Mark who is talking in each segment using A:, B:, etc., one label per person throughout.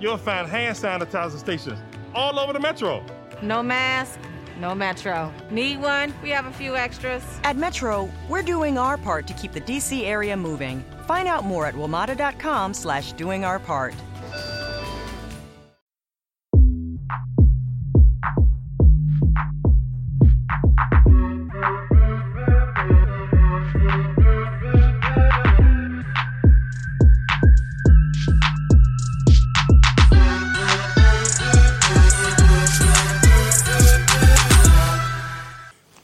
A: You'll find hand sanitizer stations all over the metro.
B: No mask, no metro. Need one? We have a few extras.
C: At Metro, we're doing our part to keep the DC area moving. Find out more at WMATA.com slash doing our part.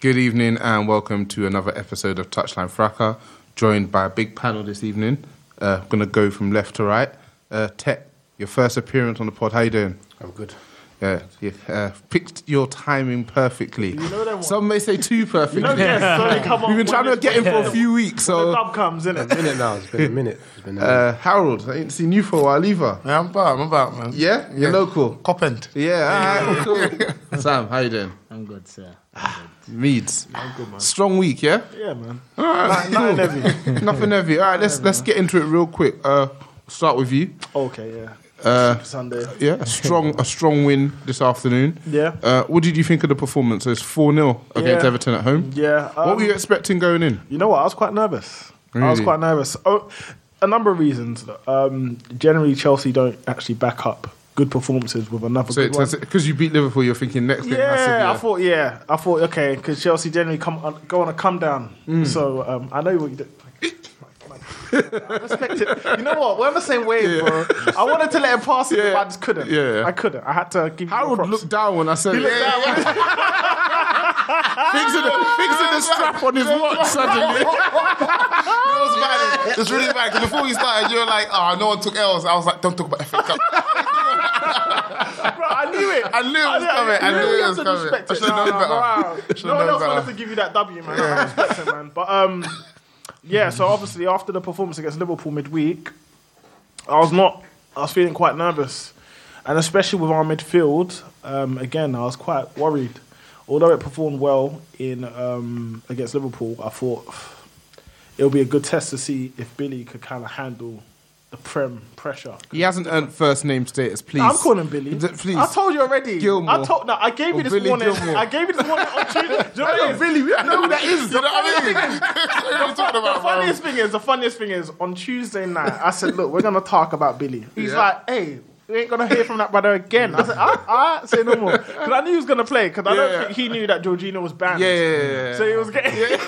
D: Good evening and welcome to another episode of Touchline Fracker, joined by a big panel this evening. Uh, I'm going to go from left to right. Uh, Tech, your first appearance on the pod, how you doing?
E: I'm good.
D: Yeah, yeah, uh, picked your timing perfectly. Some may say too perfectly.
E: sorry, come on.
D: We've been trying to
E: When
D: get him
E: the-
D: for a few weeks,
E: The
D: so...
E: bub comes in
D: A
E: it.
D: minute
E: now. It's been a minute. It's been a minute.
D: Uh, Harold, I ain't seen you for a while either.
F: Yeah, I'm about, I'm about, man.
D: Yeah? You're local?
F: Coppent.
D: Yeah, all right, cool. Sam, how you doing?
G: I'm good, sir.
D: Meads. Strong week, yeah?
E: yeah, man.
D: All right, cool.
E: Nothing heavy.
D: Nothing heavy. All right, let's, let's get into it real quick. Uh, start with you.
E: Okay, yeah.
D: Uh,
E: Sunday.
D: Yeah, a strong a strong win this afternoon.
E: Yeah.
D: Uh, what did you think of the performance? So it's 4 0 against
E: Yeah.
D: Everton at home.
E: Yeah,
D: what
E: um,
D: were you expecting going in?
E: You know what? I was quite nervous. I was
D: Really?
E: quite nervous. Oh, a number of reasons. Um, generally, Chelsea don't actually back up good performances with another
D: So
E: good one.
D: because you beat Liverpool, you're thinking next game has to be
E: Yeah, I
D: a-
E: thought. Yeah, I thought. Okay, because Chelsea generally come on, go on a come down.
D: Mm.
E: So um, I know what you did. I respect it. You know what? We're on the same wave, bro. I wanted to let him pass it,
D: Yeah.
E: but I just couldn't.
D: Yeah.
E: I couldn't. I had to give. you
D: Harold
E: props.
D: looked down when I said it. fixing, the, fixing the strap on his watch suddenly.
F: It's really bad because before we started, you were like, "Oh, no one took L's." I was like, "Don't talk about FA Cup."
E: Bro, I knew it.
F: I knew it was coming. I knew it was coming. I
E: should
F: should've known better. Should've
E: No one
F: known
E: else
F: better.
E: wanted to give you that W, man. I respect it, man. But um, yeah. So obviously, after the performance against Liverpool midweek, I was not. I was feeling quite nervous, and especially with our midfield. Um, again, I was quite worried. Although it performed well in um, against Liverpool, I thought it'll be a good test to see if Billy could kind of handle the prem pressure.
D: He hasn't earned first name status, please.
E: I'm calling Billy.
D: D- Please.
E: I told you already.
D: Gilmore.
E: I told. No, I gave
D: Or
E: you this
D: Billy
E: warning.
D: Gilmore.
E: I gave you this warning on Tuesday. Do you know what it is?
D: Billy, we don't know who that is.
F: You know what I mean? That's what I'm talking
E: The
F: about, bro.
E: funniest thing is, the funniest thing is, on Tuesday night, I said, "Look, we're gonna talk about Billy." He's
F: Yeah.
E: like, "Hey." We ain't gonna hear from that brother again. I said, I, I say no more because I knew he was gonna play because I
D: Yeah.
E: don't think he knew that Georgina was banned.
D: Yeah, yeah, yeah, yeah.
E: So he was getting. he,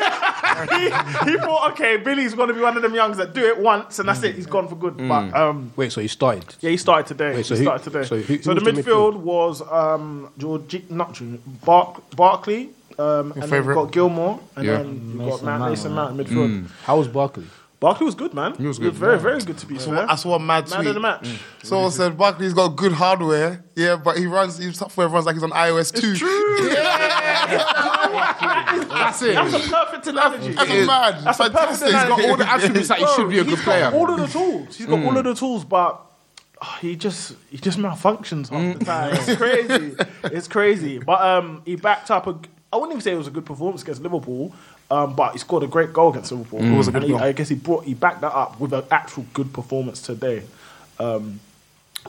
E: he thought, okay, Billy's gonna be one of them youngs that do it once and that's it. He's gone for good.
D: Mm.
E: But um,
G: Wait, so you started?
E: Yeah, he started today.
G: Wait, so
E: he
G: who-
E: started today. So,
G: so who- who
E: the
G: was the
E: midfield, was um, George, not George, Bark, Barkley, um, and then you
F: favourite?
E: got Gilmore, and
D: Yeah.
E: then you got
G: Mason
E: Mount,
G: Mount,
E: Mason
G: man.
E: Mount in midfield.
D: Mm.
G: How was Barkley?
E: Barkley was good, man. He
D: was good.
E: very, very good to be fair.
F: I saw a mad
E: Man of
F: tweet. Mm.
E: the match.
F: Someone said Barkley's got good hardware, yeah, but he runs. His software runs like he's on iOS two.
D: That's it.
E: That's a perfect analogy.
F: That's a man.
E: That's a perfect
F: Fantastic. He's
E: analogy.
F: got all the
D: attributes that he
E: Bro,
D: should be a
E: he's
D: good
E: got
D: player.
E: All of the tools. He's
F: Mm.
E: got all of the tools, but ah, he just he just malfunctions half the time. It's crazy. it's crazy. But um, he backed up a. g- I wouldn't even say it was a good performance against Liverpool. Um, but he scored a great goal against Liverpool. Mm. It was a good goal. I guess he brought he backed that up with an actual good performance today. Um,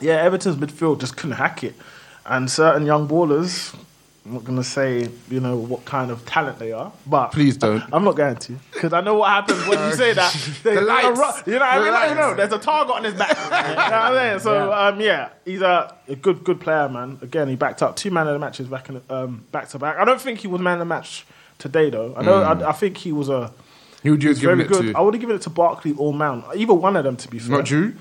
E: yeah, Everton's midfield just couldn't hack it, and certain young ballers I'm not gonna say you know what kind of talent they are, but
D: Please don't.
E: I'm not going to because I know what happens when you say that. They-
D: The lights.
E: you know what I
D: The
E: mean? Like,
D: lights.
E: you know, there's a target on his back. you know what I'm saying? So yeah. um, yeah, he's a, a good good player, man. Again, he backed up two man of the matches back in, um, back to back. I don't think he was man of the match today though. I know.
F: Mm.
E: I, I think he was a
D: Who would you have given
E: very
D: it
E: good. I
D: to?
E: would have given it to Barkley or Mount, either one of them. To be fair,
D: Not you.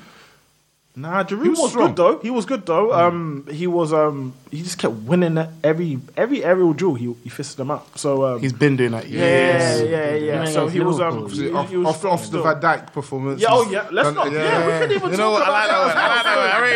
E: Nah, Giroud
D: He was
E: was,
D: strong. Mm.
E: good though. He was good though. Um, he was um, he just kept winning every every aerial duel. He he fisted them up. So um,
F: He's been doing that.
E: yeah, yeah, yeah, yeah, yeah.
G: Yeah,
E: So he was um,
G: Liverpool.
E: he, he
D: Off,
E: was
D: off, off the
E: still-
D: Van Dyke performance.
E: Yeah, oh yeah. Let's
D: Done-
E: not. Yeah, we could even
F: You know
E: talk
F: what? I
E: about
F: like that one.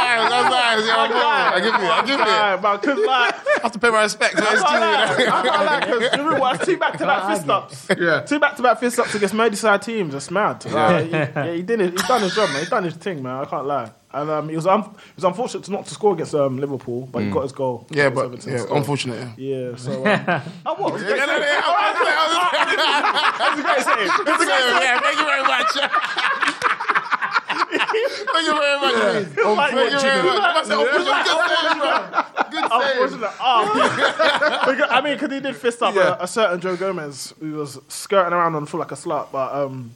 F: I like that one. I really, I give you that one. That's nice. That's nice. Yeah, I'm cool. I give it. I give it.
E: Right, but 'cause, like,
F: I have to pay my respects. man. It's
E: I
F: due, you know?
E: can't lie, because Giroud was two back-to-back fist ups.
D: Yeah.
E: Two back-to-back fist ups against Merseyside teams. That's mad. Like, he, yeah, he did it. He's done his job, man. He's done his thing, man. I can't lie. And um, it was un- it was unfortunate to not to score against um, Liverpool, but he got his goal.
F: Mm. Yeah,
E: Against
F: but
E: Everton,
F: yeah,
E: so-
F: unfortunate. Yeah.
E: Yeah, so um, I was.
F: Yeah, no, no, yeah, I was- I was-
E: That's a great save.
F: That's a good- yeah, Thank you very much. Thank you very much. Thank you very much. I said, unfortunate, Good save, bro. Good save.
E: Unfortunate. Oh, because, I mean, because he did fist up
D: Yeah.
E: a, a certain Joe Gomez who was skirting around on the floor like a slut, but um,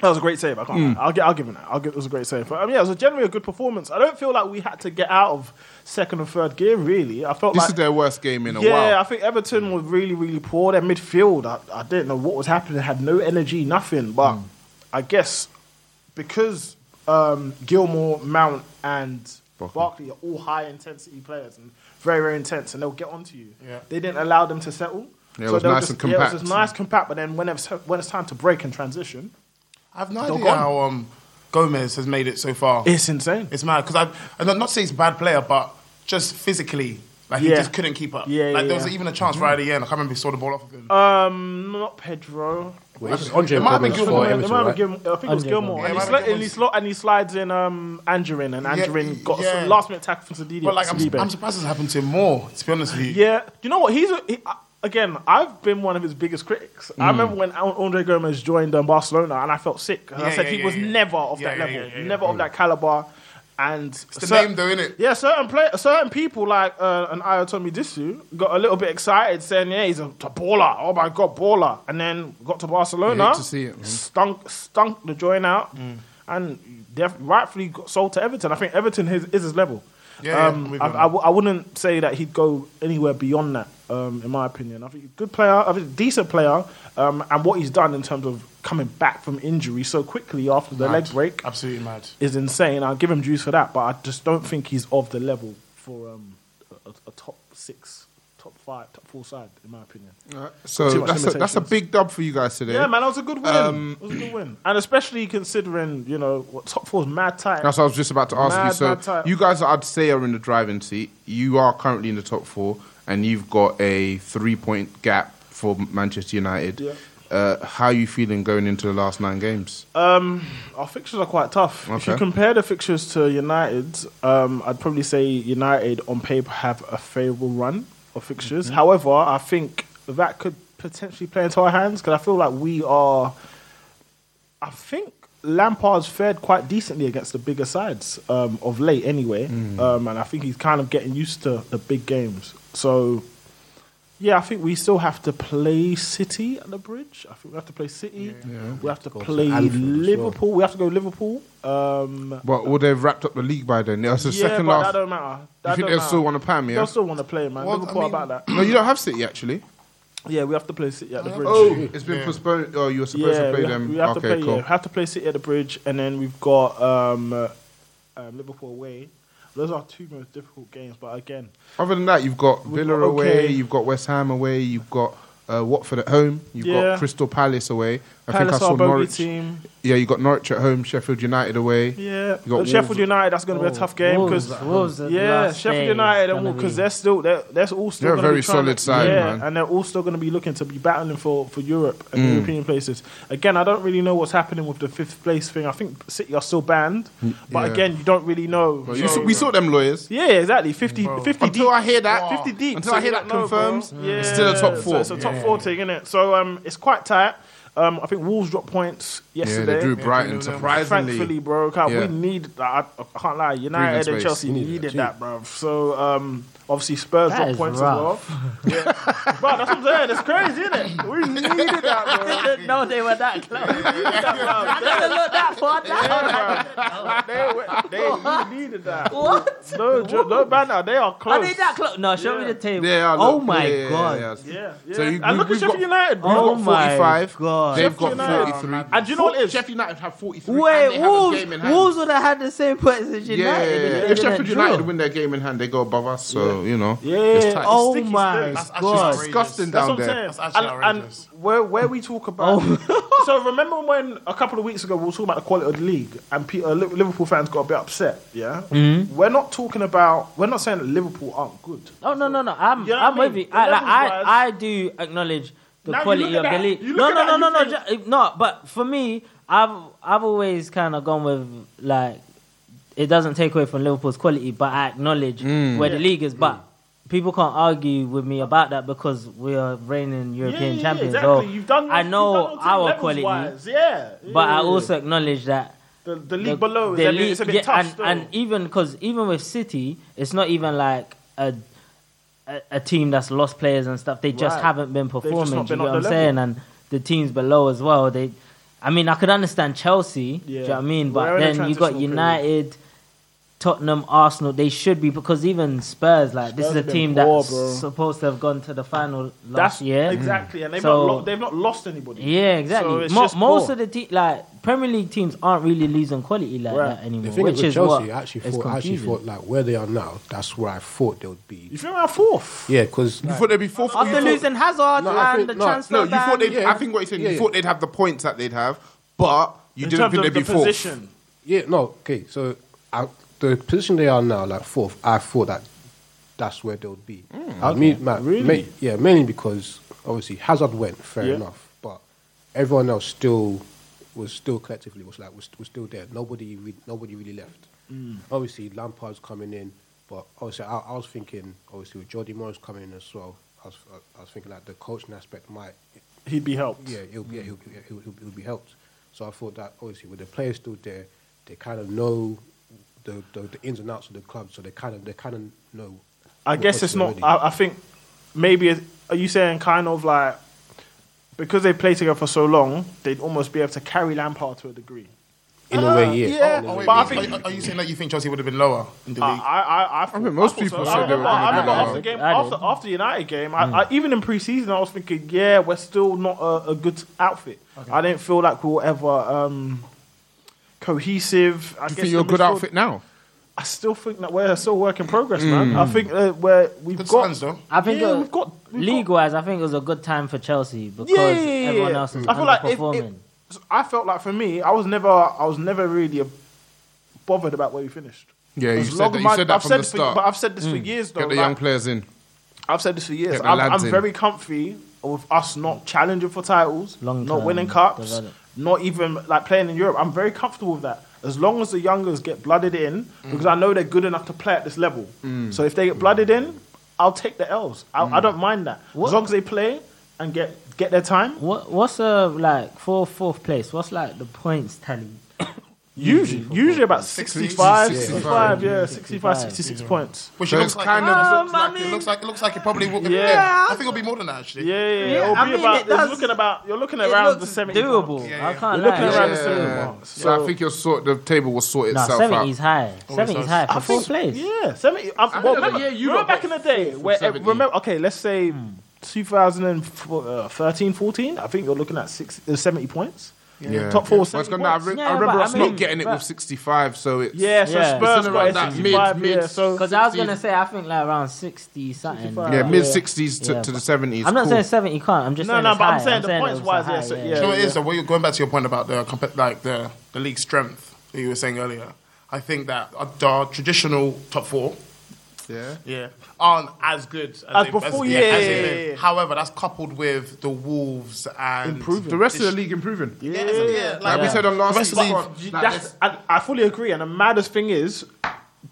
E: that was a great save. I can't.
F: Mm.
E: lie. I'll, gi- I'll give him that. I'll give it was a great save. But um, yeah, it was a generally a good performance. I don't feel like we had to get out of second and third gear. Really, I felt
D: This
E: like
D: is their worst game in a
E: yeah,
D: while.
E: I think Everton were really, really poor. Their midfield, I, I didn't know what was happening. They had no energy, nothing. But
D: Hmm.
E: I guess because um, Gilmore, Mount, and
D: Barkley.
E: Barkley are all high intensity players and very, very intense, and they'll get onto you. They didn't allow them to settle.
D: Yeah, it was
E: they were
D: nice and
E: Yeah, it was
D: compact.
E: just nice, compact. But then when it's, when it's time to break and transition,
F: I have no
E: They're
F: idea
E: gone.
F: how um, Gomez has made it so far.
E: it's insane.
F: It's mad because I, and not not to say he's a bad player, but just physically, like he
E: Yeah.
F: just couldn't keep up.
E: Yeah,
F: like
E: yeah,
F: there was
E: yeah.
F: even a chance right at the end. I can't remember if he saw the ball off of him.
E: Um, not Pedro.
G: Andre
F: It might have been
G: Roberts
F: Gilmore.
G: for
F: It might have
G: Everton,
E: It might have
G: right?
E: been Gilmore. I think it was
G: Andre
E: Gilmore.
F: Gilmore.
E: and,
F: Yeah,
E: he
F: it might have
E: sli-
F: been
E: and, he
F: Gilmore.
E: sli- and he slides in um, Angerin, and
F: Yeah,
E: Angerin got
F: yeah.
E: a last minute tackle from Sadiq.
F: but like, I'm, I'm surprised it's happened to him more. To be honest with you,
E: yeah, you know what? He's a, he, I- again. I've been one of his biggest critics. I
F: Hmm.
E: remember when Al- Andre Gomez joined um, Barcelona, and I felt sick. And I
F: Yeah,
E: said
F: yeah,
E: he
F: yeah,
E: was
F: yeah.
E: never of
F: Yeah,
E: that
F: yeah,
E: level,
F: yeah, yeah,
E: never of that caliber. And
F: it's the
E: cer-
F: name though, innit?
E: yeah, certain play, certain people like uh, an Ayotomi Disu got a little bit excited, saying, "Yeah, he's a, a baller. Oh my god, baller!" And then got to Barcelona,
D: You hate to see it, man.
E: stunk stunk the joint out,
F: Hmm.
E: and def- rightfully got sold to Everton. I think Everton is, is his level.
F: Yeah, yeah,
E: um,
F: I'm with
E: I,
F: you on
E: I, w- I wouldn't say that he'd go anywhere beyond that, um, in my opinion. I think he's a good player, I think he's a decent player, um, and what he's done in terms of coming back from injury so quickly after the leg break
F: Absolutely mad.
E: is insane. I'll give him juice for that, but I just don't think he's of the level for um, a, a top six, top five, top four side, in my opinion. Too
D: Uh, So
E: much
D: that's a, that's a
E: limitations.
D: big dub for you guys today. Um,
E: Yeah, man, that was a good win. it was a good win, and especially considering you know what top four is mad tight.
D: That's what I was just about to ask
E: Mad,
D: you. So
E: mad tight.
D: you guys, I'd say, are in the driving seat. You are currently in the top four, and you've got a three-point gap for Manchester United.
E: Yeah.
D: Uh, how are you feeling going into the last nine games?
E: Um, Our fixtures are quite tough. If you
D: Okay.
E: compare the fixtures to United, um, I'd probably say United on paper have a favourable run of fixtures. However, I think that could potentially play into our hands because I feel like we are. I think Lampard's fared quite decently against the bigger sides um, of late, anyway,
D: Mm.
E: um, and I think he's kind of getting used to the big games. So yeah, I think we still have to play City at the bridge. I think we have to play City. We have to play Liverpool. We have to go Liverpool. Um,
D: But would they have wrapped up the league by then? That's the
E: yeah,
D: second
E: but
D: last.
E: that don't matter. That
D: think
E: don't
D: they'll
E: matter.
D: still wanna pan, yeah?
E: They'll still want to play, man.
F: Well, I
E: Liverpool
F: mean-
E: about that.
D: No, you don't have City actually.
E: Yeah, we have to play City at the bridge.
D: Oh, it's been postponed. Oh, you were supposed
E: yeah,
D: to play
E: we, ha-
D: them.
E: we have
D: okay,
E: to play.
D: cool.
E: Yeah, we have to play City at the bridge, and then we've got um, uh, um, Liverpool away. Those are two most difficult games, but again,
D: Other than that, you've got
E: We've
D: Villa
E: got-
D: away,
E: okay.
D: you've got West Ham away, you've got uh, Watford at home, you've
E: Yeah.
D: got Crystal Palace away. I
E: Palace
D: think I
E: are
D: saw
E: a bogey
D: Norwich.
E: team.
D: Yeah, you got Norwich at home, Sheffield United away.
E: Yeah, Uh,
D: You got
E: Sheffield
D: Wolves.
E: United. That's going to be a tough game
G: Oh, Wolves-
E: because
G: Wolves at the
E: yeah,
G: last day
E: Sheffield
G: is
E: United and
G: gonna
E: because
G: be-
E: they're still they're, they're all still
D: They're a
E: gonna
D: very
E: be trying
D: solid
E: to,
D: side,
E: yeah,
D: man. Mm.
E: and they're all still going to be looking to be battling for for Europe and European places. Again, I don't really know what's happening with the fifth place thing. I think City are still banned, but
D: Mm. yeah.
E: again, you don't really know.
D: But you saw- we saw them lawyers.
E: yeah, exactly. 50, 50
D: Until
E: deep.
D: I hear that-
E: 50 deep.
D: until I
E: you
D: hear
E: don't
D: that
E: know, bro.
D: confirms,
E: yeah.
D: it's still a top
E: So
D: four.
E: it's a top four thing, isn't it? So um, it's quite tight. Um, I think Wolves drop points. yesterday.
D: drew Brighton, surprisingly.
E: Thankfully, bro. Can't,
D: Yeah.
E: We need that. I, I can't lie.
D: Breathing
E: United and
D: space.
E: Chelsea
D: We
E: needed, that, bro. So um, obviously Spurs
G: That
E: got
G: is
E: points
G: rough.
E: as well. Yeah. bro, that's what I'm saying. It's crazy, isn't it? We needed that, bro.
G: didn't know they were that close. I never looked that far down.
E: They we needed that.
G: What?
E: No, jo- no, man, now they are
G: I
E: close.
G: need that close. No, show me the table.
D: Yeah, I
G: oh
D: look-
G: my
D: yeah, yeah,
G: god.
D: yeah,
E: Yeah, yeah.
D: So you-
E: and
D: we-
E: look at
D: we've
E: Sheffield
D: got-
E: United. bro.
G: Oh
D: We've
G: my
D: got 45.
G: God.
D: They've got
E: Sheffield United.
D: 43.
E: And do you know what it is?
D: Sheffield United have 43. and
G: Wait,
D: they have a
G: Wolves,
D: game in hand.
G: Wolves would have had the same points as United.
D: Yeah, yeah, yeah.
G: if they
D: if
G: didn't
D: Sheffield United
G: draw.
D: win their game in hand, they go above us. So you know,
E: Yeah.
D: it's tight.
G: Oh
E: Sticky
G: my
E: stick. That's
G: god.
D: it's disgusting
E: That's
D: down
E: what I'm
D: there.
E: saying.
F: That's actually
E: and, and
F: outrageous.
E: where where we talk about.
G: Oh.
E: so remember when a couple of weeks ago we were talking about the quality of the league and Pe- uh, Li- Liverpool fans got a bit upset. Yeah,
D: Mm-hmm.
E: we're not talking about. We're not saying that Liverpool aren't good.
G: Oh no no no! I'm
E: You know what
G: I'm
E: I mean?
G: with you. I, like,
E: Levels-wise-
G: I I do acknowledge the
E: Now you
G: quality
E: look
G: of
E: at
G: the
E: that.
G: league.
E: You
G: No
E: look
G: no
E: at
G: no
E: that
G: no no
E: and you
G: ju- no. But for me, I've I've always kind of gone with like it doesn't take away from Liverpool's quality, but I acknowledge where the league is.
E: Mm.
G: But people can't argue with me about that because we are reigning European champions.
E: exactly.
G: So
E: You've done.
G: I
E: you've
G: know
E: done okay
G: our
E: levels
G: quality,
E: wise. Yeah,
G: but I
E: yeah.
G: also acknowledge that
E: the, the league
G: the-
E: below.
G: the
E: is a bit-
G: league-
E: it's a bit
G: yeah,
E: tough.
G: and,
E: still.
G: and even because even with City, it's not even like a, a a team that's lost players and stuff. They just
E: Right.
G: haven't been
E: just not
G: performing. do
E: been
G: you know
E: on
G: what I'm
E: the
G: saying? And the teams below as well. They, I mean, I could understand Chelsea. Do you know
E: Yeah.
G: what I mean?
E: We're
G: But
E: in a
G: then you got
E: transitional
G: United. Tottenham, Arsenal, they should be because even Spurs, like this
E: Spurs
G: is a
E: been
G: team
E: poor,
G: that's
E: bro.
G: supposed to have gone to the final last
E: that's
G: year.
E: exactly, and they've
G: So-
E: not lo- they've not lost anybody.
G: Yeah,
E: So
G: exactly.
E: it's
G: Mo-
E: just
G: most
E: poor.
G: of the te- like Premier League teams aren't really losing quality like
E: Right.
G: that anymore.
H: The thing
G: which
H: is, with
G: is
H: Chelsea,
G: what
H: I actually
G: is
H: thought, I actually
G: confusing.
H: thought like where they are now, that's where I thought they would be.
E: You feel around fourth.
H: Yeah, because
D: You thought they'd be fourth.
G: after
D: you thought-
G: losing Hazard
H: No, I
G: and
H: think-
G: the
H: no,
G: transfer
D: no, you thought
G: ban,
D: they'd.
H: Yeah.
D: I think what you're saying. You
H: Yeah.
D: thought they'd have the points that they'd have, but you
E: In
D: didn't
E: terms
D: think
E: of
D: they'd
E: the
D: be fourth.
E: position,
H: yeah, no, okay. So I, the position they are now, like fourth, I thought that that's where they would be. I mean, ma-
E: Hmm. Really?
H: ma- yeah, mainly because obviously Hazard went, fair
E: Yeah.
H: enough, but everyone else still was still collectively was like was, was still there. Nobody, re- nobody really left.
E: Hmm.
H: Obviously Lampard's coming in, but obviously I, I was thinking obviously with Jordi Morris coming in as well. I was, I was thinking like the coaching aspect might
E: he'd be helped.
H: yeah, he'll be, yeah, he'll, be- yeah, he'll, he'll, he'll be helped. So I thought that obviously with the players still there, they kind of know the, the, the ins and outs of the club, so they kind of they kind of know.
E: I
H: what
E: guess it's
H: what's
E: not.
H: already.
E: I, I think maybe it, are you saying kind of like because they played together for so long, they'd almost be able to carry Lampard to a degree.
H: in a way, yeah.
E: yeah.
H: In a
F: Oh,
H: way,
F: wait,
E: But I
F: are,
E: think-
F: are you saying that you think Chelsea would have been lower in the
E: I,
F: league?
E: I, I, I, thought-
D: think most
E: thought
D: people
E: so.
D: said
E: I
D: they
E: remember,
D: were
E: I
D: gonna be Hmm.
E: remember
D: lower.
E: after the game,
G: I did.
E: after, after the United game, I,
G: Hmm.
E: I, even in pre-season, I was thinking, yeah, we're still not a, a good outfit. I didn't feel like we were ever um, cohesive. I
D: You
E: guess
D: think you're a
E: the
D: good
E: midfield-
D: outfit now? Hmm.
E: I still think that we're still a work in progress, man. I think uh, we're we've
F: Good
E: got.
F: signs, though.
G: I think
E: yeah,
G: uh,
E: we've got we've got-
G: league-wise, I think it was a good time for Chelsea because everyone else is
E: I feel like if-
G: underperforming.
E: if- I felt like for me, I was never, I was never really bothered about where we finished.
D: Yeah, you
E: As
D: said
E: long
D: that.
E: as
D: You
E: my-
D: said that
E: I've
D: from
E: said
D: the
E: this
D: start.
E: For, but I've said this for years, though.
D: Get the
E: like,
D: young players in.
E: I've said this for years.
D: Get the
E: I'm,
D: lads
E: I'm
D: in.
E: very comfy with us not challenging for titles,
G: Long
E: not
G: term
E: winning cups,
G: develop.
E: not even like playing in Europe. I'm very comfortable with that. As long as the youngers get blooded in, because I know they're good enough to play at this level. So if they get blooded in, I'll take the L's. I, I don't mind that.
G: What-
E: As long as they play and get get their time.
G: What what's uh like for fourth place? What's like the points tally?
E: Usually, usually about 65,
F: 60,
E: 65, yeah, 65, 66
G: 65.
E: points.
F: Which
D: So
F: it
D: it's
F: looks like,
D: kind
F: it,
D: of-
G: Ah, Oh,
F: looks like it looks like it looks like it probably will.
E: Yeah.
F: Yeah, I think it'll be more than that actually.
E: Yeah, yeah, yeah.
G: Yeah,
E: It'll
G: I
E: be
G: mean,
E: about,
G: it
E: it's
G: does-
E: looking about, you're looking
G: It
E: around the
G: looks
E: 70.
G: doable.
E: mark.
G: I
E: You're
G: can't
E: looking
G: lie.
E: around the
D: Yeah.
E: 70 mark. So,
D: So I think your sort the table will sort
G: No,
D: itself
G: seventy's
D: out.
G: high. Seventy's high for fourth place.
E: Yeah, 70. I'm, well,
D: remember-
E: remember,
D: yeah, you
E: remember
D: lot
E: back in
D: got
E: the day, where,
D: 70.
E: remember, okay, let's say
G: Hmm.
E: 2013, 14, uh, I think you're looking at six, uh, 70 points.
D: Yeah.
E: Top four,
D: Well, it's
E: 70
D: gonna- I,
E: points.
D: re-
G: Yeah,
D: I remember
G: but I
D: us
G: mean-
D: not getting it
G: but-
D: with 65, so it's
E: Yeah, so
G: Yeah.
E: Spurs
D: Something
E: got
D: around
E: that
D: that, mid,
E: 65, mid, yeah,
D: mid.
E: so
G: Because I was
D: 60.
G: gonna say I think like around sixty something.
E: Yeah,
D: yeah
G: but-
D: mid 60s to,
G: Yeah,
D: to the
G: but-
D: 70s.
G: I'm not
D: cool.
G: saying seventy can't. I'm just
E: No,
G: saying
E: no,
G: it's
E: but I'm
G: high.
E: saying the
G: it
E: points
G: was
E: wise,
G: high,
E: Ah, yeah, so-
F: You know
E: yeah.
F: what it is though. Well, you're going back to your point about the compa- like the the league strength that you were saying earlier. I think that uh, the traditional top four
D: Yeah.
F: yeah, aren't as good as,
E: As
F: they-
E: before,
F: as they've
E: yeah.
F: been. However, that's coupled with the Wolves and
E: Improving.
D: The rest of the league improving.
F: Yeah, yeah,
D: Like we said on last
F: rest of the
D: season,
F: squad,
E: You-
D: like
E: that's, I, I fully agree. And the maddest thing is,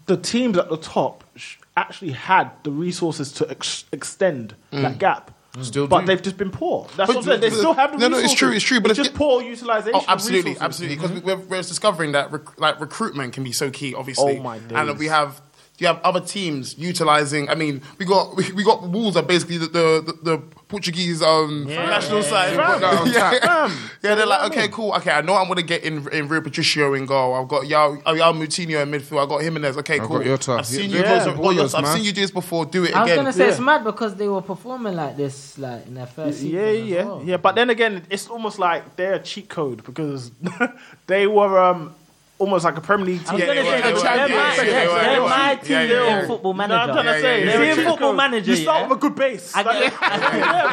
E: the
G: Hmm.
E: teams at the top sh- actually had the resources to ex- extend that gap.
D: Still
E: but
D: do.
E: they've just been poor. That's
D: But-
E: what I'm saying. They
D: but-
E: still have the
D: no, no,
E: resources.
D: it's true, it's true, but
E: it's
D: if
E: just poor utilization.
F: Oh, absolutely,
E: of resources.
F: absolutely. Because we're, we're discovering that rec- like recruitment can be so key, obviously.
E: Oh, my days.
F: And we have you have other teams utilizing. I mean, we got we, we got Wolves are basically the the, the, the Portuguese um, national side.
D: Fam.
F: yeah.
D: Fam.
F: yeah, they're like, okay, cool, okay. I know I'm gonna get in in Rio Patricio in goal. I've got Yao oh, Yao Moutinho in midfield. I got Jimenez. Okay,
D: I've
F: cool.
D: got Yota.
F: I've seen
D: Yeah,
F: you.
D: they're
F: go-
D: ballers,
F: Yota, I've
D: man.
F: seen you do this before. Do it
G: I was
F: again.
G: gonna say it's mad because they were performing like this, like in their first season.
E: Yeah, yeah, yeah. yeah. But then again, it's almost like they're a cheat code because they were um, almost like a Premier League
G: I
E: team.
G: was gonna say they're my- they're my team. They're football
E: You know what I'm
G: manager.
E: trying to say? They're a
G: They're
E: cheat
G: football
E: code.
G: manager.
E: You start
G: yeah?
E: with a good base.
G: I
E: Like,
G: get,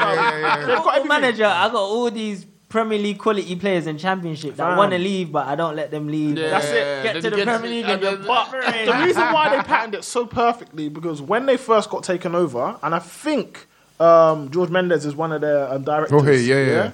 G: Football manager. I got all these Premier League quality players in Championship that
E: Fam.
G: want to leave, but I don't let them leave.
E: That's it.
G: Get to the Premier League and you're
E: But the reason why they patterned it so perfectly because when they first got taken over, and I think um, George Mendes is one of their um, directors.
D: Jorge, Oh, yeah, yeah, yeah.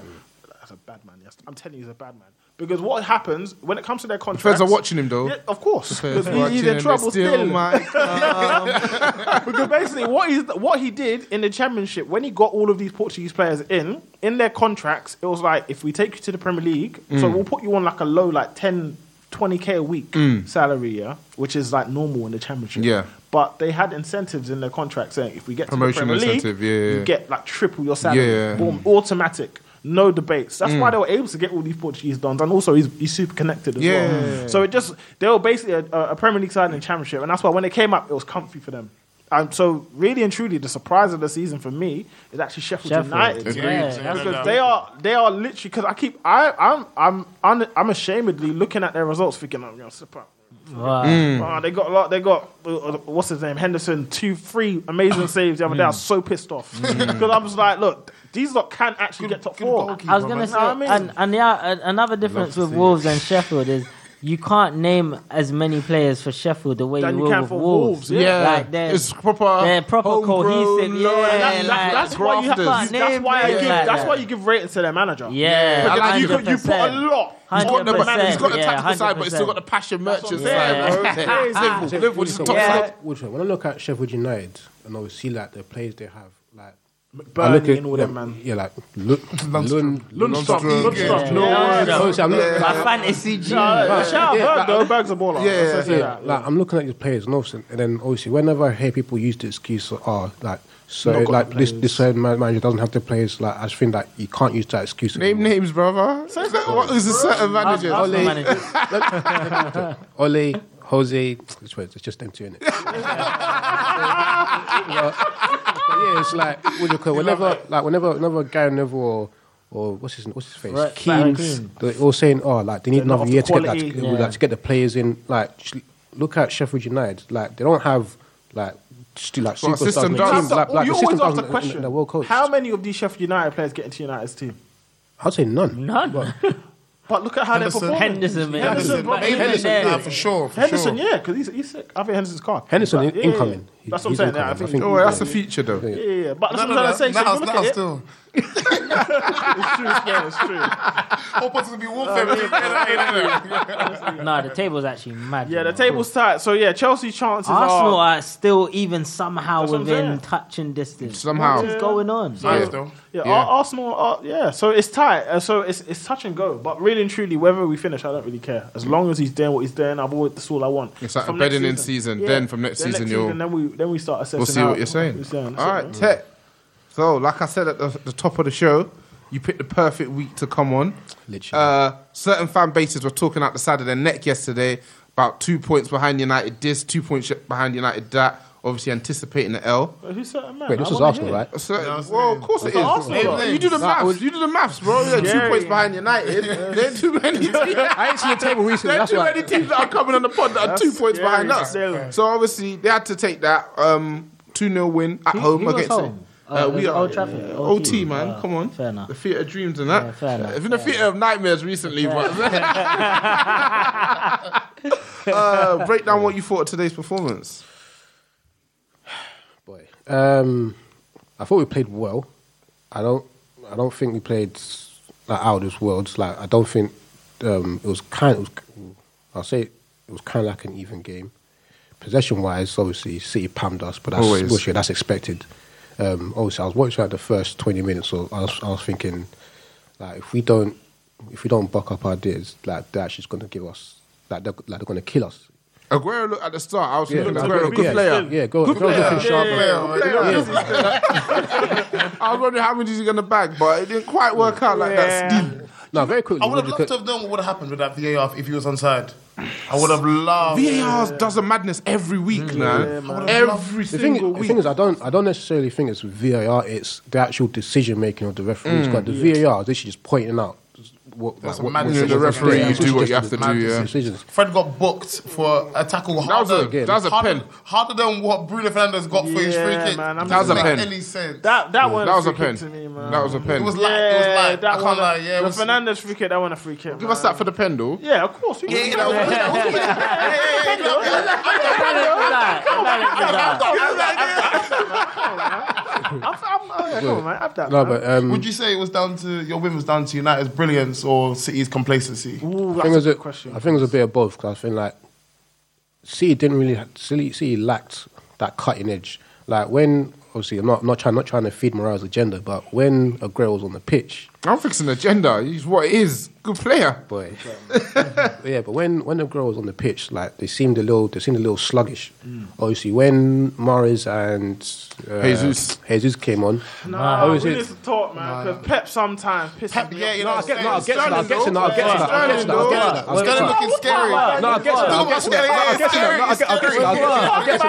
E: That's a bad man. Yes, I'm telling you, he's a bad man. Because what happens when it comes to their
D: The
E: contracts?
D: feds are watching him though.
E: Yeah, of course.
D: The feds
E: Because he's-
D: watching
E: he's in
D: him,
E: trouble
D: they steal
E: still.
D: my- um,
E: because basically, what he's, what he did in the championship when he got all of these Portuguese players in in their contracts, it was like if we take you to the Premier League, so
D: Mm.
E: we'll put you on like a low like 10, 20 k a week
D: Mm.
E: salary, yeah, which is like normal in the championship.
D: Yeah.
E: But they had incentives in their contract saying if we get
D: Promotion
E: to the Premier
D: incentive,
E: League,
D: yeah, yeah.
E: you get like triple your salary.
D: Yeah.
E: Boom, automatic. No debates. That's
D: Mm.
E: why they were able to get all these Portuguese dons, and also he's, he's super connected as
D: Yeah.
E: well. So it just they were basically a, a Premier League side in the Championship, and that's why when they came up, it was comfy for them. And so, really and truly, the surprise of the season for me is actually Sheffield,
G: Sheffield.
E: United.
G: Agreed. Yeah, Yeah, that's
E: because
G: good.
E: they are they are literally because I keep I I'm I'm un, I'm ashamedly looking at their results, thinking I'm gonna slip up.
G: Wow.
E: Mm. Wow, they got a lot. They got uh, uh, what's his name Henderson two three amazing saves the other day.
G: Mm.
E: I was so pissed off because I was like, look, these lot can actually get top four.
G: I was gonna say,
E: Know what I mean?
G: and, and yeah, and another difference
E: to
G: with
E: see
G: Wolves and Sheffield is you can't name as many players for Sheffield the way
E: Than
G: you,
E: you
G: will
E: can
G: with
E: for
G: Wolves.
E: Wolves, yeah. Yeah.
G: like they're,
E: It's proper
G: they're proper
E: homegrown,
G: cohesive. Yeah,
E: low- and that- that-
G: like,
E: that's why you have to.
G: can't
E: That's
G: name
E: why I
G: players
E: give.
G: like
E: That's
G: that.
E: why you give ratings to their manager.
G: Yeah,
E: Because you, could- you put a
G: 100%.
E: lot.
G: He's got the back- he's got the 100%,
F: tactical side, but he's still got the passion merchant side. bro. It's Liverpool. Liverpool just top side.
H: Wilson, When I look at Sheffield United and I see like the players they have, like
E: Burnley
H: I look at-
E: and all them,
H: yeah,
E: man.
H: Yeah, like Lund, Lund,
E: Lundstrom, Lundstrom, no
H: Yeah.
E: worries.
H: Honestly, I'm looking-
E: My fantasy G. Shout out Berg, though. Berg's a baller. Let's
H: Yeah,
E: just
H: yeah,
E: say
H: yeah.
E: that.
H: Like I'm looking at these players, and obviously, and then obviously, whenever I hear people use the excuse of, oh, like so,
D: Not got
H: like
D: the
H: this
D: players.
H: this certain man- manager doesn't have the players, like I just think that you can't use that excuse.
D: Name names, brother. What is a certain manager?
H: Ole, Jose, which way? It's just them two in it. yeah, it's like what do you call it? whenever, like whenever, whenever Gary Neville or, or what's his what's his face,
G: Right,
H: Keane's,
G: Keane.
H: they're all saying, oh, like they need
G: They're not
H: another
G: of
H: year
G: the
H: to get, that,
G: quality.
H: to-
G: Yeah.
H: like, to get the players in. Like, just look at Sheffield United. Like they don't have like just, like
D: Well,
H: superstars in
D: system
H: the
D: does.
H: team. Like, like,
E: you
H: the system
E: always ask the
H: doesn't-
E: question:
H: they're well coached.
E: How many of these Sheffield United players get into United's team?
H: I'd say none.
G: None.
E: But look at how
G: Henderson.
E: they're performing.
G: Henderson, man. Henderson,
E: bro.
G: but even Henderson, then- nah, for
F: sure, for
E: Henderson,
F: sure.
E: yeah, because he's, he's sick. I think Henderson's card.
H: Henderson
E: But,
H: in- incoming.
E: yeah. That's what I'm
H: He's
E: saying.
H: incoming.
E: yeah,
H: I
E: I think.
H: think-
D: Oh, that's the feature though.
E: yeah, yeah, yeah. But that's
F: No, no,
E: what I'm saying.
F: no,
E: so
F: now-
E: if you look
F: now
E: at it-
F: still.
E: It's true. Yeah, it's true.
F: Opposite to be Wolves. innit?
G: Nah, the table's actually mad.
E: Yeah, the table's tight. So yeah, Chelsea's chances
G: Arsenal
E: are.
G: are still even somehow
E: That's what I'm
G: within
E: saying.
G: touching distance.
D: Somehow.
G: what is going on?
E: So, Yeah, Ar- Arsenal. Are, yeah, so it's tight. Uh, so it's it's touch and go. But really and truly, whether we finish, I don't really care. As long as he's doing what he's doing, I've always that's all I want.
D: It's like
E: From
D: a
E: next
D: bedding in season. Then from next season, you'll-
E: then we then we start assessing.
D: We'll see
E: how-
D: what you're saying.
E: we're saying.
D: All right, Tech. So, like I said at the, the top of the show, you picked the perfect week to come on.
H: Literally.
D: Uh, certain fan bases were talking out the side of their neck yesterday about two points behind United this, two points behind United that, obviously anticipating the L.
E: But who's that man?
D: Wait, this
E: I
D: was
E: wanna
D: Arsenal,
E: hear.
D: right? So- well, of course it
E: It's
D: is.
E: Arsenal.
D: Hey, You do the
E: Nah,
D: maths. You do the maths, bro. You're two
E: Scary.
D: points behind United. There's too many. teams-
H: I ain't seen a table recently,
D: There are
H: that's
D: too
H: why.
D: many teams that are coming on the pod that are
E: That's
D: two points
E: scary,
D: behind us.
E: scary.
D: So obviously they had to take that um, two 0 win at
G: Who-
D: home
G: who was
D: against.
G: home?
D: Uh,
G: Uh,
D: we are
G: Old Trafford,
D: yeah,
G: OT,
D: OT, man.
G: uh,
D: Come on,
G: fair enough.
D: the theatre of dreams and that.
G: Yeah, fair enough,
D: It's been a theatre of nightmares recently, but uh, break down what you thought of today's performance.
H: Um, I thought we played well. I don't. I don't think we played like out of this world. Like I don't think um, it was kind. It was, I'll say it was kind of like an even game. Possession wise, obviously City pammed us, but that's
D: Always.
H: bullshit. That's expected. um, obviously I was watching like the first twenty minutes, so I was, I was thinking, like if we don't if we don't buck up our ideas, like they're actually going to give us like they're, like they're going to kill us.
D: Aguero looked at the start. I was
H: Yeah,
D: looking at
H: Aguero,
D: Aguero. Good
H: yeah,
D: player.
H: yeah, go-
D: good
H: go
D: player.
H: looking sharp.
D: Good player. I was wondering how many is he going to bag, but it didn't quite work out like that.
F: Yeah.
D: Steve.
H: No, very quickly.
F: I would have loved to have known what would have happened with that VAR if he was onside. I would have loved.
D: VAR does a madness every week,
H: Mm. Yeah,
D: man.
H: man.
D: every
H: The
D: single
H: thing,
D: week.
H: the thing is, I don't, I don't necessarily think it's VAR. It's the actual decision making of the referees.
D: Mm.
H: But the
D: Yeah.
H: VAR, is literally just pointing out. What,
F: That's
H: like,
F: a madness.
H: decisions
F: Yeah, the
H: are
F: referee,
H: made.
F: you do what
H: It's
F: you have to
H: just
F: do,
H: madness
F: yeah.
H: Decisions.
F: Fred got booked for a tackle
D: was a-
F: harder,
D: that was a
F: harder,
D: pen.
F: harder than what Bruno Fernandez got for his free
E: Yeah,
F: kick.
E: man,
D: I'm
F: It
D: That was a
F: doesn't
D: pen.
F: make Any sense?
E: That that one
D: That was a
E: free kick
D: pen.
E: To me, man.
D: That was a pen.
F: It was
E: yeah,
F: like it was like
E: that
F: I
E: one. uh,
F: can't lie. Yeah, it
E: the
F: was,
E: Fernandez free kick. That one a free kick.
D: Give us that for the pen, though.
E: Yeah, of course. Yeah,
F: that was- that was-
H: No, but um,
F: Would you say it was down to your win was down to United's brilliance or City's complacency?
H: I think it was a, I think it was a bit of both because I think like City didn't really City, City lacked that cutting edge. Like when obviously I'm not not trying not trying to feed Morales' agenda, but when Aguero was on the pitch,
D: I'm fixing agenda. He's what it is. Good player.
H: boy, yeah. But when when Aguero was on the pitch, like they seemed a little they seemed a little sluggish. Obviously when Morris and uh,
D: Jesus.
H: Jesus came on,
E: Nah, we
H: obviously-
E: need to talk, man. Because Pep sometimes pisses me
F: yeah,
E: off.
F: you know,
H: I'll get, no, I'll get to that. I'll get to that. I'll get to that. I'll get to that. I'll get to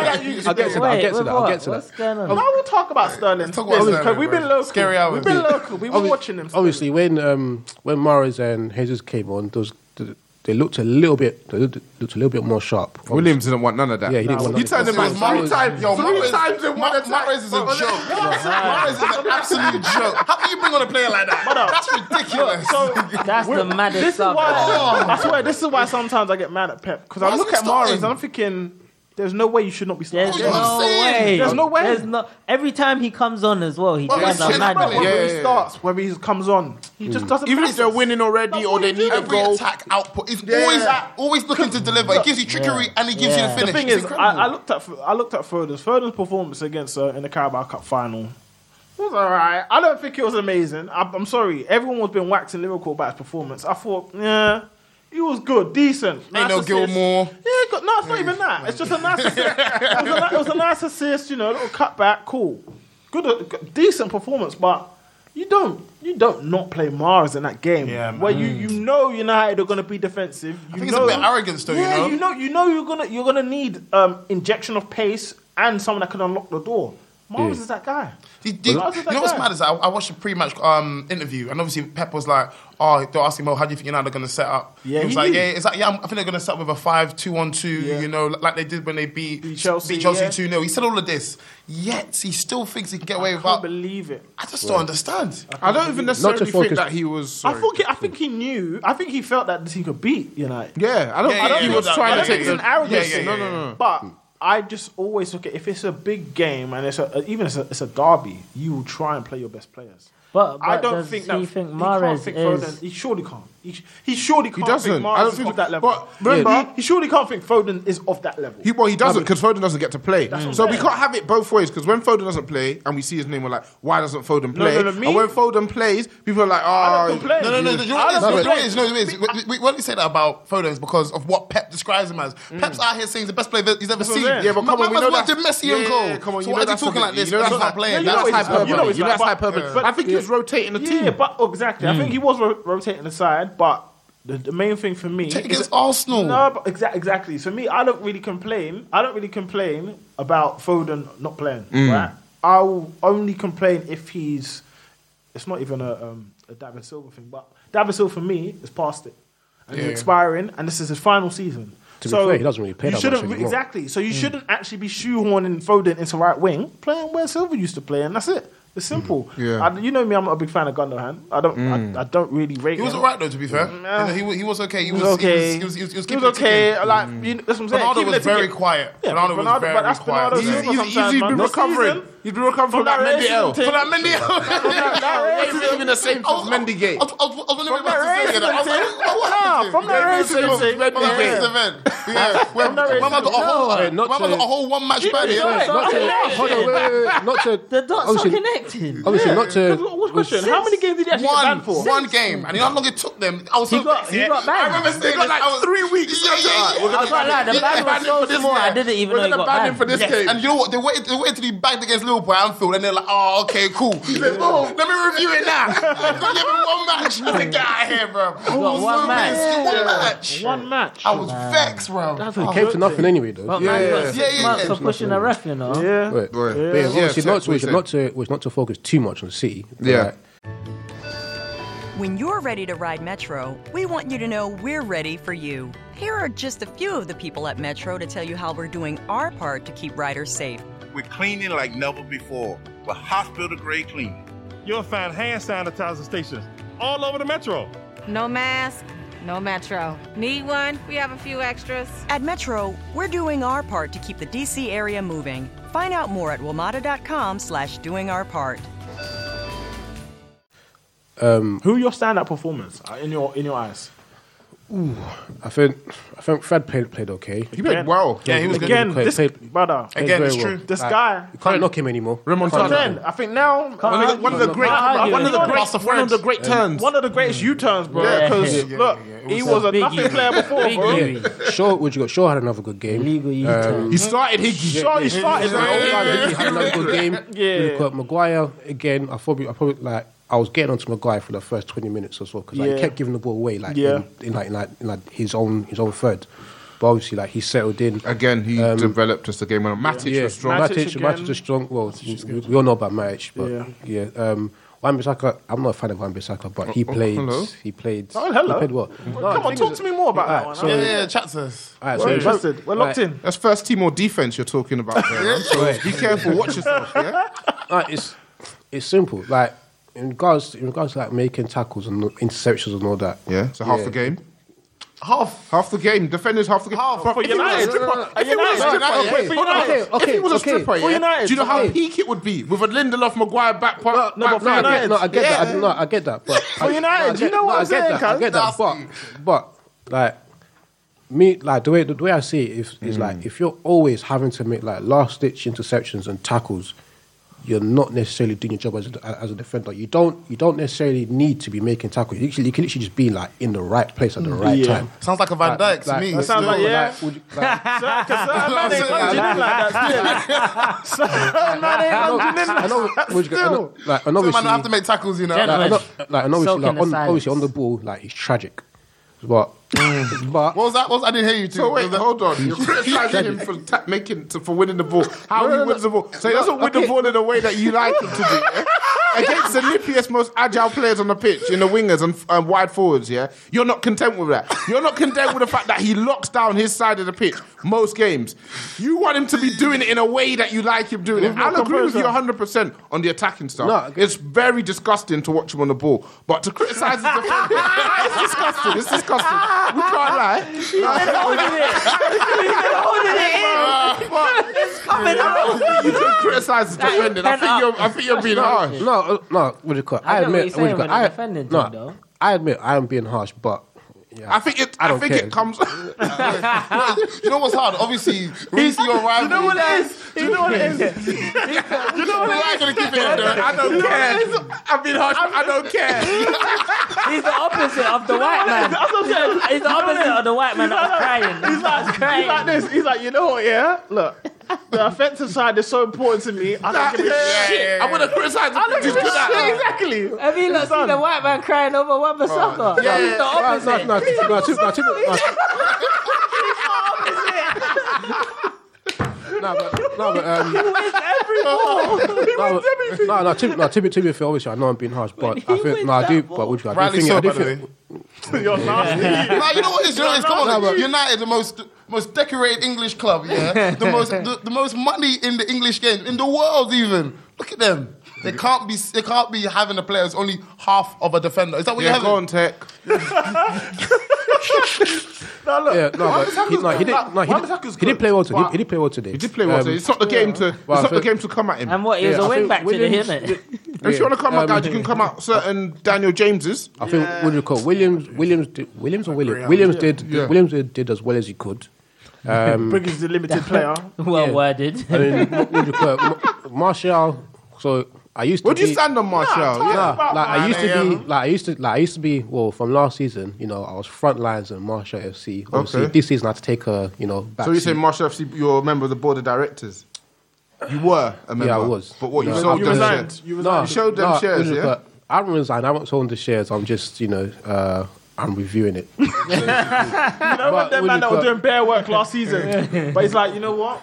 H: that. I'll get to that. No, I'll get to that. I'll get to that. I'll get to that. No, I'll get- I'll get to that. I'll get to that. I'll get to that. I'll get to
F: Sterling looking scary.
H: that. I'll get to that.
E: No, we'll talk about Sterling.
F: talk about
E: because
F: Sterling,
E: we've been
F: bro.
E: local.
F: Scary hours.
E: We've been local. We've been watching them.
H: Obviously, when um, when Morris and Jesus came on, those th- they looked a little bit they looked looked a little bit more sharp. Obviously.
D: Williams didn't want none of that.
H: Yeah, he didn't want none
D: He
H: of
D: turned him
H: that.
D: out three times.
F: Yo,
D: Three
F: Mahrez-
D: times in one
F: Ma-
D: attack.
F: Mahrez is a joke. Mahrez is an absolute joke. How can you bring on a player like that? That's ridiculous.
G: That's the maddest
E: This is
G: stuff.
E: why.
F: Oh.
E: I swear, this is why sometimes I get mad at Pep because I
F: Why's
E: look
F: he
E: at Mares
F: starting?
E: and I'm thinking, there's no way you should not be starting.
G: There's
F: That's what
G: no
F: I'm saying.
G: way.
E: There's no way.
G: There's no. Every time he comes on as well, he
F: Well,
G: drives
F: it's
G: us
F: his
G: mad.
F: brother.
E: Whether
D: Yeah,
E: he
D: yeah,
E: starts, whether he comes on, he
F: Hmm.
E: just doesn't.
D: Even if
E: pass
D: they're
E: us.
D: winning already
E: That's
D: or
E: what
D: they
E: he
D: need a
E: did.
F: Every
D: goal.
F: attack output is
D: Yeah.
F: always always looking to deliver. It gives you trickery and it gives
G: Yeah.
F: you the
E: The
F: finish.
E: thing
F: It's
E: is,
F: incredible.
E: I, I looked at I looked at Foden's Foden's performance against uh, in the Carabao Cup final. It was all right. I don't think it was amazing. I, I'm sorry. Everyone was been waxing Liverpool about his performance. I thought, yeah, he was good, decent.
F: Ain't no
E: assist.
F: Gilmore.
E: Yeah, good. no, it's not even that. It's just a nice assist. it, was a, ni- it was a nice assist, you know, a little cutback, cool, good, uh, good- decent performance. But you don't, you don't not play Mars in that game
F: Yeah, man.
E: where you you know United are going to be defensive. You
F: I think it's
E: know,
F: a bit arrogance, though.
E: yeah,
F: you know.
E: you know, you know, you're gonna you're gonna need um, injection of pace and someone that can unlock the door. Mars
H: Yeah.
E: is that guy.
F: Did, did, you know
E: Well, that's
F: what's
E: okay.
F: mad is I, I watched a pre-match um, interview, and obviously Pep was like, "Oh, they're asking him, well, how do you think United are going to set up?"
E: Yeah,
F: he was
E: he
F: like,
E: knew.
F: "Yeah, it's like yeah, I'm, I think they're going to set up with a five-two-one-two,
E: Yeah.
F: you know, like they did when they beat
E: Beat Chelsea,
F: beat Chelsea
E: yeah.
F: two 0 He said all of this, yet he still thinks he can get
E: I
F: away
E: can't
F: with. I
E: believe it.
F: just don't understand.
D: I don't even necessarily think
H: focus-
D: that he was.
E: I
D: sorry.
E: think he, I think he knew. I think he felt that the team could beat United.
D: Yeah, I don't
F: Yeah,
D: think
F: yeah,
D: he
F: yeah,
D: was
F: yeah,
D: trying
E: I
D: to
F: yeah,
E: don't think
D: take
E: it's
D: the.
E: an arrogance
F: yeah,
E: thing.
F: yeah, yeah,
D: No, no, no.
E: But I just always look at if it's a big game and it's a, even if it's a, it's a derby, you will try and play your best players.
G: But, but
E: I don't
G: does
E: think
G: he
E: that
G: think
E: he
G: Mahrez
E: can't think
G: is.
E: Foden. He surely can't. He, sh- he surely can't
D: doesn't.
E: think Mahrez
D: I don't
E: is
D: think-
E: of that level.
D: but remember-
E: he, he surely can't think Foden is of that level.
D: He, well, he doesn't because Foden doesn't get to play.
E: what
D: So
E: I'm
D: we
E: saying.
D: can't have it both ways because when Foden doesn't play and we see his name, we're like, why doesn't Foden
E: No,
D: play?
E: no, no, me-
D: and when Foden plays, people are like,
E: I don't
D: oh.
E: complain.
F: No, no, no.
E: I
F: The
E: don't
F: joy
E: complain.
F: is, no, it is. We, we, we only say that about Foden is because of what Pep describes him as. Pep's out here saying he's the best player that he's ever
E: Mm. what I'm
F: seen.
E: saying.
D: Yeah, but come on, we know
F: what
D: that's-
F: did Messi
D: Yeah,
F: and
D: yeah,
F: Cole.
D: yeah, come on, you
F: so
D: know
F: why is he
D: that's
F: talking
D: what-
F: like this?
D: you know
F: He's
D: that's
F: not
D: what-
F: playing.
D: you know
F: That's
D: that's
F: hyperbole.
D: hyperbole.
E: it's
D: You know
E: like-
D: that's hyperbole.
E: but-
D: I think he was
E: yeah.
D: rotating the
E: Yeah,
D: team.
E: but oh, exactly. I think he was ro- rotating the side, but the, the main thing for me
F: Take
E: is-
F: against Arsenal.
E: No, but exa- exactly. So me, I don't really complain. I don't really complain about Foden not playing.
H: Mm.
E: Right? I'll only complain if he's. It's not even a, um, a David Silva thing, but David Silva for me is past it. And he's
F: Yeah.
E: expiring, and this is his final season.
H: To be fair, he doesn't really play
E: you
H: that much
E: shouldn't re-
H: anymore.
E: exactly. So you
F: Mm.
E: shouldn't actually be shoehorning Foden into right wing, playing where Silva used to play, and that's it. It's
F: Mm.
E: simple.
D: Yeah.
E: I- you know me; I'm not a big fan of Gundogan. I don't. I, I don't really rate.
F: Mm. He was
E: him.
F: alright though, to be fair.
E: Nah.
F: He, was, he was okay. He
E: Mm, He
F: was,
E: was okay.
F: He was, he was, he was,
E: He
F: keeping
E: was
F: it
E: okay.
F: together.
E: Like you know, that's what I'm saying.
F: Ronaldo
E: Keeping
F: was
E: it together.
F: very quiet.
E: Yeah,
F: Ronaldo was
E: but
F: very
E: that's
F: quiet.
E: Bernardo
F: He's-
E: Silva
D: he's- he's
E: sometimes, man.
D: been
E: This
D: recovering.
E: season,
F: You'd be welcome from that Mendy L. From that Mendy L.
D: From that narration.
F: It's even the same
D: I
F: from Mendy Gate. I was wondering
D: that racism thing.
F: that.
D: From that racism thing.
F: Mendy Gate.
D: Yeah.
F: event. Yeah. Where Mama got a whole,
H: No,
F: Mama
H: not
F: got
H: to-
F: a whole one match
H: Yeah,
F: ban.
H: yeah, Not
F: Yeah.
H: to, hold on, wait, wait, wait, not to. The
G: dots are connected.
H: Obviously, not to.
E: What's question? How many games did he actually
F: One,
E: get banned for?
F: one game, and you know how long it took them? I was so
E: got-
F: vexed,
E: he
F: yeah?
E: got banned.
F: I remember
E: They
F: saying
E: got
F: like,
E: like
F: I was three weeks. Yeah, yeah, yeah.
G: I can't lie, the
F: We're
G: ban was
F: gonna ban him
G: so
F: for this
G: small, I
F: game.
G: didn't even
F: We're
G: know he
F: gonna
G: got
F: ban him for
G: banned.
F: this
G: Yes.
F: game. And you know what? They waited, they waited to be bagged against Liverpool at Anfield, and they're like, oh, okay, cool. He said, oh, let me review it now. I've got you one match. I said, get out of here, bro. I was
G: one
F: so
G: match.
F: vexed. One match.
E: One match.
F: I was vexed, bro.
E: That's
H: It came to nothing anyway, though.
G: But
H: yeah,
G: man, you
F: yeah,
G: got six
F: yeah,
G: months
F: yeah.
G: for pushing a ref, you know.
E: Yeah.
H: But,
D: Right.
H: but obviously,
D: Yeah,
H: not,
D: so-
H: to, we should
D: so-
H: not to was not to focus too much on City.
D: Yeah.
H: Like,
C: When you're ready to ride Metro, we want you to know we're ready for you. Here are just a few of the people at Metro to tell you how we're doing our part to keep riders safe.
I: We're cleaning like never before with hospital grade cleaning.
A: You'll find hand sanitizer stations all over the metro.
B: No mask, no Metro. Need one? We have a few extras.
C: At Metro, we're doing our part to keep the DC area moving. Find out more at WMATA.com slash doing our part.
H: um,
E: Who your standout performance uh, in your in your eyes?
H: I think I think Fred played played okay.
D: He played well.
F: Yeah, he was good.
E: Again,
H: Play-
E: this
H: play-
E: brother.
H: Played
F: Again,
H: very
F: it's
H: well.
F: true.
E: This guy.
H: You can't knock him anymore.
F: Remontada.
E: Then I think now
F: One of the-
E: I-
F: one of the great,
G: argue.
F: one of the
E: One
F: great,
E: of the-
F: one of the great turns.
E: one of the greatest U-turns, bro.
F: Yeah.
E: Because
G: Yeah,
F: yeah,
E: look,
F: yeah. It
E: he
F: was
E: was
G: a
E: a
G: big
E: nothing
G: U.
E: player before,
G: Big
E: bro.
G: U.
H: Shaw, what you got? Shaw had another good game.
G: Illegal U
H: Um,
G: turn.
F: He started Higgy.
E: Shaw, he
H: Yeah,
E: started, bro.
H: yeah, yeah, yeah. had another good game.
E: Yeah.
H: We've got Maguire again. I probably, I probably like. I was getting onto Maguire for the first twenty minutes or so because like,
E: Yeah.
H: he kept giving the ball away, like
E: Yeah.
H: in, in, like, in, like, in like his own his own third. But obviously, like he settled in. Um,
D: Again, he developed as the game went on. Matic
H: Yeah,
D: was strong.
E: Matic
H: Matic,
E: again.
H: Matic is strong. Well, we, we all know about Matic, but yeah. Um, Wan Bissaka, I'm not a fan of Wan Bissaka, but he
D: oh,
H: played.
D: hello.
H: he played.
E: Oh, hello.
H: He played well. No,
E: Come
H: the
E: on,
H: thing
E: talk
H: is-
E: to me more about that
H: Alright,
E: one.
H: so-
F: Yeah, yeah, yeah, chat to us.
H: Alright, so-
E: We're interested. We're locked
H: Right.
E: in.
D: That's first team or defense you're talking about there. man. So be careful. Watch yourself. Yeah.
H: Uh, it's it's simple. Like in regards in regards to like making tackles and interceptions and all that.
D: Yeah. So half the game. Half. Half the game. Defenders half the game. Half.
E: For United,
D: If he was a
E: United,
D: stripper,
E: okay,
D: yeah.
E: for United.
H: Okay, okay,
D: if he was a
H: okay.
D: stripper,
E: For
D: yeah,
E: United,
D: do you know how
H: okay.
D: peak it would be with a Lindelof, Maguire back part?
E: no, but for
H: No, I get,
E: United.
H: no, I get
D: Yeah.
H: that. I, no, I get that. But I,
E: United,
H: no, I
E: you know what
H: no, I
E: I'm
H: get
E: saying,
H: that. I
E: cuz?
H: get that. But but like me, like the way the, way I see it is, is like if you're always having to make like last ditch interceptions and tackles. You're not necessarily doing your job as a, as a defender. You don't you don't necessarily need to be making tackles. You, literally- you can literally just be like in the right place at the right
E: Yeah.
H: time.
F: Mm. Sounds like a Van Dyke to me.
H: that
E: sounds like, yeah.
H: would you- like,
E: Because man ain't punching in like that still. Certain man ain't
H: I know-
E: punching in
H: I
E: like
H: know,
E: that
H: would you- I know,
E: still.
H: like, and
F: So man
H: obviously,
F: don't have to make tackles, you know.
G: Gentlemen.
H: like, I know- like, and obviously,
G: Soak in
H: like,
G: the
H: on,
G: silence.
H: obviously on the ball, like he's tragic, but but
F: Mm. What was that? What was, I didn't hear you. Too.
D: So wait,
F: Was that-
D: hold on. You're criticizing him for ta- making to, for winning the ball. How
H: No,
D: he
H: no, no.
D: wins the ball. So he
H: No,
D: doesn't win the
H: okay.
D: ball in a way that you like him to do. yeah? Against the nippiest, most agile players on the pitch, in the wingers and um, wide forwards, yeah, you're not content with that. You're not content with the fact that he locks down his side of the pitch most games. You want him to be doing it in a way that you like him doing it.
E: no
D: I'll agree with you
E: comparison.
D: 100 percent on the attacking stuff.
H: No.
D: it's very disgusting to watch him on the ball, but to criticise his defender, it's disgusting. It's disgusting. We can't lie. You can criticize the defending. I think you're, I think you're being harsh.
H: no, uh, no, what do you call? it?
G: I
H: I
G: get what
H: admit,
G: you're
H: what do
G: saying
H: you call? it?
G: when
H: I
G: you're defending
H: no,
G: them, though.
H: I admit, I am being harsh, but yeah,
D: I think it.
H: I
D: I,
H: don't
D: think
H: care.
D: it comes.
F: you know what's hard? Obviously, Reese, your rival.
E: You know what it is? You know what it is? You know what it
F: I'm gonna keep it in there.
D: I don't care. I've been harsh. but I don't care.
G: He's the opposite of the white man.
E: That's what I'm saying.
G: He's the opposite of the white man that was crying.
E: He's like, he's like this. He's like, you know what, yeah? Look, the offensive side is so important to me. I don't give a shit.
D: I'm gonna criticize.
E: I don't give a shit. Exactly.
G: Have you not seen the white man crying over Wan Bissaka?
D: yeah,
G: He's the
D: yeah.
H: No,
G: opposite.
H: no, no, no, no, to- no, to- no. No, but no, but um, no, but- no, no, to, no, to be, to be fair, obviously I know I'm being harsh, but I think no, I do. But would you? I do
F: Riley
H: think, I
F: so,
H: do
F: by the
H: think,
F: way.
E: You're nasty.
F: Nah, you know what it is? You know what it is? Come
H: No,
F: on,
H: but-
F: United, the most most decorated English club, yeah, the most the, the most money in the English game in the world, even. Look at them. They can't be. They Oh, can't be having a player who's only half of a defender. Is that what
D: Yeah,
F: you're
D: go
F: having?
D: on, Tech.
E: no, look.
H: Yeah, no,
E: Wan
H: but he, no,
E: Bissaka's
H: he
E: good.
H: didn't. No, he
E: Wan
H: didn't.
E: Bissaka's
H: He didn't
E: good,
H: play well today.
E: but-
H: He, he didn't play well today. Um,
D: He did play well today. It's not the game to.
H: Well,
D: it's not
H: I
D: the
H: feel-
D: game to come at him.
G: And what, he was a wing back to the him, it?
D: If you want to come
H: Um,
D: out, guys, you can come out certain Daniel Jameses.
H: I think what do you call Williams? Williams, did, Williams, or Williams? Williams did.
D: Yeah.
H: Williams did, did as well as he could. Um,
E: Briggs is a limited player.
G: Well worded.
H: I mean, what would you call it? Ma- Martial. So I used to.
D: Where do you
H: be-
D: stand on Martial?
E: talk
H: Nah,
D: yeah.
E: about-
H: like I used to
D: Man,
H: be, like I used to, like I used to be. Well, from last season, you know, I was front lines in Martial FC. Obviously,
D: Okay.
H: this season I had to take a, you know, back
D: So you
H: seat.
D: say Marshall FC? You're a member of the board of directors. You were a member.
H: Yeah, I was.
D: But what you
H: No,
D: sold
E: You
D: them
E: resigned.
D: shares.
E: You
D: You
E: resigned.
D: showed them
H: No,
D: shares,
H: Uzi,
D: yeah.
H: but I haven't resigned. I haven't sold the shares. I'm just, you know, uh, I'm reviewing it.
E: You know
H: But
E: that
H: when
E: man
H: you
E: that was
H: got-
E: doing bare work last season? but he's like, you know what?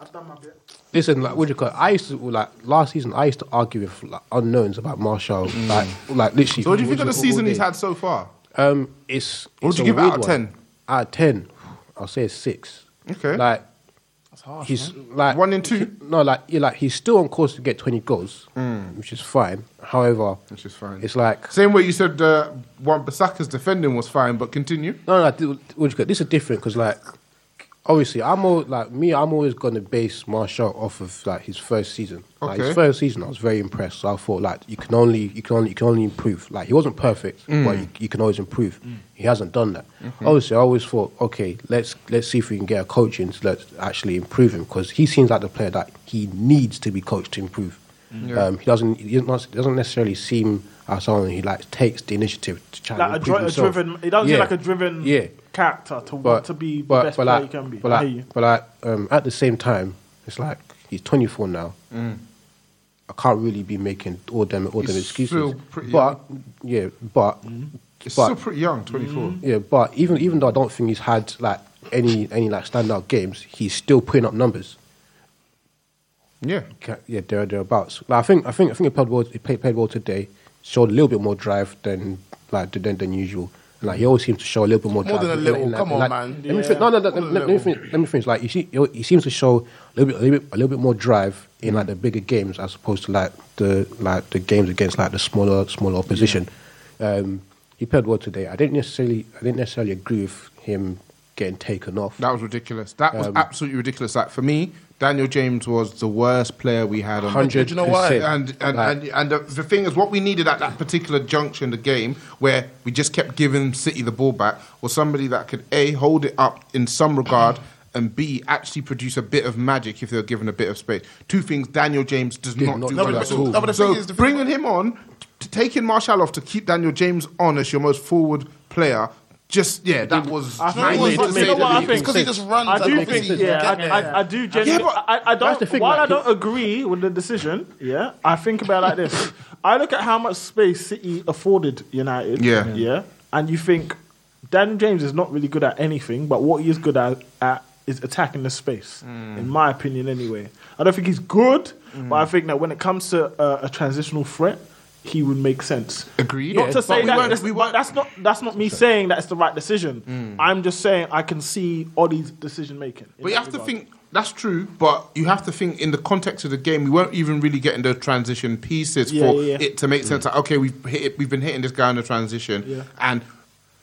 E: I've done my bit.
H: Listen, like, what do you call it? I used to like last season. I used to argue with like, unknowns about Marshall, like, like literally.
D: So what do you think of the
H: all
D: season
H: day.
D: he's had so far?
H: Um, it's.
D: What
H: it's
D: would you
H: a
D: give it
H: weird
D: out of
H: one.
D: 10?
H: Out of ten, I'll say a six.
D: Okay.
H: Like
E: That's harsh.
H: he's like
D: One in two?
H: No, like you like he's still on course to get twenty goals, which is fine. However,
D: Hmm. Which is fine.
H: It's like
D: Same way you said uh, Wan Bissaka's defending was fine, but continue.
H: No, no, th- what you call- this is different because, like, obviously, I'm all like me. I'm always gonna base Marshall off of like his first season. Like
D: Okay.
H: his first season, I was very impressed. So I thought, like, you can only, you can only, you can only improve. Like he wasn't perfect,
D: Hmm.
H: but you, you can always improve. He hasn't done that. Obviously, I always thought, okay, let's let's see if we can get a coach in to let's actually improve him because he seems like the player that he needs to be coached to improve. Um, he doesn't. He doesn't doesn't necessarily seem as someone who like takes the initiative to try and
E: Like a,
H: improve
E: dri- a
H: himself.
E: driven. He doesn't seem
H: Yeah.
E: like a driven
H: Yeah,
E: character to want
H: but
E: to be the
H: but,
E: best
H: but
E: player
H: like,
E: he can be.
H: But
E: I hear you.
H: like, but like um, at the same time, it's like he's 24 now. I can't really be making all them all them
D: Mm. He's
H: excuses.
D: still pretty
H: but yeah, but
E: Mm.
D: He's
H: but
D: still pretty young, 24.
H: yeah, but even even though I don't think he's had like any any like standout games, he's still putting up numbers.
D: Yeah.
H: Ca- Yeah, there thereabouts. Like, I think I think I think he played well. He played, played well today. Showed a little bit more drive than like than than usual. And, like he always seems to show a little bit more.
F: More
H: drive
F: than a
H: in-
F: little.
H: in that-
F: Come
H: in
F: on,
H: that-
F: man.
H: Let me fin- no, no, no, let, let me finish, let me finish. Like you see, he- he seems to show a little bit, a little bit, a little bit more drive in like the bigger games as opposed to like the like the games against like the smaller smaller opposition. Um, he played well today. I didn't necessarily I didn't necessarily agree with him getting taken off.
D: That was ridiculous. That
H: Um,
D: was absolutely ridiculous. Like for me, Daniel James was the worst player we had on. the-
H: 100%.
D: Do you know why? And and
H: Like-
D: and, and the, the thing is, what we needed at that particular juncture in the game, where we just kept giving City the ball back, was somebody that could a hold it up in some regard. And B actually produce a bit of magic if they were given a bit of space. Two things Daniel James does
H: Did
D: not,
H: not
D: do
H: do
D: well
H: that at
D: at all.
H: all. No,
F: but the
D: so
F: thing is, the thing-
D: bringing him on, t- taking Marshall off to keep Daniel James on as your most forward player, just yeah, that was.
E: I
F: No,
E: think
F: it
E: it
F: was-
E: was-
F: you
E: you know what I
F: it's
E: think?
F: because he just runs.
E: I do
F: don't
E: think,
F: see-
E: yeah,
F: get me.
E: I, I, I do genuinely.
D: but-
E: I, I don't.
H: the thing,
E: while
H: like,
E: I don't agree with the decision, yeah, I think about it like this. I look at how much space City afforded United.
D: Yeah. Yeah.
E: yeah, and you think Daniel James is not really good at anything, but what he is good at, at is attacking the space. In my opinion, anyway, I don't think he's good, but I think that when it comes to uh, a transitional threat. He would make sense.
D: Agreed.
E: Not
D: Yeah,
E: to
D: but
E: say
D: we
E: that
D: weren't-
E: this-
D: we
E: but
D: weren't-
E: that's not that's not me saying that it's the right decision. I'm just saying I can see Ollie's decision making.
D: But you have to think that's true, but you have to think in the context of the game. We weren't even really getting the transition pieces
E: Yeah,
D: for
E: yeah, yeah.
D: it to make sense. Like, okay, we've hit it, we've been hitting this guy in the transition,
E: Yeah.
D: and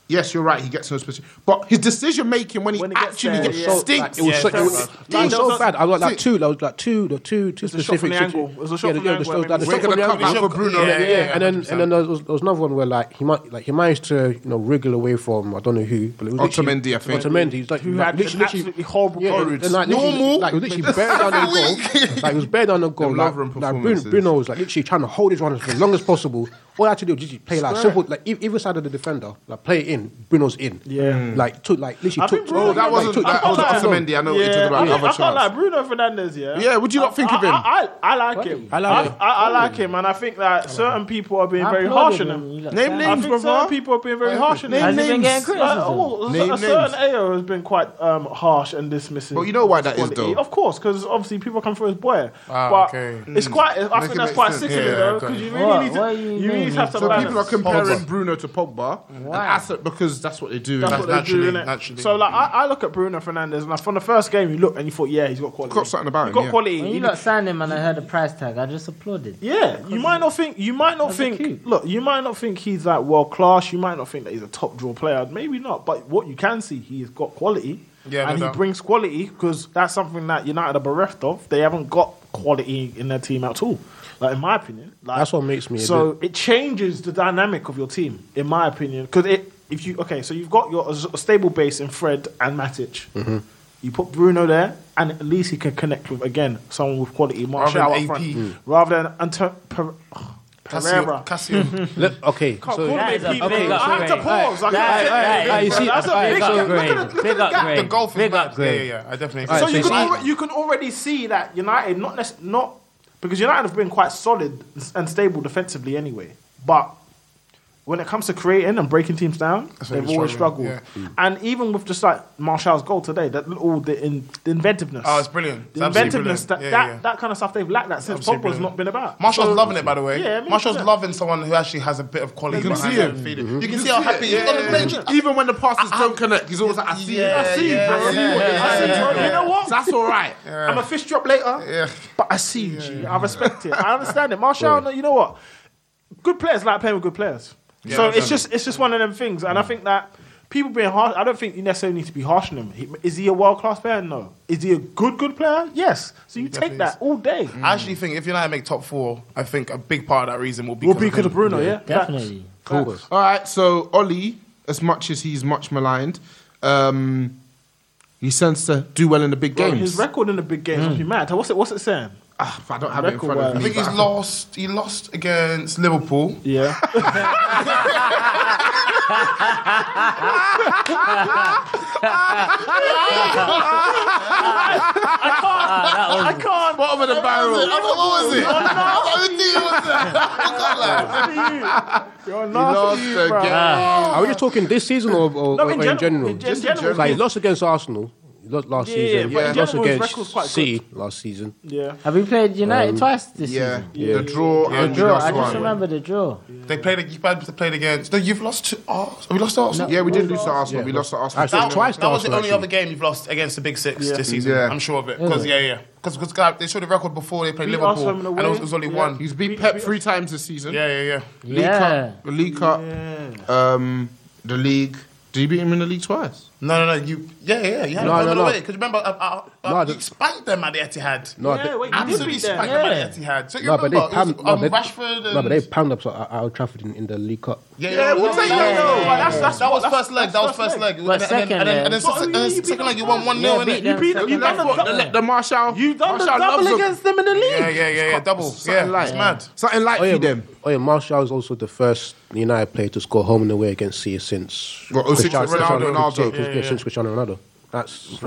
D: yes, you're right. He gets no specific, but his decision making when he
E: When he gets
D: actually
E: there,
D: gets,
E: yeah.
H: So,
D: stinks.
H: like, it was so,
E: fair
H: it was,
E: enough.
H: it was
E: Like, there
H: so
E: was a-
H: bad. I got like
D: See-
H: two, there was like two, the two, two
E: It's a shot
H: specific.
E: from the
H: situ-
E: angle. It was a shot
H: yeah, the-
E: from
H: yeah,
E: the
H: the
E: angle,
H: shot- like, the
E: I
D: We're
H: shot from
D: gonna
H: the
D: come
H: angle.
D: back for Bruno.
H: Yeah, yeah, and then and then there was, there was another one where like he might like he managed to you know wriggle away from I don't know who, but it was literally-
D: Otamendi, I think.
H: Otamendi, he's like
E: Who
H: like,
E: had an absolutely horrible
H: yeah,
E: goal.
H: and, and, like, literally-
D: Normal.
H: like he was literally bare down on goal, like he was bare down on goal.
D: Them
H: Like, like
D: Lovren
H: Bruno,
D: performances.
H: Bruno was like literally trying to hold his runners for as long as possible. All I had to do was just play like simple, like e- either side of the defender, like play it in. Bruno's in,
E: Yeah.
H: Like took like literally
E: I
H: took.
E: think Bruno-
D: Oh, that
H: like,
D: wasn't
H: took-
D: that
H: took-
D: was
H: took- took-
D: Otamendi. I know what you're talking
E: I,
D: about. the
E: mean, I
D: Other
E: can't
D: chance.
E: like Bruno Fernandez. Yeah,
D: Yeah, what do you not
E: I-
D: think of him?
E: I, I, I like him.
H: I like him.
E: I, I like him, and I think that certain people are being very harsh on him.
D: Name
E: I
D: names,
E: think
D: brother.
E: certain people are being very harsh on him.
G: Has he been getting
E: Like,
G: criticism?
E: oh, a
D: Name
E: a certain
D: names.
E: AO has been quite um, harsh and dismissive.
D: But you know why that is,
E: Quality.
D: though.
E: Of course, because obviously people come for his boy.
F: Ah,
E: but
F: okay.
E: it's quite. I
D: Make it
E: think that's
D: Hmm. make
E: quite
D: sense.
E: sickening,
F: Yeah,
E: though,
F: okay.
E: because you
G: What-
E: really need
G: what
E: to.
G: you
E: You
G: mean?
E: really
D: Completely. so people are comparing Bruno to Pogba, an asset because that's what they do.
E: That's what they do, innit? So like, I, I look at Bruno Fernandez, and from the first game, you look and you thought, yeah, he's got quality.
D: Got something about
E: He's
D: him,
E: got
D: yeah.
E: quality.
G: When you
E: He
G: lot signed him and I heard the price tag, I just applauded.
E: Yeah, you might not think you might not think look, you might not think he's that world class, you might not think that he's a top draw player, maybe not, but what you can see he's got quality.
F: Yeah, no
E: and he
F: doubt.
E: brings quality because that's something that United are bereft of. They haven't got quality in their team at all. Like in my opinion, like,
H: That's what makes me a
E: so it changes the dynamic of your team, in my opinion. Because it, if you okay, so you've got your a stable base in Fred and Matic. You put Bruno there, and at least he can connect with again someone with quality. Martial
F: Rather
E: rather
F: than
E: than front,
F: AP. Mm.
H: Hmm.
E: rather than Anto- per- Pereira.
F: Cassio.
H: Look, okay.
E: Can't
H: so-
E: call him
H: That
E: AP,
H: is a big
E: man. I had to
H: upgrade.
E: pause. I
H: That-
E: can't say
H: that-
E: anything.
H: that- you see-
E: That's a
H: that
E: big
H: is
E: up- look
H: upgrade.
E: at the- look
H: Big
E: at the gap.
H: upgrade.
F: The golf is
H: Big
F: mad. Yeah,
H: upgrade.
F: yeah, yeah. I definitely
H: Alright,
E: So
H: so
E: you can,
H: you see-
E: alre- you can already see that United not nec- not because United have been quite solid and stable defensively anyway, but when it comes to creating and breaking teams down,
F: That's what
E: they've
F: we're
E: always struggled.
F: struggling, Mm.
E: And even with just like Martial's goal today, that all the, in, the inventiveness.
F: Oh, it's brilliant.
E: The
F: It's absolutely
E: inventiveness
F: brilliant.
E: that
F: Yeah,
E: that,
F: yeah.
E: that kind of stuff they've lacked that since
F: Absolutely
E: Pogba's
F: brilliant.
E: not been about.
F: Marshall's
E: So-
F: loving it, by the way.
E: Yeah, I mean,
F: Marshall's
E: yeah.
F: loving someone who actually has a bit of quality.
D: You can
F: behind
D: see him.
F: feed You can see how happy he
D: yeah,
F: is on the bench.
D: Even when the passes don't connect, he's always like, I see you.
F: Yeah,
D: I see you,
F: yeah,
D: bro.
F: yeah,
D: I see you,
F: yeah,
D: bro.
F: yeah.
D: You know what? That's all right.
E: I'm a fish drop later.
F: Yeah.
E: But I see you, G. I respect it. I understand it. Martial, no, you know what? Good players like playing with good players.
F: Yeah,
E: so
F: definitely.
E: it's just it's just one of them things.
D: Mm.
E: And I think that people being harsh, I don't think you necessarily need to be harsh on him. He- Is he a world class player? No. Is he a good, good player? Yes. So you
F: definitely
E: take that all day.
F: I actually think if United make top four, I think a big part of that reason will be
E: Will be because of Bruno, yeah?
G: Definitely.
D: Cool. All right, so Ollie, as much as he's much maligned, um, he tends to do well in the big
E: Bro,
D: games. Mm.
E: His record in the big games must be mad. What's it, what's it saying?
D: Ah, I don't have it in front
E: Record-wise.
D: of
F: I
D: me.
F: think
D: but
F: he's lost. He lost against Liverpool.
E: Yeah. I can't.
D: Bottom of the barrel.
F: I thought, what was it? I knew it was that. I can't lie. Oh,
E: You're
D: He lost
E: nasty,
D: again.
E: bro.
H: Are we just talking this season or, or,
E: No,
H: or
E: in
H: in,
E: gen-
H: general?
E: in gen- Just in general.
H: Like, he lost against Arsenal he lost last
E: Yeah,
H: season.
E: yeah, but in
H: lost
E: general, his record's
H: against
E: quite
H: C last season. Um,
E: Yeah.
G: Have we played United twice this
D: Yeah,
G: season?
D: the draw
F: Yeah,
D: and the
F: draw,
G: I
D: last
G: just
D: one.
G: remember the draw.
F: They played. You played against. No, you've lost to Arsenal. Have you lost to Arsenal?
D: Yeah, we did lose to Arsenal. we lost to Arsenal.
H: Actually,
D: That-
H: twice to
F: That was the
H: Arsenal,
F: only
H: actually.
F: other game you've lost against the Big Six
E: Yeah.
F: this season.
D: Yeah.
F: I'm sure of it. Because yeah, yeah. Because they showed the record before they played
E: Beat
F: Liverpool, and
E: Arsenal
F: it was,
E: away.
F: it was only
E: Yeah.
F: one.
D: He's beat Pep three times this season.
F: Yeah, yeah, yeah.
D: League
G: Yeah.
D: Cup, the League Cup, um, the league. Did you beat him in the league twice?
F: No, no, no. You, yeah, yeah, yeah.
H: No, no, no.
F: Because remember, uh, uh, uh,
H: No,
F: you
H: the-
F: spanked them at the Etihad.
H: No,
E: Yeah,
H: they-
E: wait, you did
F: Absolutely
E: beat them.
F: spanked them at the Etihad. So you
H: no, but
F: remember,
H: they
F: it was,
H: panned. no,
F: um,
H: they,
F: Rashford and
H: no, but they panned up so at Old Trafford in, in the League Cup.
F: Yeah,
E: Yeah, we'll take that, though. But that's- that's-
F: that was
E: that's-
F: first leg. That was
E: that's
F: first leg.
G: But
F: And then- and then- and
G: second
F: then se-
E: leg.
F: and then
E: But you beat
F: second leg, you
E: them
F: won one 0
G: Yeah, beat
F: innit?
G: them.
E: You beat them. You
G: That's
E: done the
G: what-
E: double.
D: The, the Marshall.
E: You done the
D: Marshall loves
E: double
D: him.
E: against them in the league.
F: Yeah, yeah, yeah, yeah. Double. Yeah,
D: Something like
F: it's mad.
D: Something like
H: Oh yeah,
D: them.
H: oh yeah, Martial is also the first United player to score home and away against C since
D: Well, oh, since Ronaldo, Ronaldo.
H: yeah, yeah, since Cristiano Ronaldo. That's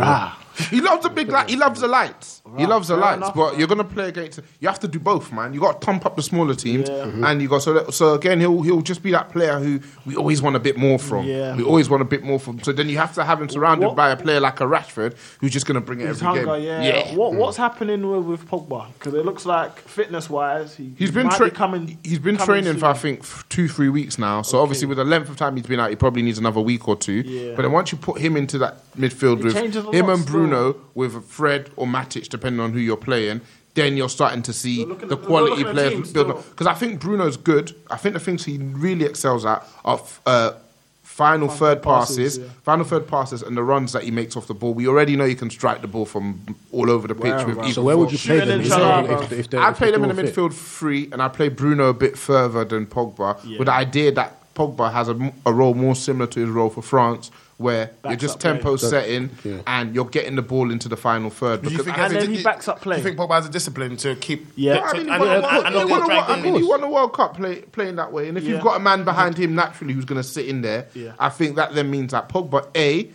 D: He loves the big light. He loves the lights. He loves the
E: fair
D: lights.
E: enough,
D: but
E: man.
D: you're gonna play against. You have to do both, man. You got to pump up the smaller teams, and you got so. that- So again, he'll he'll just be that player who we always want a bit more from.
E: Yeah.
D: We always want a bit more from. So then you have to have him surrounded
E: What-
D: by a player like a Rashford who's just gonna bring it
E: His
D: every
E: hunger,
D: game. Mm.
E: yeah. What, What's happening with, with Pogba? Because it looks like fitness-wise, he,
D: He's been
E: might
D: tra-
E: be coming.
D: He's been
E: coming
D: training
E: soon.
D: for I think f- two, three weeks now. So obviously, with the length of time he's been out, he probably needs another week or two.
E: Yeah.
D: But then once you put him into that midfield
E: It
D: with
E: changes a
D: him
E: lot
D: and
E: still.
D: Bruno, with Fred or Matic, depending on who you're playing, then you're starting to see
E: We're looking
D: the
E: at- we're
D: quality
E: looking at
D: players
E: teams
D: build
E: still.
D: up. Because I think Bruno's good. I think the things he really excels at are. f- Uh, Final third passes,
E: passes, yeah.
D: final third passes, and the runs that he makes off the ball. We already know he can strike the ball from all over the pitch. with
H: So
D: even
H: where would you play
E: Shooting
H: them?
E: and
H: If they-
E: Chalaba.
H: if they- if they-
D: I
H: if
D: play
H: they
D: them in
H: don't
D: the
H: fit?
D: midfield three, and I play Bruno a bit further than Pogba, with the idea that Pogba has a, m- a role more similar to his role for France, where you're just
E: up play.
D: tempo setting
H: yeah.
D: and you're getting the ball into the final third.
F: Do you
D: Because
F: think
D: I-
F: as a
E: then he
F: di-
E: backs up play.
F: Do you think Pogba has a discipline to keep?
E: Yeah.
F: to-
D: I mean, he
F: and-
D: won a
F: and-
D: World-
F: and
D: he won
F: not get
D: a World-
F: dragged
D: I
F: in.
D: mean, he won a World Cup play, playing that way, and if you've
E: Yeah.
D: got a man behind him naturally who's going to sit in there,
E: Yeah.
D: I think that then means that Pogba A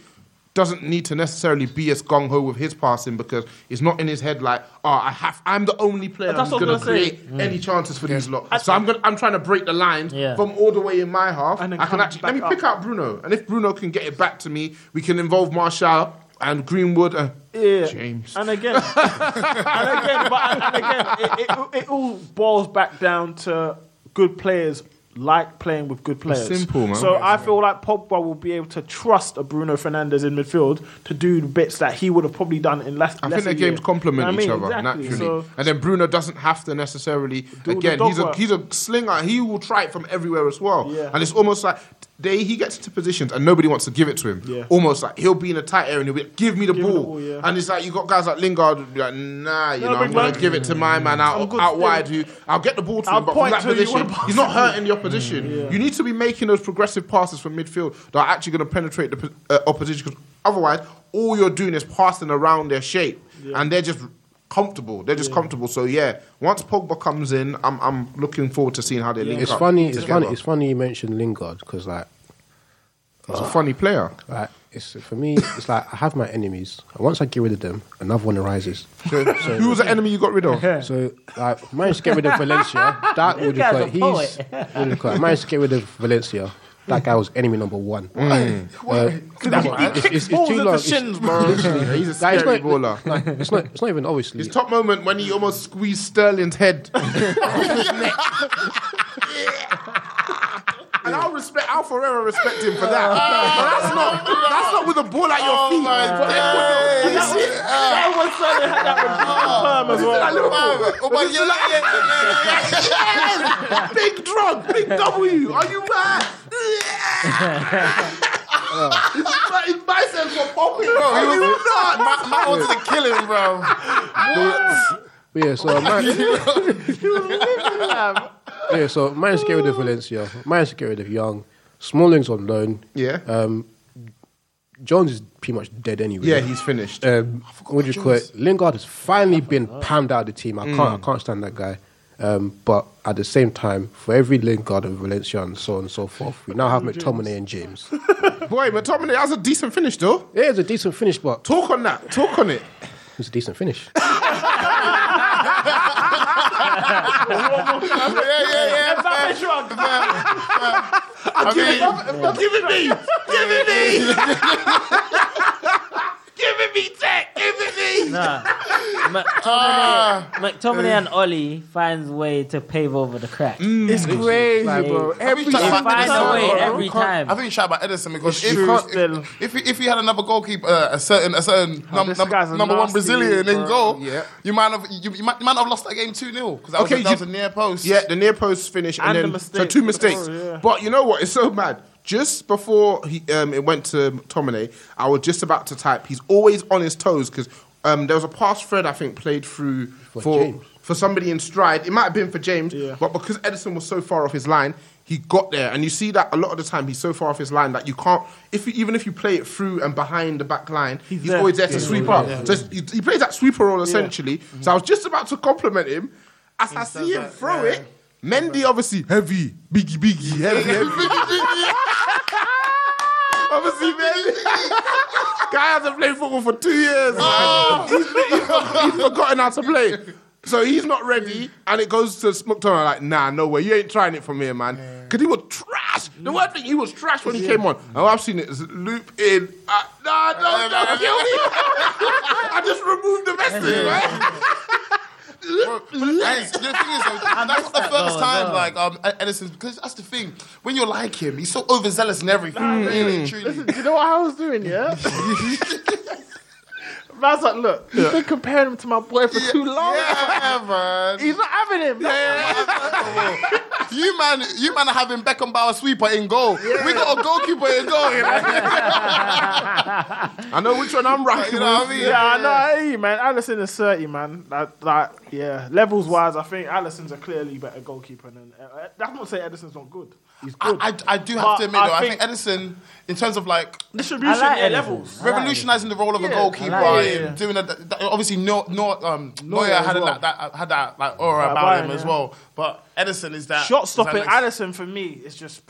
D: doesn't need to necessarily be as gung ho with his passing because it's not in his head like, oh, I have, I'm the only player
E: That's
D: that's
E: what I'm
D: going to
E: gonna say.
D: create any chances for these lot. So I'm gonna, I'm trying to break the lines
G: Yeah.
D: from all the way in my half.
E: And then
D: I can
E: come
D: actually let me
E: back
D: pick out Bruno, and if Bruno can get it back to me, we can involve Marshall and Greenwood and
E: Yeah.
D: James.
E: And again, and again, but and again, it, it, it all boils back down to good players like playing with good
D: It's
E: players.
D: simple, man.
E: So I feel like Pogba will be able to trust a Bruno Fernandes in midfield to do the bits that he would have probably done in less.
D: I
E: lesser
D: think their games
E: years.
D: complement
E: You know what
D: each
E: I
D: other
E: mean? Exactly.
D: naturally,
E: So-
D: and then Bruno doesn't have to necessarily.
E: the
D: Again,
E: dog
D: he's a
E: work.
D: he's a slinger. He will try it from everywhere as well,
E: Yeah.
D: and it's almost like they he gets into positions and nobody wants to give it to him.
E: Yeah.
D: Almost like he'll be in a tight area and he'll be like, "Give me the ball,"
E: yeah.
D: and it's like you got guys like Lingard who'll be like, "Nah, you
E: No,
D: know, I'm
E: big
D: gonna
E: man.
D: give it to my man out
E: good
D: out
E: still.
D: wide. Who I'll get the ball to
E: I'll
D: him, but from
E: point
D: that
E: to you
D: position,
E: when I pass
D: he's not
E: it."
D: hurting the opposition. You need to be making those progressive passes from midfield that are actually going to penetrate the p- uh, opposition. 'cause otherwise, all you're doing is passing around their shape, and they're just comfortable. They're just comfortable. So yeah, once Pogba comes in, I'm I'm looking forward to seeing how they link
H: It's
D: up
H: funny. It's
D: together.
H: funny. It's funny you mentioned Lingard because like
D: He's a funny player.
H: Like it's for me. It's like I have my enemies, and once I get rid of them, another one arises.
D: Who was the enemy you got rid of?
H: So like, I managed to get rid of Valencia. That
G: This
H: would
G: guy's a
H: have he's.
G: poet.
H: what do you call it? I managed to get rid of Valencia. That guy was enemy number one.
D: Mm.
H: Uh, it's-
D: That's why.
H: it's- it's- it's
D: Balls
H: too
D: at the
H: long. It's-
D: shins, bro.
H: literally-
D: He's a
H: like, it's not-
D: scary baller.
H: like, It's not. It's not even obviously.
D: His top moment when he almost squeezed Sterling's head. And I'll respect, I'll forever respect him for that. But that's not, that's not with a ball at your feet. But that was- that was- that was uh, something that happened.
E: Perm as well.
D: Like Liverpool.
F: Oh, but yeah, yeah, yeah, yeah, yeah, yeah.
D: Yes! Big drug, big W. Are you mad? His biceps were popping, bro.
F: Bro,
D: Are
F: he
D: you
F: was
D: not?
F: my, my wanted to kill him, bro.
H: But yeah. So I managed,
E: Damn.
H: yeah. So I managed to get rid of Valencia. I Managed to get rid of Young. Smalling's on loan.
D: Yeah.
H: Um, Jones is pretty much dead anyway.
D: Yeah, he's finished.
H: Um, what do you call it? Lingard has finally been pammed out of the team. I
D: Mm.
H: can't, I can't stand that guy. Um, but at the same time, for every Lingard and Valencia and so on and so forth, we now have McTominay and James.
D: Boy, McTominay, that was a decent finish, though.
H: Yeah, it's a decent finish, but
D: Talk on that. Talk on it.
H: it's a decent finish.
F: Yeah, yeah, yeah.
E: Stop the drug.
D: I give, it, give it me. Give it me. give it me, Tech. Give it me. Ah.
G: Nah. McTominay, McTominay and Ollie finds way to pave over the crack.
E: It's crazy, bro.
F: I think
E: Every
F: you shout
G: They
F: about
G: find
F: Edison,
G: a way
F: bro.
G: every
F: You can't-
G: time.
F: I think you shout about Edison because if,
E: true
F: if,
E: still.
F: if, if, he- if he had another goalkeeper, uh, a certain a certain num-
E: this
F: num-
E: guy's a
F: number one
E: nasty,
F: Brazilian in
E: bro.
F: goal,
D: Yeah.
F: you might have you, you, might, you might have lost that game two 0 because that,
D: Okay,
F: was, a, that
D: you-
F: was a near post.
D: Yeah, the near post finish and,
E: And the
D: then so
E: mistake
D: two
E: before,
D: mistakes.
E: yeah.
D: But you know what? It's so mad. Just before he um, it went to McTominay, I was just about to type. He's always on his toes because um, there was a pass thread I think played through for for,
H: James.
D: somebody in stride. It might have been for James,
E: Yeah.
D: but because Edison was so far off his line, he got there. And you see that a lot of the time he's so far off his line that you can't. If you, even if you play it through and behind the back line, he's,
E: He's there.
D: always there to
E: Yeah,
D: sweep
E: yeah,
D: up.
E: yeah.
D: So he, he plays that sweeper role essentially.
E: Mm-hmm.
D: So I was just about to compliment him. As I see him throw it, Mendy obviously heavy, biggie, biggie, heavy, heavy. obviously, Mendy. Guy hasn't played football for two years. man. He's, he's- he's forgotten how to play. So he's not ready, and it goes to McTominay like, nah, no way, you ain't trying it from here, man. Because he was trash. The one thing he was trash when he came on. Oh, I've seen it. It's loop in. Uh, nah, no, no, kill me. I just removed the message, right?
F: And the thing is, though, that's not the
G: that
F: first
G: goal,
F: time
G: no.
F: like um, Edison because that's the thing. When you're like him, he's so overzealous and everything. Really, truly.
E: You know what I was doing, yeah? Man's like, look, you've been comparing him to my boy for too long.
F: Yeah, man.
E: He's not having him.
F: You man, you man are having Beckenbauer sweeper in goal. We got a goalkeeper in goal. You know,
D: I know which one I'm rocking
F: you know what
D: with.
F: I mean?
E: Yeah, no, hey, man. Allison is 30, man. Like, like, yeah, levels wise, I think Allison's a clearly better goalkeeper than. Uh, that's not to say Edison's not good. He's good.
F: I, I, I do have
E: But
F: to admit though,
E: I
F: I think,
E: think-
F: Edison, in terms of like
E: Distribution,
G: I like
E: yeah,
G: Ederson.
E: levels.
F: revolutionizing the role of a
E: Yeah,
F: goalkeeper,
G: I like it.
F: and doing a, that, obviously no, no, um, Neuer,
E: Neuer as
F: had a-
E: well.
F: that, that had that like aura
E: Like
F: about him
E: Bayern,
F: as
E: yeah.
F: well. But Edison is that
E: Shot
F: is that
E: stopping
F: next-
E: Allison for me is just.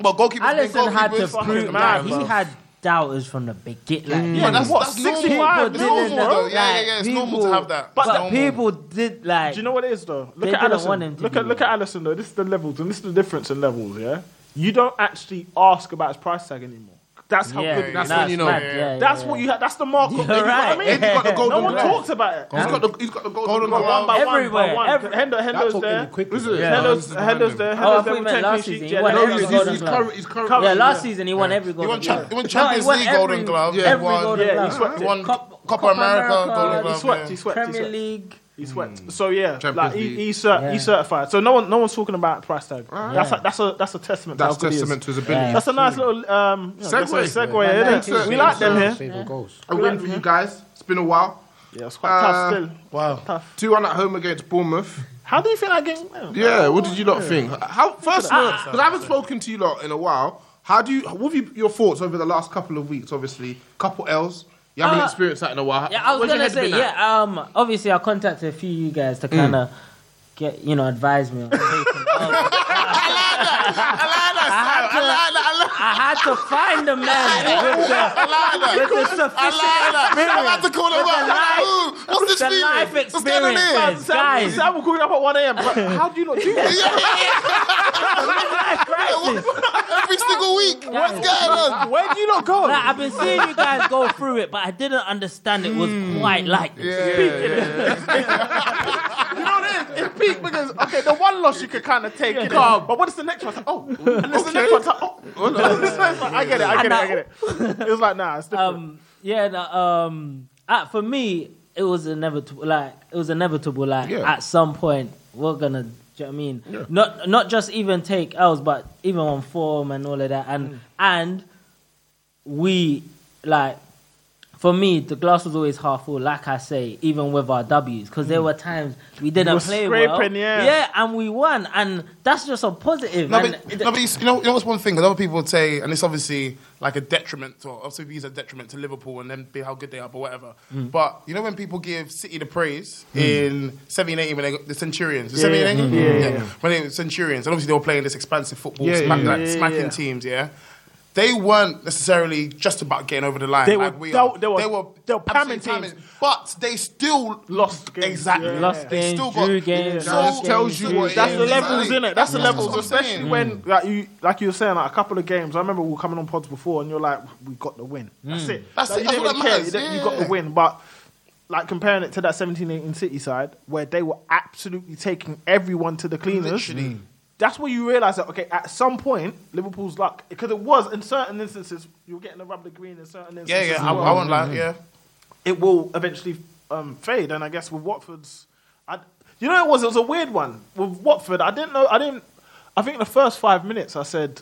F: Well, goalkeepers being
G: Allison had to
F: goalkeepers,
E: fucking
G: prove
E: mad,
G: that
E: bro.
G: he had doubters from the beginning. Like,
F: Yeah, that's,
E: What,
F: that's normal.
E: 65?
F: It's
E: People
F: normal,
E: didn't know,
F: though. Yeah, yeah,
G: like,
F: yeah. It's normal to
G: people-
F: have that.
G: But,
F: It's normal.
G: people did like.
E: Do you know what it is though? Look
G: They
E: at
G: didn't
E: Allison.
G: want him to
E: look
G: be
E: at look at
G: there.
E: Allison though. This is the levels and this is the difference in levels. Yeah, you don't actually ask about his price tag anymore. That's how
D: Yeah,
E: good.
D: that's
E: it
D: when
E: is.
D: you know. Yeah, yeah,
E: that's what you. Ha- that's the mark. Of,
D: You're
E: you know what I
D: right.
E: mean?
D: He's got the golden
E: no one
D: glove.
E: talks about it.
D: He's got
E: he's got the
D: golden glove.
E: One by
D: Everywhere,
E: one, by one.
D: every-
E: Hendo,
D: That
E: Hendo's
D: took
E: there.
D: hme quick. Is it? Yeah,
E: Hendo's,
D: this is
E: Hendo's
D: random.
E: there.
G: Oh, I
E: Hendo's
G: thought
E: there.
G: you
E: with
G: meant last
E: 10
G: season.
E: sheet.
G: He
E: Yeah,
G: won
E: no,
G: every
E: he's-
G: Golden
E: he's
G: Glove.
E: current- he's current.
G: Yeah, last
E: Yeah.
G: season he won every Golden
F: won
G: Glove.
F: champ- he won
G: No,
F: Champions
G: won
F: League
G: every-
F: Golden Glove, he
G: Every
F: won-
G: Golden
F: Yeah,
G: Glove.
F: he swept it. Won Copa
G: Copa
F: America, Golden
E: He
F: Glove,
E: swept.
F: yeah.
E: He swept. he
G: Premier
E: swept.
G: League.
E: He swept. So yeah,
F: Champions
E: like he,
F: League.
E: he's, cert-
F: Yeah.
E: he's certified. So no one, no one's talking about price tag. That's
F: Yeah.
E: a, that's a that's a testament. to
F: That's
E: how good he is.
F: testament to his ability.
E: That's a nice little um, you know, that's a
D: Segue.
E: Segue. innit? We like them here.
D: A win for you guys. It's been a while.
E: Yeah, it's quite tough still.
D: Wow. Two one at home against Bournemouth.
E: How do you feel that game? went?
D: Yeah, what did you lot think? How first,
E: Ah.
D: because I haven't spoken to you lot in a while. How do you? What have you, your thoughts over the last couple of weeks? Obviously, couple L's. You haven't
G: Uh,
D: experienced that in a while.
G: Yeah, I was
D: Where's your
G: gonna
D: head
G: say
D: been at?
G: yeah. Um, obviously I contacted a few of you guys to kind of get you know advise me. On I had to find a man with the, with the sufficient experience.
F: I'm about to call him
G: with the
F: up.
G: life-
F: Ooh, What's this
G: the
F: feeling?
G: life
F: What's going on here?
G: experience, guys.
E: Sam will call you up at 1 a.m. Like, How do you not do
F: that? Every single week. What's going on?
E: Where do you not go?
G: Like, I've been seeing you guys go through it, but I didn't understand it was
E: Hmm.
F: Hmm.
G: quite like this.
E: You know what it is? It's peak because okay, the one loss you could kind of take, you know, but what is the next one? It's like, oh, and it's the next one. It's like, oh, It's like, I get it, I get it, I get it. It was like, nah, it's different.
G: Um, yeah, no, um, uh, for me, it was inevitable. Like it was inevitable. Like
E: Yeah.
G: at some point, we're gonna. Do you know what I mean?
E: Yeah.
G: Not not just even take L's, but even on form and all of that. And
F: Hmm.
G: and we like for me, the glass was always half full. Like I say, even with our Ws, because there were times we didn't
F: Hmm. were
G: play well.
F: scraping, yeah.
G: and we won, and that's just a positive.
F: No,
G: and
F: but, no, but you, s- you know, you know what's one thing? A lot of people would say, and it's obviously like a detriment, to, obviously we use a detriment to Liverpool and then be how good they are, but whatever.
H: Mm.
F: But you know when people give City the praise
H: Mm.
F: in 17 80 when they got the Centurions? The
H: Yeah,
F: 70 and 80?
H: yeah, yeah, yeah.
F: When they were Centurions, and obviously they were playing this expansive football,
H: Yeah,
F: smack,
H: yeah,
F: like,
H: yeah,
F: smacking
H: yeah.
F: teams, yeah? They weren't necessarily just about getting over the line.
E: They
F: like
E: were-
F: we
E: they
F: are.
E: were- they were-
F: they were pamming
E: teams.
F: But they still
E: lost games.
F: Exactly.
E: Yeah. Lost
F: they
E: games,
F: still got
E: drew games,
F: So
E: lost
F: tells
E: games,
F: you what
E: drew-
F: it
E: That's
F: is.
E: the levels,
F: Exactly.
E: innit? That's the
F: Yeah.
E: levels,
F: That's what I'm
E: especially
F: saying. Mm.
E: when like you like you were saying like a couple of games. I remember we were coming on pods before, and you're like, we got the win. That's
F: Mm.
E: it.
F: That's
E: Like,
F: it.
E: You
F: That's
E: didn't
F: what that
E: really care. You,
F: matters.
E: didn't- you
F: Yeah.
E: got the win, but. Like comparing it to that 17-18 City side, where they were absolutely taking everyone to the cleaners.
F: Literally.
E: That's where you realise that okay, at some point Liverpool's luck because it was in certain instances you were getting the rub of the green in certain instances.
F: Yeah, yeah,
E: as
F: I,
E: well
F: I won't lie, yeah.
E: it will eventually um, fade. And I guess with Watford's, I, you know, it was it was a weird one with Watford. I didn't know. I didn't. I think the first five minutes, I said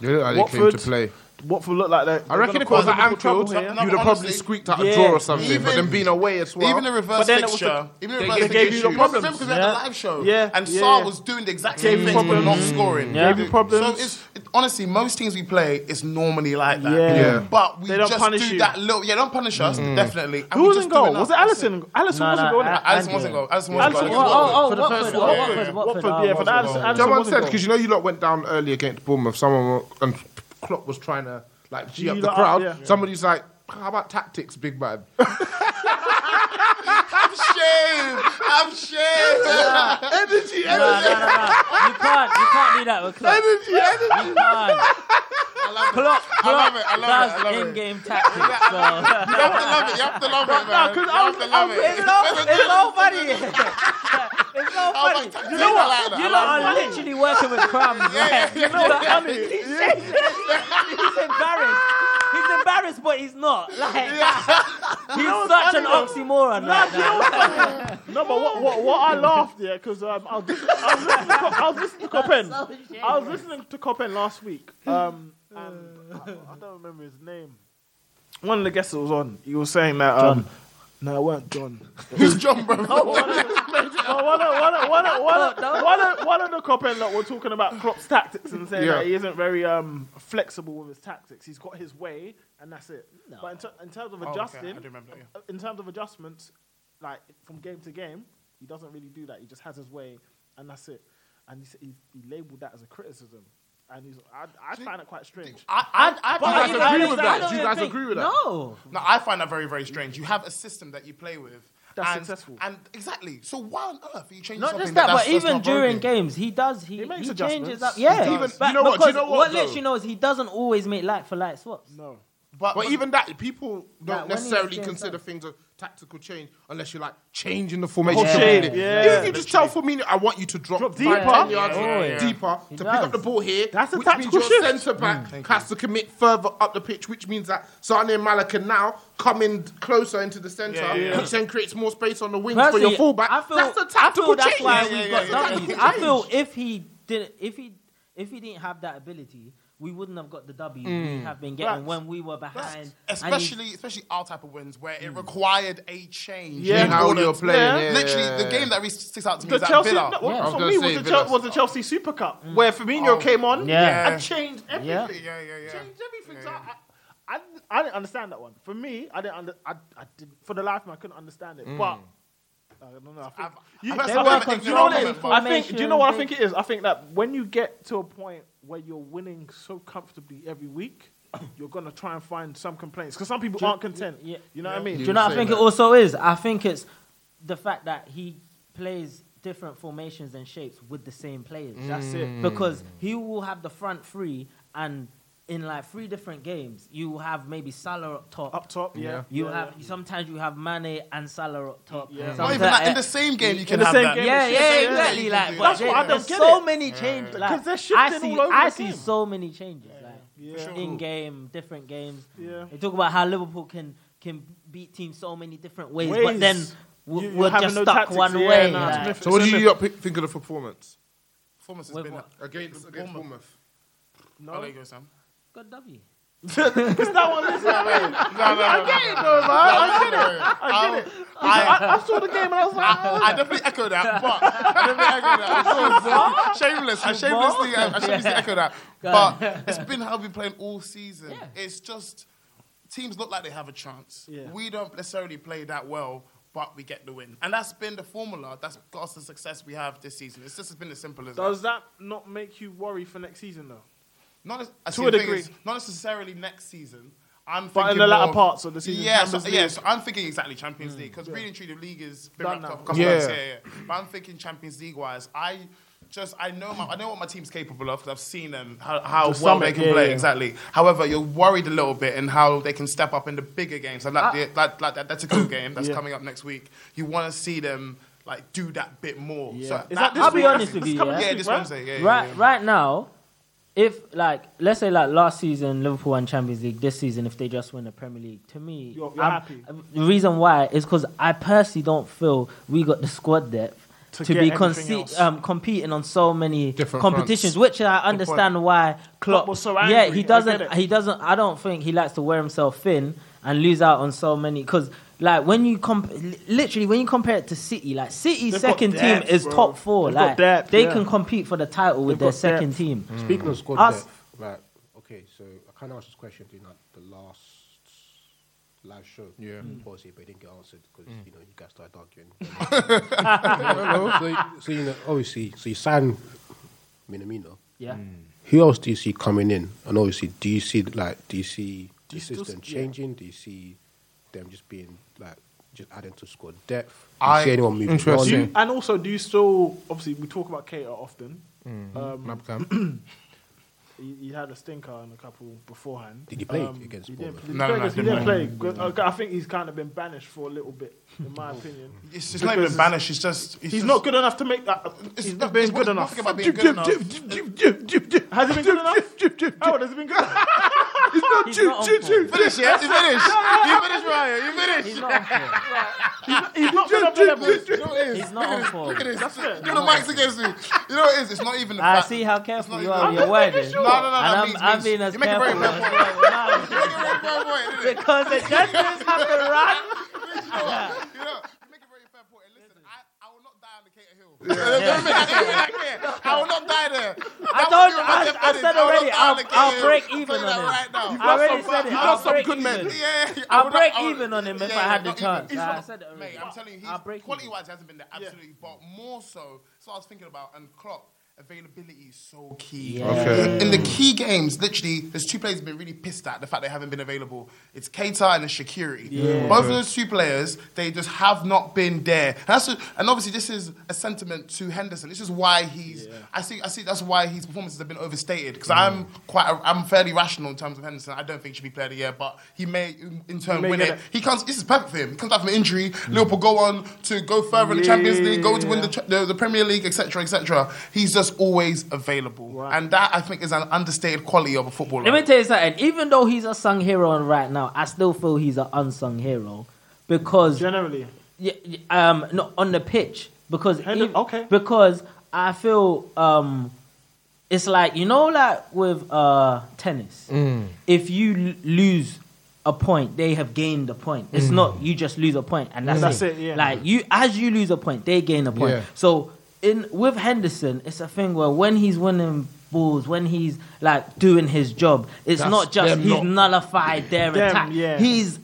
D: They look like they came
E: Watford-
D: to play.
E: Watford looked like that.
D: I reckon if it was at Anfield, you'd have probably squeaked out a draw or something. but then being away as well.
F: Even the reverse fixture. even the reverse
D: they
F: fixture.
D: gave you the
F: issue.
D: problems.
F: Remember because we had the live show.
D: Yeah,
F: And
D: yeah.
F: Saar was doing the exact same
D: Gave you
F: things but not
D: problems.
F: scoring.
D: Yeah. Gave you problems.
F: So it's, it, honestly, most teams we play, it's normally like that.
E: Yeah. Yeah.
F: But we
E: They don't
F: just
E: punish
F: do
E: you.
F: that little. Yeah, don't punish us,
E: Mm.
F: definitely. And
E: Who
F: we
E: was
F: just
E: in
F: do
E: goal? Was it
F: now.
E: Allison? Allison
F: No,
E: wasn't
F: no,
E: going.
F: Al- Allison wasn't going. Allison wasn't going. Allison
E: Allison- Oh, oh,
F: wasn't going. For
E: oh,
F: the first
E: Watford,
F: one.
E: oh,
F: Yeah.
E: Watford, Watford, Watford, yeah, for the Allison- Allison
D: Someone
E: wasn't
D: said
E: goal.
D: because you know you lot went down early against Bournemouth. Someone wa- and Klopp was trying to like
E: Gee
D: G up
E: you
D: the
E: lot up,
D: crowd.
E: yeah.
D: Somebody's like, "How about tactics, big man?"
F: I'm shaved. I'm shaved.
D: energy, energy.
G: No, no, no, no. You can't, you can't do that with Klopp.
D: Energy, energy.
G: You can't. Klopp,
F: I love
G: Klopp
F: it, I love it, I
G: does
F: love it.
G: in-game tactics. So.
F: You have to love it. You have to love it, man. You have to love it.
G: It's so, it's so funny. it's so
F: Oh,
G: funny.
F: my-
G: You know
F: I like
G: what?
F: that.
G: You
F: I
G: lot
F: like
G: are
F: that.
G: literally working with crumbs.
F: yeah,
G: right? You know what I mean? He's shaking. He's embarrassed. He's embarrassed, but he's not. Like, he's such an oxymoron. like that.
E: No, but what, what, what I laughed, yeah, because um, I was listening I was listening to Coppen. I was listening to Coppen last week. Um, and I, I don't remember his name. One of the guests that was on, he was saying that. Um, No, it weren't John.
F: Who's John, bro?
E: Well, one, of, one, of, one, of, one, of, one, of, one of the Coppen lot were talking about Klopp's tactics and saying
F: Yeah.
E: that he isn't very um, flexible with his tactics. He's got his way, and that's it. But in, ter- in terms of
F: Oh, okay,
E: adjusting,
F: I do remember that, yeah.
E: uh, in terms of adjustments, like from game to game, he doesn't really do that. He just has his way, and that's it. And he, s- he, he labeled that as a criticism, and he's, I, I find it quite strange.
F: I, I, I,
E: But
F: I
E: you guys agree with that? Do you guys agree with that?
G: No.
F: No, I find that very, very strange. You have a system that you play with,
E: That's
F: and,
E: successful.
F: And exactly. So why on earth are you changing
G: Not
F: something
G: just that,
F: that's
G: but
F: just
G: even
F: not
G: during
F: broken?
G: games, he does. He,
F: makes
G: he changes
F: adjustments.
G: up.
F: He
G: Yeah,
F: does. Even- you
G: but
F: know what,
G: because
F: you know what,
G: what
F: though?
G: lets you know is he doesn't always make like for like swaps.
E: No,
F: but,
D: even that, people
G: Like,
D: don't
G: when he was
D: necessarily
G: doing that.
D: consider things a tactical change unless you're like changing the formation.
E: Oh,
D: completely.
E: shape, yeah.
D: You, you just tell Firmino, I want you to drop,
E: Drop
D: five,
E: deeper.
D: ten
E: Yeah,
D: yards
E: yeah, yeah.
D: deeper
E: He
D: to pick
E: does.
D: up the ball here.
E: That's a
D: which
E: tactical
D: means your
E: shift.
D: centre
G: Mm,
D: back has to commit further up the pitch, which means that Sane and Mala can now come in closer into the centre,
E: Yeah, yeah.
D: which then creates more space on the wings for
G: Personally,
D: your fullback.
G: I feel
D: that's a
G: I feel
D: tactical
G: that's
D: change.
G: why we got W's. I feel if he didn't, if he, if he didn't have that ability, we wouldn't have got the W we
D: Hmm.
F: Mm.
G: have been getting
F: Facts.
G: when we were behind. And Hmm. he-
F: especially especially our type of wins where it required a change.
D: Yeah.
F: in
D: How
F: order
D: you're
F: to-
D: playing, yeah,
F: Literally,
D: yeah,
F: the
D: yeah.
F: game that really sticks out to me
E: The
F: is that
E: Chelsea,
F: Villa.
E: no, what-
D: I was
E: for
D: gonna
E: me, was
D: say
E: the, Chel-
D: Villa.
E: was the Chelsea Super Cup where Firmino came on
G: Oh. Yeah.
E: and changed everything.
G: Yeah.
F: Yeah, yeah, yeah.
E: Changed everything. So I- I, I, didn't- I didn't understand that one. For me, I didn't. Under, I, I did for the life of me, I couldn't understand
F: Mm.
E: it. But I don't know. I think, you,
F: I've- I've
E: they
F: heard
E: work
F: that
E: on-
F: they
E: you know what
F: don't
E: it is?
F: have
E: I think. Do you know what I
G: formation,
E: think it is? I think that when you get to a point where you're winning so comfortably every week, you're gonna try and find some complaints because some people aren't content.
G: yeah.
E: You know what I mean?
G: do you know? What I think it also is. I think it's the fact that he plays different formations and shapes with the same players.
E: That's it.
G: because he will have the front three and in like three different games you will have maybe Salah up top.
E: Up top, yeah.
G: You
E: Yeah,
G: have sometimes you have Mane and Salah up top.
E: Yeah.
G: Sometimes-
F: Not even that. In the same game, you can
E: the
F: have
E: same
F: that.
E: game,
G: yeah,
E: it's
G: yeah,
E: shifting.
G: exactly. Like, but
E: That's
G: there-
E: what I don't
G: there's
E: get.
G: so
E: it.
G: many changes. Like,
E: 'Cause they're
G: I
E: shifting
G: see,
E: all over
G: I
E: the
G: see
E: game.
G: so many changes. Like
E: Yeah. sure.
G: in game, different games.
E: Yeah.
G: They talk about how Liverpool can can beat teams so many different ways, but
E: Ways.
G: then
E: You-
G: we,
E: you're
G: we're
E: having
G: just
E: no
G: stuck
E: tactics,
G: one
E: yeah,
G: way.
E: nah, it's
G: like.
E: myth-
D: So what do
E: it's a
D: you lot pi- think of the performance
F: Performance has
G: Wait,
F: been.
G: what?
D: against against Bournemouth?
F: I'll let you go, Sam.
G: Got W.
F: I get it, though, man. I get it. I get it. I,
E: I saw the game and I was like,
G: "Oh,
F: I, I definitely echo that, but I definitely echo that. So, so shameless, I shamelessly, I, I shamelessly echo that.
G: God.
F: But it's been how we've been playing all season. It's just teams look like they have a chance.
E: Yeah.
F: We don't necessarily play that well, but we get the win, and that's been the formula. That's got us the success we have this season. It's just been as simple as
E: does that not make you worry for next season though?
F: Not as, I
E: To
F: see,
E: a
F: the thing
E: degree.
F: is, not necessarily next season. I'm
E: But in
F: thinking
E: the latter
F: more
E: parts of the season,
F: Yeah, so,
E: Champions
F: yeah,
E: League.
F: so I'm thinking exactly Champions League because really and truly the league is been
E: Done
F: wrapped
E: now.
F: up a couple
D: Yeah.
F: months, yeah, yeah. But I'm thinking Champions League wise, I just I know my, I know what my team's capable of because I've seen them how, how well
E: The
F: they
E: summit,
F: can
E: e- yeah,
F: play
E: yeah.
F: exactly. However, you're worried a little bit in how they can step up in the bigger games. Like, like, the, like, like that, that's a good game that's
E: Ah. Yeah.
F: coming up next week. You want to see them like do that bit more.
E: Yeah.
F: So
E: Is that this
G: I'll be
E: week?
G: honest
E: It's
G: with you,
E: coming
G: yeah.
F: yeah,
E: week,
F: this
E: right?
F: Wednesday, yeah, yeah,
G: right
F: yeah.
G: right now, if like let's say like last season Liverpool won Champions League, this season if they just win the Premier League, to me,
E: You're- you're
G: I'm-
E: happy.
G: The reason why is because I personally don't feel we got the squad depth to,
E: To get
G: be
E: everything
G: conce-
E: else.
G: um, competing on so many
D: Different
G: competitions, which I understand why Klopp.
E: was so
G: yeah,
E: angry,
G: he
E: I get
G: doesn't.
E: it.
G: He doesn't. I don't think he likes to wear himself thin and lose out on so many because. Like when you comp, li- literally when you compare it to City, like City's
E: They've got
G: second team
E: depth,
G: is
E: bro.
G: top 4
E: They've got
G: like
E: depth,
G: they
E: yeah.
G: can compete for the title with
E: They've
G: their
E: got
G: second
E: depth.
G: team.
H: Speaking of squad
G: Mm. Us-
H: depth, right? Okay, so I kind of asked this question during like, the last live show. Yeah. Obviously, but it didn't get answered because you know you guys started arguing. so, so you know, obviously, so you sign Minamino.
G: Yeah.
E: Mm.
H: Who else do you see coming in? And obviously, do you see like do you see
E: you
H: the
E: still
H: system
E: see- yeah.
H: changing? Do you see them just being like just adding to squad depth? Do you
F: I-
H: see anyone moving
E: Do you-
H: on?
E: and also, do you still obviously we talk about Cater often?
F: Mm-hmm.
E: Um, he, he had a stinker on a couple beforehand. Um,
H: Did he play against
E: he didn't,
H: Bournemouth?
E: he
F: No,
E: played
F: no,
E: against- he
F: didn't
E: didn't play. Good- okay, I think he's kind of been banished for a little bit, in my opinion.
F: It's just not even
E: Because-
F: banished. It's just it's
E: He's
F: just,
E: not good enough to make that.
F: It's
E: he's
F: not
E: not been good enough.
F: Nothing about being good enough.
E: Has he been good enough? Howard, has he been good?
G: He's not on form.
F: Finish, yeah? You finish. You finish, Ryan. You finish.
G: He's not on form.
E: He's not good enough. level.
F: You know what it is?
G: He's not
F: Look at
G: on
F: this.
G: form.
F: Look at this. Give the mics against me. You know what it is? It's not even the
G: I
F: fact.
G: see how careful
F: not
G: you
F: even-
G: are
F: I'm
G: with your wording.
F: just No, no, no.
G: And
F: That
G: I'm-
F: means,
G: I've
F: means
G: been as
F: you make a very
G: careful
F: fair
G: as
F: point.
G: well.
F: You make a very fair point, innit?
G: Because the judges have to run.
F: You know what? You know, you make a very fair point. And listen, I, I will not die on the Cater Hill. Don't make that- don't make that clear. I will not die there.
G: I
F: That
G: don't.
F: was your
G: I,
F: best
G: I
F: finish.
G: said
F: will not
G: already.
F: die on
G: I'll,
F: the Cater
G: I'll
F: Hill.
G: break even
F: Tell you that
G: on him.
F: right now.
G: I already
F: some-
G: said it.
F: you've
G: I'll
F: lost some
G: break
F: good men.
G: even.
F: Yeah, yeah,
G: I'll
F: would
G: break
F: would-
G: even on him if I
F: yeah,
G: had the
F: not
G: chance.
F: even.
G: Nah,
F: He's
G: I said it
F: not- Mate,
G: already.
F: I'm telling you,
G: I'll break
F: quality
G: even.
F: wise, he hasn't been there absolutely, but more so. So I was thinking about and Klopp. Availability is so key.
J: Yeah. Okay.
F: In the key games, literally, there's two players who've been really pissed at the fact they haven't been available. It's Keita and it's Shakiri.
J: Yeah.
F: Both of those two players, they just have not been there. And, that's just- and obviously, this is a sentiment to Henderson. This is why he's. I see. I see. That's why his performances have been overstated. Because
G: Mm.
F: I'm quite. A, I'm fairly rational in terms of Henderson. I don't think he should be player of the year, but he may in- in turn
E: may
F: win
E: get
F: it.
E: it.
F: He comes. This is perfect for him. He comes back from injury. Liverpool go on to go further in the Champions League, go to win the, the, the Premier League, etc., etc. He's just always available, and that I think is an understated quality of a footballer.
G: Let me tell you something. Even though he's a sung hero right now, I still feel he's an unsung hero because
E: generally,
G: yeah, yeah, um, no, on the pitch because ev- because I feel um, it's like you know, like with uh tennis,
J: Mm.
G: if you l- lose a point, they have gained a point. It's
J: Mm.
G: not you just lose a point and that's,
E: That's
G: it.
E: it, yeah.
G: Like you, as you lose a point, they gain a point.
E: Yeah.
G: So in with Henderson, it's a thing where when he's winning balls, when he's like doing his job, it's
J: That's
G: not just
J: them
G: he's
J: not-
G: nullified their
J: Them,
G: attack.
J: yeah.
G: He's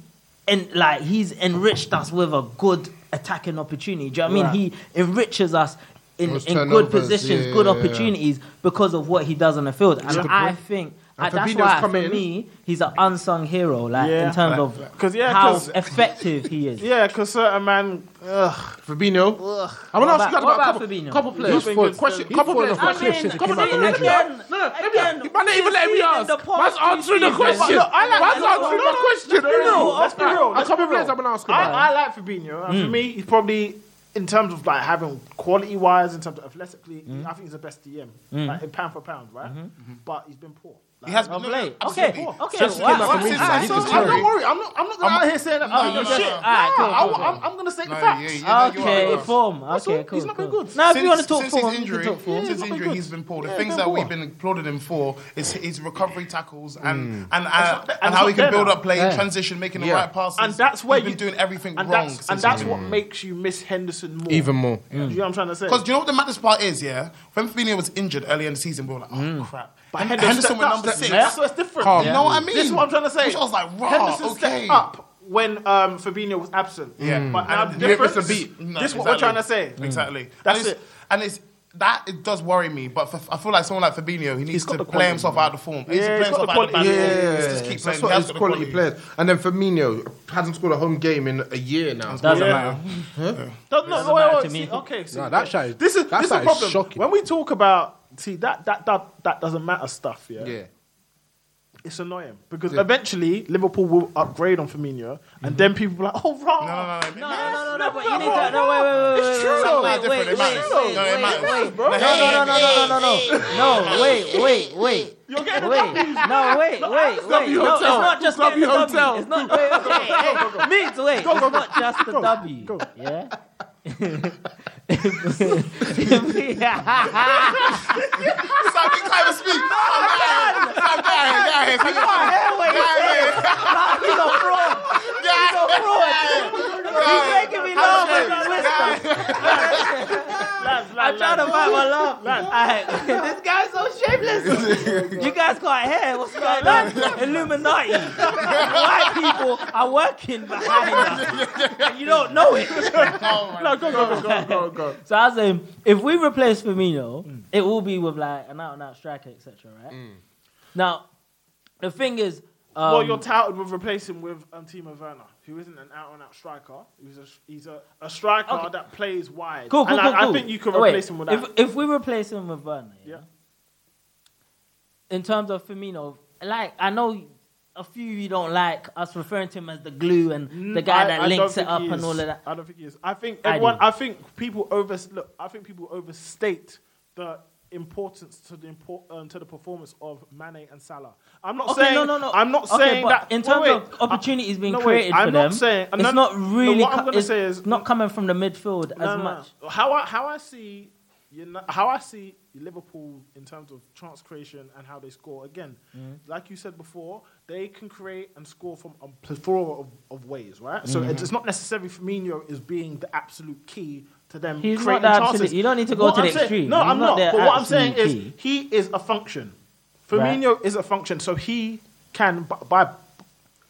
G: and like he's enriched us with a good attacking opportunity. Do you know what I mean?
J: Right.
G: He enriches us in,
J: Those
G: in good
J: turnovers,
G: positions,
J: yeah,
G: good
J: yeah, yeah.
G: opportunities because of what he does on the field. And
E: That's a good
G: I
E: point.
G: think
E: And
G: I- that's
E: Fabinho's
G: why for
E: come in.
G: me he's an unsung hero, like in terms of
E: Cause, yeah,
G: how
E: 'cause-
G: effective he is.
E: Yeah, because certain man. Ugh.
D: Fabinho.
G: I wanna What ask you about- guys what about about a couple- Fabinho?
D: couple players. Question- couple players. Couple players.
G: Again,
D: No,
G: no,
D: again, man, not even letting me ask.
G: the
D: Man's answering the question.
E: Look, I like
D: Man's answering the question.
E: Let's be real. Let's be real.
D: A
E: let's be
D: couple
E: real.
D: players I've been asking
E: I,
D: about.
E: I like Fabinho. And For
D: Mm.
E: me, he's probably in terms of like having quality wise, in terms of athletically, I think he's the best DM,
J: Mm.
E: like in pound for pound, right? But he's been poor. Like,
F: Mm-hmm. He has
E: I'm
F: been-
E: not-
F: no,
E: I'm
F: okay,
E: still poor.
F: okay,
E: Since he
F: wow.
E: came back
F: Wow.
E: from injury,
F: Alright,
E: he's
F: so
E: been
F: I'm not
E: terrible.
F: worried. I'm not- I'm not gonna
E: I'm-
F: out here saying that-
E: No,
F: oh,
E: you're
F: no,
E: shit.
F: no.
E: Alright, cool,
F: Nah, I
E: cool,
F: wa-
E: cool.
F: I'm- I'm gonna say the
E: No,
F: facts.
E: yeah, you- no, you are,
G: Okay,
E: you are.
G: form.
E: That's
G: Okay,
E: all.
G: cool.
E: He's not been
G: cool.
E: good.
G: Now, if
F: since,
G: you want to talk
F: since
G: form,
F: his
G: we can
F: injury,
G: talk form.
F: since his injury, he's been poor. The things that we've been applauding him for is his recovery tackles and
E: Mm.
F: and,
E: That's
F: uh,
E: not-
F: and,
E: and it's
F: how he
E: not
F: can
E: there
F: build
E: now.
F: up play,
E: Yeah.
F: transition, making the
E: Yeah.
F: right passes.
E: And that's where
F: he's been
E: you-
F: doing everything
E: and
F: wrong.
E: That's, and
F: since
E: that's
F: he's
E: what
F: been-
E: makes you miss Henderson more.
D: Even more.
E: Do you know what I'm trying to say?
F: Because you know what the maddest part is, yeah? When Fabinho was injured early in the season, we were like, oh, crap.
E: Mm. But
F: Hen-
E: Henderson stepped
F: went
E: up,
F: number
E: stepped
F: six.
E: up. That's what's different.
F: Calm.
E: Yeah.
F: You know what I mean?
E: This is what I'm trying to say. ah,
F: Which I was like, rah,
E: Henderson
F: okay.
E: stepped up when um, Fabinho was absent.
F: Yeah. Mm.
E: But now the
F: they
E: difference,
F: missed a beat. No,
E: this is what we're trying to
F: exactly.
E: say. Mm.
F: Exactly.
E: That's
F: and it's,
E: it.
F: And it's that it does worry me, but for, I feel like someone like Fabinho, he needs
D: got
F: to
D: the
F: play
D: quality,
F: himself out of the form. He needs to
D: Yeah,
F: play
D: he's got
F: himself
D: the
F: out of
D: quality.
F: the battle.
D: Yeah,
F: He needs to just keep
D: that's
F: playing. He
D: what
F: has
D: his
F: got the
D: quality players. And then Firmino hasn't scored a home game in a year now.
E: Doesn't matter. No, no, no, wait, wait, see, okay. See,
H: Nah, that shot is-
E: this is
H: that
E: this
H: shot is
E: is a problem.
H: shocking.
E: When we talk about see that that that that doesn't matter stuff, yeah.
H: Yeah.
E: It's annoying because
H: Yeah. Mm-hmm.
E: eventually Liverpool will upgrade on Firmino, and then people will be like, "Oh, wrong."
F: No, no,
G: no, no, no, but you need to. No, wait, wait, wait, wait.
E: It's
G: wait,
E: true, though.
G: wait,
E: It's
G: wait,
E: different. It matters.
G: wait, wait,
E: No, it
G: wait,
E: matters,
G: wait.
E: bro.
G: No, no, no, no, no, no, no. No, wait, wait, wait.
E: You're
G: getting wait. No, wait, wait, wait.
J: W
G: No, it's
J: Hotel.
G: not just
J: W
G: getting a W.
J: Hotel.
G: It's not. Wait, okay, hey, Migs, wait.
J: Go, go,
G: It's not just the W. Yeah.
F: Sam, you can't even speak. Sam, get out of here. Sam, get out of here. Get out of here. Sam, get out of here. Get out of here.
J: He's a fraud.
F: He's
J: a fraud.
F: He's
J: making me laugh
G: with
J: his
G: I'm trying to fight my love. Alright, this guy's so shameless. you guys got hair. What's going on? Illuminati. White people are working behind us, and you don't know it.
E: no, go, go, go, go, go, go.
G: So I was saying, if we replace Firmino, it will be with like an out and out striker, etc. Right? Now, the thing is, um,
E: Mm. well, you're touted with replacing with um, Timo Werner, who isn't an out-and-out striker. He's a he's a, a striker
G: Okay.
E: that plays wide.
G: cool, cool,
E: and
G: cool,
E: I,
G: cool.
E: I think you can
G: Oh, wait.
E: replace him with that.
G: If, if we replace him with Werner, yeah.
E: Yeah.
F: Mm.
G: In terms of Firmino, like I know a few of you don't like us referring to him as the glue and the guy
E: I-
G: that
E: I don't
G: links it
E: think
G: up
E: he
G: and
E: is.
G: all of that.
E: I don't think he is. I think
G: I
E: everyone.
G: do.
E: I, think people over look. I think people overstate the importance to the import, um, to the performance of Mane and Salah. I'm not
G: Okay,
E: saying
G: no, no, no.
E: I'm not
G: Okay,
E: saying
G: but
E: that
G: in
E: wait,
G: terms
E: wait.
G: of opportunities being
E: no, wait,
G: created
E: I'm
G: for
E: not
G: them,
E: saying-
G: it's
E: no,
G: not
E: no,
G: really
E: what I'm
G: co-
E: gonna
G: it's
E: say is-
G: not coming from the midfield
E: No,
G: as
E: no,
G: much.
E: no. How I how I see you know, how I see Liverpool in terms of chance creation and how they score. Again,
J: Mhm.
G: Mm-hmm.
E: like you said before, they can create and score from a plethora of, of ways, right? So
G: Mhm.
E: it's it's not necessarily Firmino is being the absolute key to them
G: He's not
E: creating
G: the absolute-
E: chances.
G: you don't need to go
E: What
G: to the
E: I'm saying-
G: extreme.
E: No,
G: He's
E: I'm
G: not
E: not.
G: the
E: But what I'm saying
G: absolute
E: is
G: key.
E: he is a function.
G: Right.
E: Firmino is a function, so he can b- by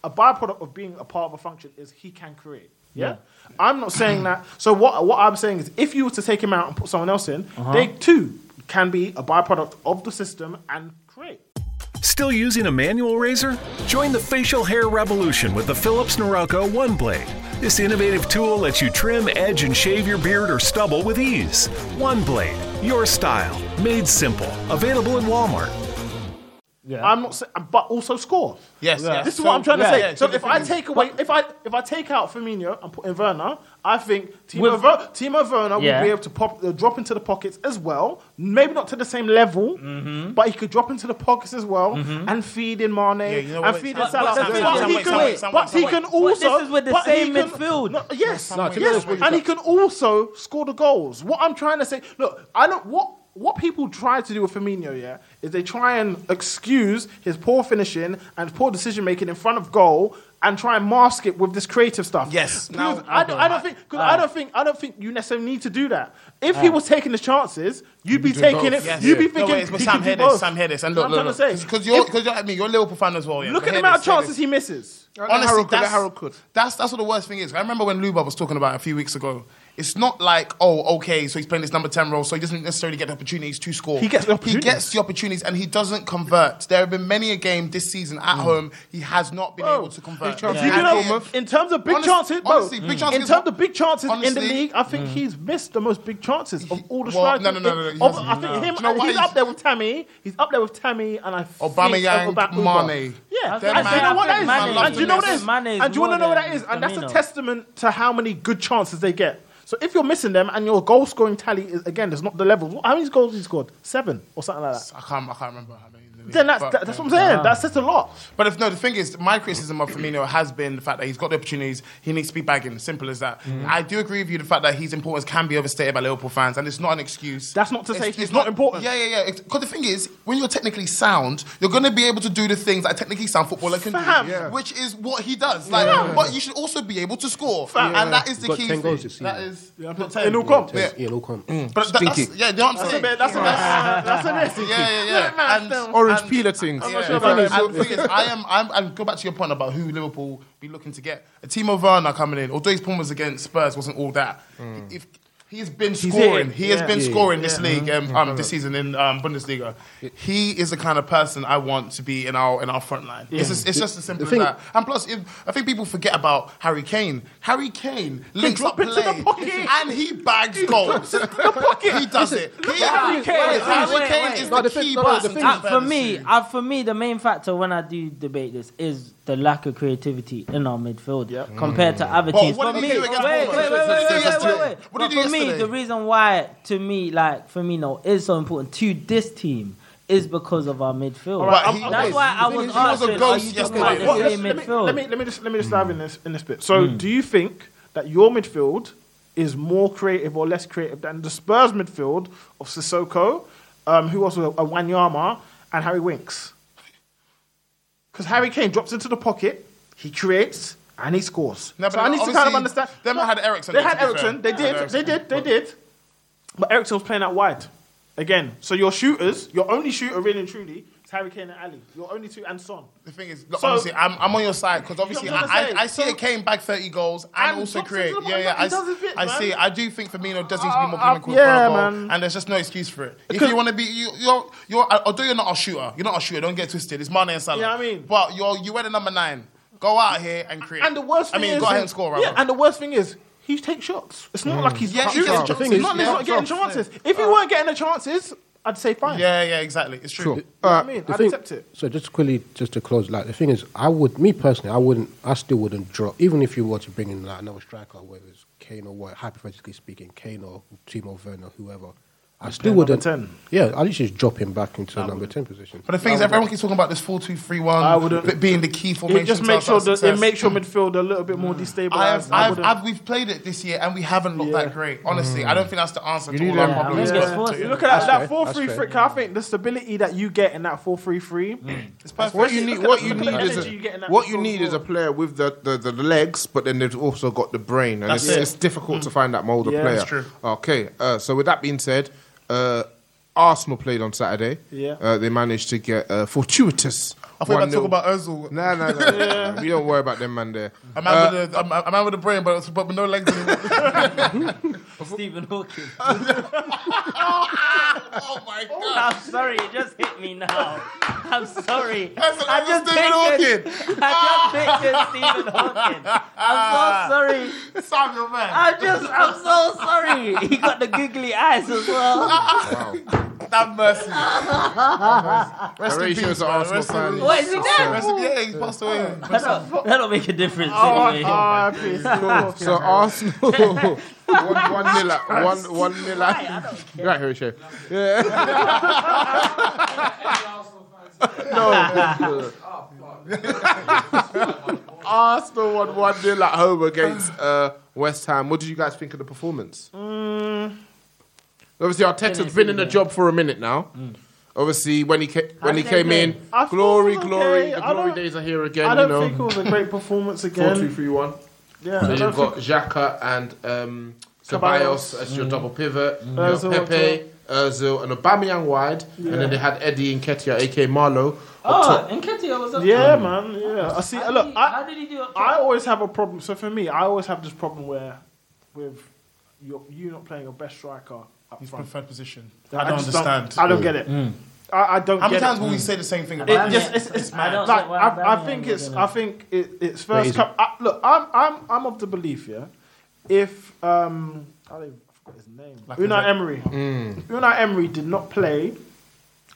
E: a byproduct of being a part of a function is he can create. Yeah.
G: Yeah.
E: I'm not saying that. So what what I'm saying is, if you were to take him out and put someone else in,
G: Uh-huh.
E: they too can be a byproduct of the system and create.
K: Still using a manual razor? Join the facial hair revolution with the Philips Norelco One Blade. This innovative tool lets you trim, edge, and shave your beard or stubble with ease. One Blade, your style, made simple. Available in Walmart.
E: I'm not, sa- but also score.
F: Yes, yes.
E: This is
F: So-
E: what I'm trying to
F: yeah,
E: say.
F: yeah,
E: so
F: so
E: if
F: the
E: I
F: thing is-
E: take away, if I if I take out Firmino and put in Werner, I think Timo,
G: With-
E: Ver, Timo Werner
G: Yeah.
E: will be able to pop, uh, drop into the pockets as well. Maybe not to the same level,
G: Mm-hmm.
E: but he could drop into the pockets as well and feed in Mane
F: you know what,
E: and
F: wait,
E: feed in
F: Sam-
E: Salah.
F: Sam- Sam-
E: But he
F: Sam-
E: can-
F: Sam- Sam- Sam-
E: But he
F: Sam-
E: can
F: Sam-
E: also.
G: But this is with the
E: but he
G: same
E: can-
G: midfield.
E: No, Yes,
G: No, to be
E: yes,
G: honest with you,
E: and he
G: Sam-
E: can also score the goals. What I'm trying to say, look, I don't what what people try to do with Firmino, yeah, is they try and excuse his poor finishing and poor decision making in front of goal and try and mask it with this creative stuff. Yes,
F: now-
E: I, don't, I don't think because I
F: Alright.
E: don't think I don't think you necessarily need to do that. If he was taking the chances, you'd
F: Uh. You'd be
E: be
F: doing
E: taking
F: both.
E: it.
F: Yes.
E: You'd be
F: Yeah. No,
E: thinking,
F: wait, but
E: he
F: Sam
E: can do
F: Hedis,
E: both.
F: Sam Hedis, and
E: That's
F: look,
E: what I'm
F: look,
E: trying to say.
F: because you're, because you're, I mean, you're a Liverpool fan as well. Yeah.
E: Look
F: But Hedis,
E: at the amount of
F: Hedis.
E: chances he misses.
F: Honestly, that's, that's that's what the worst thing is. I remember when Luba was talking about it a few weeks ago. It's not like oh okay, so he's playing this number ten role, so he doesn't necessarily get the opportunities to score.
E: He gets the opportunities.
F: He gets the opportunities, and he doesn't convert. There have been many a game this season at home he has not been able to convert.
E: Big chances. Mm. You know, in terms of big
F: Honest-
E: chances, bro,
F: honestly, big chances
E: in terms of big chances in the
F: honestly- mm.
E: league, I think he's missed the most big chances of all the
F: well,
E: strikers.
F: no, no, no, no, no,
E: Of-
F: he
E: I
F: hasn't.
E: think
F: No.
E: him.
F: Do you know why
E: he's
F: he's-
E: up there with Tammy. He's up there with Tammy, and I think
F: Aubameyang,
E: Oba- Oba.
F: Mane.
E: Yeah,
F: Them
E: and do you know
F: man-
E: what that is?
F: them man love
E: And do you know what that is?
G: Mane is
E: And do you want
G: more
E: to know what that
G: than
E: is? And that's a
G: Firmino.
E: testament to how many good chances they get. So if you're missing them and your goal scoring tally is again is not the level. How many goals he scored? Seven or something like that.
F: I can't, I can't remember. How many
E: Then that's
F: But-
E: that, that's what I'm saying.
F: Ah.
E: That says a lot.
F: But if no, the thing is, my criticism of Firmino has been the fact that he's got the opportunities. He needs to be bagging. Simple as that.
H: Mm-hmm.
F: I do agree with you the fact that his importance can be overstated by Liverpool fans, and it's not an excuse. That's
E: not to
F: say it's, not, important. Yeah, yeah, yeah. Because the thing is, when you're technically sound, you're going to be able to do the things that a technically sound footballer can
E: Fam.
F: do,
E: Yeah.
F: which is what he does. Like,
E: Yeah.
F: but you should also be able to score,
E: Fam.
F: and that is the
H: Got
F: key.
H: 10
F: thing.
H: goals this
F: That
H: season.
F: is yeah, not
E: in all comp.
F: Yeah.
H: Yeah, no comp.
E: Mm.
F: But that, that's, yeah, you know what I'm saying?
E: That's a mess. That's a mess.
F: Yeah, yeah, yeah. And-
D: Orange peeler things.
F: yeah,
D: Yeah.
F: and the thing is, I am. I'm, and go back to your point about who Liverpool be looking to get. A Timo Werner coming in, although his performance against Spurs wasn't all that. If he has been
E: He's
F: scoring,
E: hit.
F: he has
E: Yeah.
F: been
E: Yeah.
F: scoring this
E: Yeah.
F: league, um,
E: Mhm.
F: um, this season in um, Bundesliga. He is the kind of person I want to be in our in our front line.
H: Yeah.
F: It's, just, it's
H: The-
F: just as simple
H: the thing-
F: as that. And plus, if, I think people forget about Harry Kane. Harry Kane links up
E: into the
F: play
E: pocket.
F: and he bags goals. He does it.
G: Look
F: He-
G: at
F: Harry Kane is the key person. to
G: Uh, For
F: Burnley.
G: me, uh, for me, the main factor when I do debate this is the lack of creativity in our midfield compared to other
F: Mm. But
G: teams.
F: what
G: For
F: did
G: me,
F: he
G: wait,
F: do
G: wait,
F: against
G: wait,
F: Bournemouth?
G: wait, wait,
F: What did he
G: wait,
F: do
G: wait,
F: yesterday?
G: wait.
F: What did
G: But
F: he do
G: For me,
F: yesterday?
G: the reason why to me like Firmino is so important to this team. Is because of our midfield.
E: Alright,
G: Um,
E: he-
G: That's
E: okay,
G: why I
E: the thing
G: was
E: is, he was a
G: asking, are
E: ghost
G: you talking
E: yesterday.
G: about the
E: Well,
G: same
E: let me-
G: midfield?
E: Let me let me just let me just dive in this in this bit. So, do you think that your midfield is more creative or less creative than the Spurs midfield of Sissoko, um, who also a Wanyama and Harry Winks? Because Harry Kane drops into the pocket, he creates. And he scores.
F: No,
E: No,
F: but
E: so I need to kind of
F: obviously,
E: understand.
F: them had Eriksen
E: They
F: there,
E: had
F: to be fair.
E: Ericsson. They
F: Had
E: did. They
F: Eriksen.
E: did. They did. But Ericsson was playing out wide. Again, so your shooters, your only shooter really and truly is Harry Kane and Ali. Your only two and Son.
F: The thing is, Look, honestly, I'm, I'm on your side because obviously
E: You know what
F: I,
E: I'm
F: I, I see
E: saying?
F: it came back 30 goals and,
E: And
F: also
E: Thompson's
F: create.
E: the
F: Yeah,
E: one
F: yeah,
E: that-
F: I,
E: he does his bit,
F: I see.
E: man. Oh,
F: I do think Firmino does need to be more clinical
E: yeah,
F: for a goal,
E: man.
F: and there's just no excuse for it. If you want to be, you, you're, you're, uh, although you're not a shooter, you're not a shooter. Don't get twisted. It's Mane and Salah.
E: Yeah, I mean-
F: but you're you wear the number nine. Go out here and create.
E: And the worst
F: I
E: thing
F: mean,
E: is,
F: go ahead and score.
E: Yeah,
F: rather.
E: and the worst thing is, he takes shots. It's not
F: Mm.
E: like he's
F: Yeah,
E: not
F: he
E: shooting.
F: gets shots.
E: It's not
F: The thing
E: like
F: is,
E: he's
F: yeah,
E: not getting
F: shots.
E: chances. If he weren't getting the chances, I'd say fine.
F: yeah, yeah, exactly. It's true.
H: Sure.
E: You know what I mean?
H: The
E: I'd
H: thing-
E: accept it.
H: So just quickly, just to close, like the thing is, I would, me personally, I wouldn't, I still wouldn't drop, even if you were to bring in like another striker, whether it's Kane or what, hypothetically speaking, Kane or Timo Werner, whoever, I
E: You'd
H: still
E: play number
H: wouldn't.
E: 10.
H: Yeah, at least just drop him back into the number ten position.
F: But the thing is, everyone keeps talking about this 4 2 3
E: I
F: 1
E: wouldn't-
F: b- being the key formation.
E: It just
F: to
E: makes
F: our
E: sure that it
F: success.
E: makes your midfield a little bit more destabilized.
F: I have,
E: I
F: I've,
E: wouldn't-
F: I've, we've played it this year and we haven't looked that great. Honestly, I don't think that's the answer
E: Mm. You
F: to
E: need
F: all our
E: them-
F: problems.
E: yeah.
F: but-
E: You Look at that, that 4 3
F: That's
E: frick. I think the stability that you get in that 4 3 3
F: Hmm.
E: is perfect.
D: What you need,
E: Look at
D: what
E: the-
D: you
E: look at
D: need
E: the
D: is
E: energy you get in
D: a,
E: that
D: what you
E: midfield.
D: need is a player with the, the, the, the legs, but then they've also got the brain, and
F: That's
D: it's,
F: it. Mm.
D: it's difficult to find that mold of
F: Yeah,
D: player.
F: that's true.
D: Okay, uh, so with that being said, uh, Arsenal played on Saturday.
F: Yeah.
D: Uh, they managed to get uh, fortuitous.
F: I thought you were about to
D: 1-0.
F: talk about Ozil.
D: No, no, no. no, no. We don't worry about them man there.
F: A man,
D: Uh,
F: with a, a, man- a man with a brain, but, but with no legs.
G: Stephen Hawking.
F: oh my god!
G: I'm sorry, it just hit me now. I'm sorry.
F: That's-
G: I
F: that's
G: just
F: Stephen
G: pictured- I just pictured Stephen Hawking.
F: Ah.
G: I'm so sorry.
F: Stop your man.
G: I'm just, I'm so sorry. He got the googly eyes as well.
F: Have mercy. Have mercy. Rest in
D: Horatio's
F: peace,
D: an
F: man.
D: Arsenal
F: Rest in
D: fan.
F: peace.
G: What, is he dead?
F: Rest in- Yeah, he's passed away.
G: That don't, that don't make a difference.
F: Oh,
G: anyway.
F: oh, please, no.
D: So Arsenal one one nil at one one nil at right here, Shay. Yeah. no. Arsenal won one nil at home against uh, West Ham. What did you guys think of the performance?
E: Mm,
D: Obviously, Arteta's been in the job for a minute now. Obviously, when he ca- when he
E: Mm. did they
D: came
E: play?
D: in,
E: I thought
D: glory,
E: it was
D: glory,
E: okay.
D: the
E: I
D: glory
E: don't-
D: days are here again.
E: I don't
D: you know.
E: think it was a great performance
D: Four
E: again.
D: two three one.
E: Yeah, I
D: So
E: don't
D: you've got Xhaka and um,
E: Ceballos. Mm.
D: Ceballos as your double pivot. You've got
E: Ozil up
D: Pepe, Ozil, and Aubameyang wide.
E: Yeah. Ah,
D: And then they had Eddie Nketiah, aka Marlow. up
G: Oh,
D: top.
G: Nketiah was up
E: Yeah,
G: top.
F: Um,
E: man. Yeah, I see.
G: How
E: look,
G: did he-
E: I,
G: how did he do up top?
E: I always have a problem. So for me, I always have this problem where, with your, you not playing your best striker up
F: His
E: front.
F: preferred position.
E: I
F: I don't
E: just
F: understand.
E: I don't get it.
F: Mm.
E: I, I don't.
F: How many
E: get it.
F: times will we say the same thing
E: It
F: about
E: just-
F: Aubameyang?
E: it's, it's,
F: I don't
E: like,
F: get why
E: I, I
F: Aubameyang
E: think
F: was
E: it's.
F: in
E: I
F: it.
E: think it,
F: Crazy.
E: it's first. Come, I, look, I'm, I'm, I'm of the belief, yeah. If um, I don't even I forgot his name.
F: Lacazette.
E: Unai Emery.
F: Mm.
E: Unai Emery did not play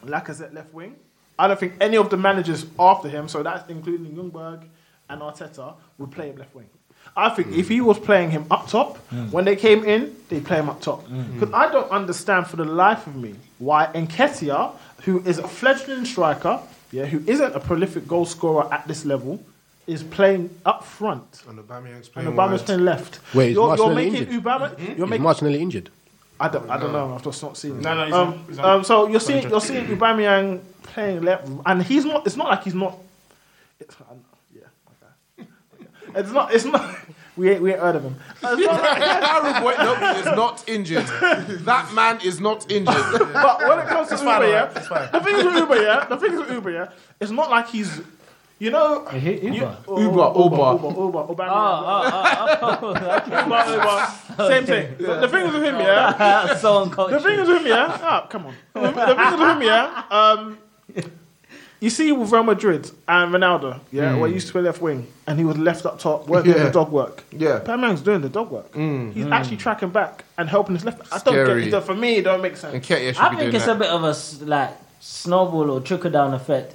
E: Lacazette left wing. I don't think any of the managers after him, so that's including Jungberg and Arteta, would play him left wing. I think if he was playing him up top, when they came in, they play him up top.
D: Mm.
E: Because I don't understand for the life of me why Enketia, who is a fledgling striker, yeah, who isn't a prolific goal scorer at this level, is playing up front.
D: And Aubameyang's
E: And
D: playing
E: Obama's
D: wide. Hmm?
E: playing left.
H: Wait, is
E: you're, you're
H: Martinelli
E: making
H: injured?
E: Obama. You're
H: Is
E: making
H: Martinelli injured?
E: I don't, I don't know. I've just not seen. it.
F: No, no, he's
E: um,
F: not- he's not-
E: um, so you're
F: not
E: seeing, you're seeing Aubameyang playing left, and he's not. It's not like he's not. It's, I know, yeah, okay. It's not. It's not. We ain't, we ain't heard of him. It's not like-
D: Aaron Boy- no, he is not injured. That man is not injured.
E: but when it comes to
D: It's
E: Uber,
D: fine,
E: yeah,
D: alright, it's fine.
E: the thing is with Uber, yeah, the thing is with Uber, yeah, it's not like he's, you know, you-
G: hate Uber.
E: oh,
D: Uber,
E: Uber,
D: Uber.
E: Uber, Uber, Uber, Uber, same thing. The, the thing is with him, yeah,
G: so
E: The thing is with him, yeah. Ah, come on. The, the thing is with him, yeah. Um, you see with Real Madrid and Ronaldo, yeah,
D: Mm.
E: where he used to play left wing and he was left up top, working
D: Yeah.
E: the dog work.
D: Yeah.
E: Batman's doing the dog work. He's
G: Mm.
E: actually tracking back and helping his left. I don't get
D: Scary.
E: it. For me, it don't make sense.
G: I think it's a bit of a s- like snowball or trickle down effect,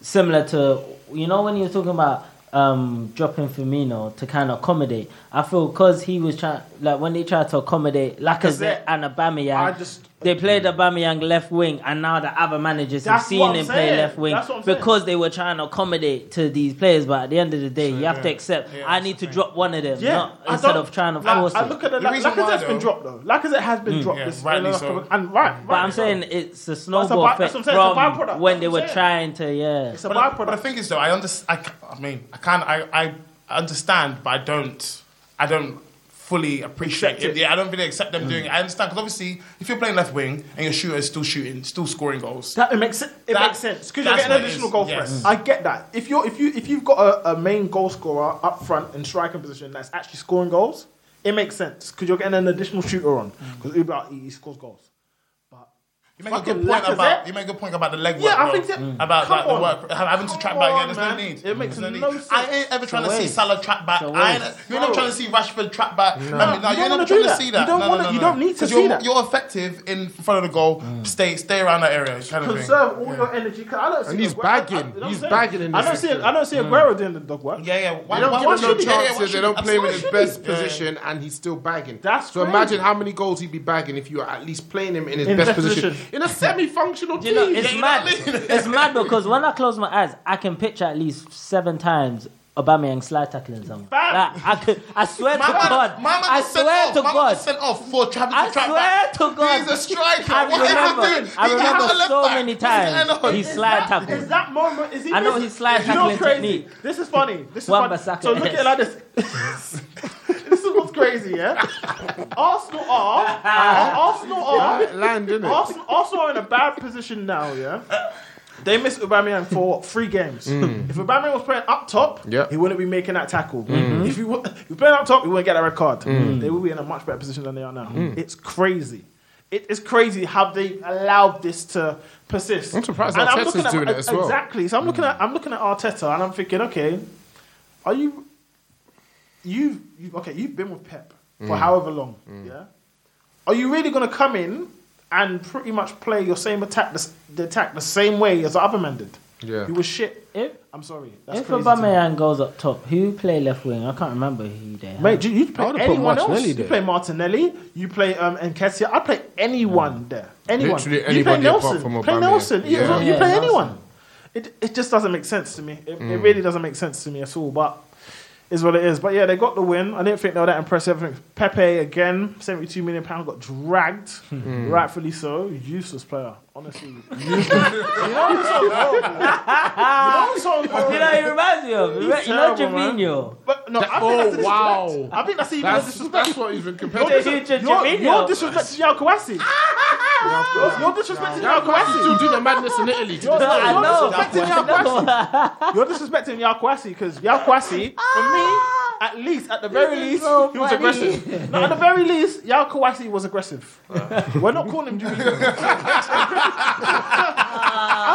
G: similar to you know when you were talking about um, dropping Firmino to kind of accommodate. I feel because he was trying like when they tried to accommodate Lacazette and Aubameyang,
E: I just-
G: they played Aubameyang left wing, and now the other managers have
E: That's
G: seen
E: what I'm
G: him play
E: saying.
G: left wing
E: That's what I'm saying.
G: because they were trying to accommodate to these players. But at the end of the day, you have to
E: yeah.
G: accept I need to drop one of them,
E: Yeah,
G: not-
E: I
G: instead
E: don't-
G: of trying to
E: like,
G: force
E: I
G: it.
E: look at the,
F: The
E: like,
F: reason why,
E: Lacazette's been
F: though-
E: dropped though. Lacazette has been
G: Mm.
E: dropped.
G: Yeah,
E: this,
G: rightly
E: and-
G: so.
E: And right,
G: But
E: right.
G: I'm saying it's a
E: That's a
G: snowball
E: bi-
G: effect
E: that's what I'm saying, it's a
G: from
E: byproduct,
G: when they
E: that's
G: were
E: what I'm
G: trying to yeah.
F: but, I- but the thing is, though, I understand. I, ca- I mean, I can't. I, I understand, but I don't. I don't fully appreciate it. Yeah, I don't really accept
G: Mm.
F: them doing it. I understand because obviously, if you're playing left wing and your shooter is still shooting, still scoring goals,
E: That it makes it, it
F: That-
E: makes sense because you're
F: that's
E: getting
F: what
E: an
F: it
E: additional
F: is,
E: goal
F: yes.
E: threat.
G: Mm.
E: I get that. If you are if you if you've got a, a main goal scorer up front in striking position that's actually scoring goals, it makes sense because you're getting an additional shooter on
F: Mm.
E: because Uber he, he scores goals.
F: You make a good
E: Fucking
F: point
E: Lacazette.
F: about you make a good point about the leg work.
E: Yeah, I
F: though.
E: think that- Mm.
F: about
E: Come
F: like, the
E: on.
F: work having to track
E: Come
F: back.
E: on,
F: yeah, there's
E: man.
F: no need.
E: It makes
F: There's
E: no
F: need. I ain't ever trying to see
E: waste.
F: Salah track back. I ain't, you're not
E: No.
F: trying to see Rashford track back. No,
E: No.
F: no,
E: You
F: you're
E: don't wanna
F: not
E: do
F: trying to
E: that.
F: see
E: You
F: that.
E: don't
F: no, no,
E: wanna-
F: no,
E: you
F: no.
E: don't need to
F: 'Cause
E: see
F: you're,
E: that. Mm.
F: You're effective in front of the goal. Stay stay around that area. Kind of thing.
E: Conserve all your energy. 'cause I don't see
D: And he's
E: Aguero- I- I-
D: bagging.
E: you know what I'm
D: He's
E: saying?
D: bagging in
E: I
D: this
E: don't see.
D: section.
E: I don't see
F: Mm.
E: Aguero doing the dog work.
F: Yeah, yeah.
D: They don't give him no
E: should he?
D: chances. they don't
E: That's
D: play him
E: why
D: in his
E: should he?
D: best
E: Yeah, yeah.
D: position, and he's still bagging.
E: That's
D: so.
E: crazy.
D: Imagine how many goals he'd be bagging if you were at least playing him in his
E: In
D: best
E: best
D: position.
E: position.
D: in a semi-functional
G: You know,
D: team.
G: it's mad. it's mad because when I close my eyes, I can picture at least seven times Aubameyang slide tackling someone. Like, I could, I swear to
F: My man-
G: God,
F: my man
G: I
F: was sent
G: swear
F: off.
G: to
F: My man
G: God,
F: was sent off for trapping
G: I
F: to track
G: swear
F: back.
G: to God,
F: he's a striker.
G: I
F: What is he
G: remember,
F: doing?
G: I
F: He can have
G: remember
F: a left
G: so
F: back.
G: many
F: What's going
G: times
F: on?
G: he slide tackled.
E: Is that moment? Is he?
G: I know
E: missing-
G: his slide
E: You know
G: tackling
E: what's crazy?
G: technique.
E: This is funny. This is
G: Wan-Bissaka
E: funny. So look at
G: is.
E: it like this. this is what's crazy, yeah? Arsenal are, Arsenal are,
D: Land, innit?
E: Arsenal, Arsenal are in a bad position now, yeah? They missed Aubameyang for what, three games.
D: Mm.
E: If Aubameyang was playing up top,
D: Yeah.
E: he wouldn't be making that tackle.
D: Mhm.
E: If he wa- if he was playing up top, he wouldn't get that red card.
D: Mm.
E: They will be in a much better position than they are now.
D: Mm.
E: It's crazy. It is crazy how they allowed this to persist.
D: I'm surprised
E: And
D: Arteta's
E: looking at-
D: doing it as well. Hmm.
E: Exactly. So I'm looking at I'm looking at Arteta and I'm thinking, okay, are you you you okay? You've been with Pep
D: Hmm.
E: for
F: Mm.
E: however long,
F: Mm.
E: yeah. Are you really going to come in and pretty much play your same attack, the, s- the attack the same way as the other man did?
G: Yeah.
E: He was shit. I'm sorry. That's
G: If
E: crazy. to me.
G: Aubameyang goes up top, who play left wing? I can't remember who they.
E: Mate, you, you play anyone else? You play Martinelli. You play um, Nketiah. I play anyone there. Anyone.
D: Literally
E: you play
D: anybody apart
E: Nelson.
D: from
E: play
D: Aubameyang.
E: Nelson. You-
D: Yeah.
E: You
D: Yeah,
E: play
D: Nelson.
E: anyone. It it just doesn't make sense to me. It, it
D: Mm.
E: really doesn't make sense to me at all. But is what it is. But yeah, they got the win. I didn't think they were that impressive. I think Pepe again, seventy-two million pound, got dragged,
D: Mm.
E: rightfully so. Useless player, honestly. useless. you know who's so horrible? You know who's so horrible?
G: You know who he reminds me of? You
E: He's
G: know
E: terrible, man.
G: Jorginho?
E: But no, I think
D: oh,
E: that's a
D: wow.
E: disrespect. I think that's even
D: That's-
E: more disrespect.
D: that's what he's been compared
E: Your,
D: to.
E: dis-
D: J- J-
E: your,
D: Jorginho.
E: your disrespect to Yao Kouassi. Your- Your disrespect to Yao Kouassi.
D: Still do the madness in Italy.
E: You're,
D: Just-
E: you're
D: Yao
E: disrespecting
D: Kouassi.
E: Yakwasi. You're disrespecting Yakwasi because Yakwasi, for me,
D: Ah.
E: at least, at the very least,
G: so
E: he was
G: funny.
E: aggressive. No, at the very least, Yakwasi was aggressive. We're not calling him Jorginho.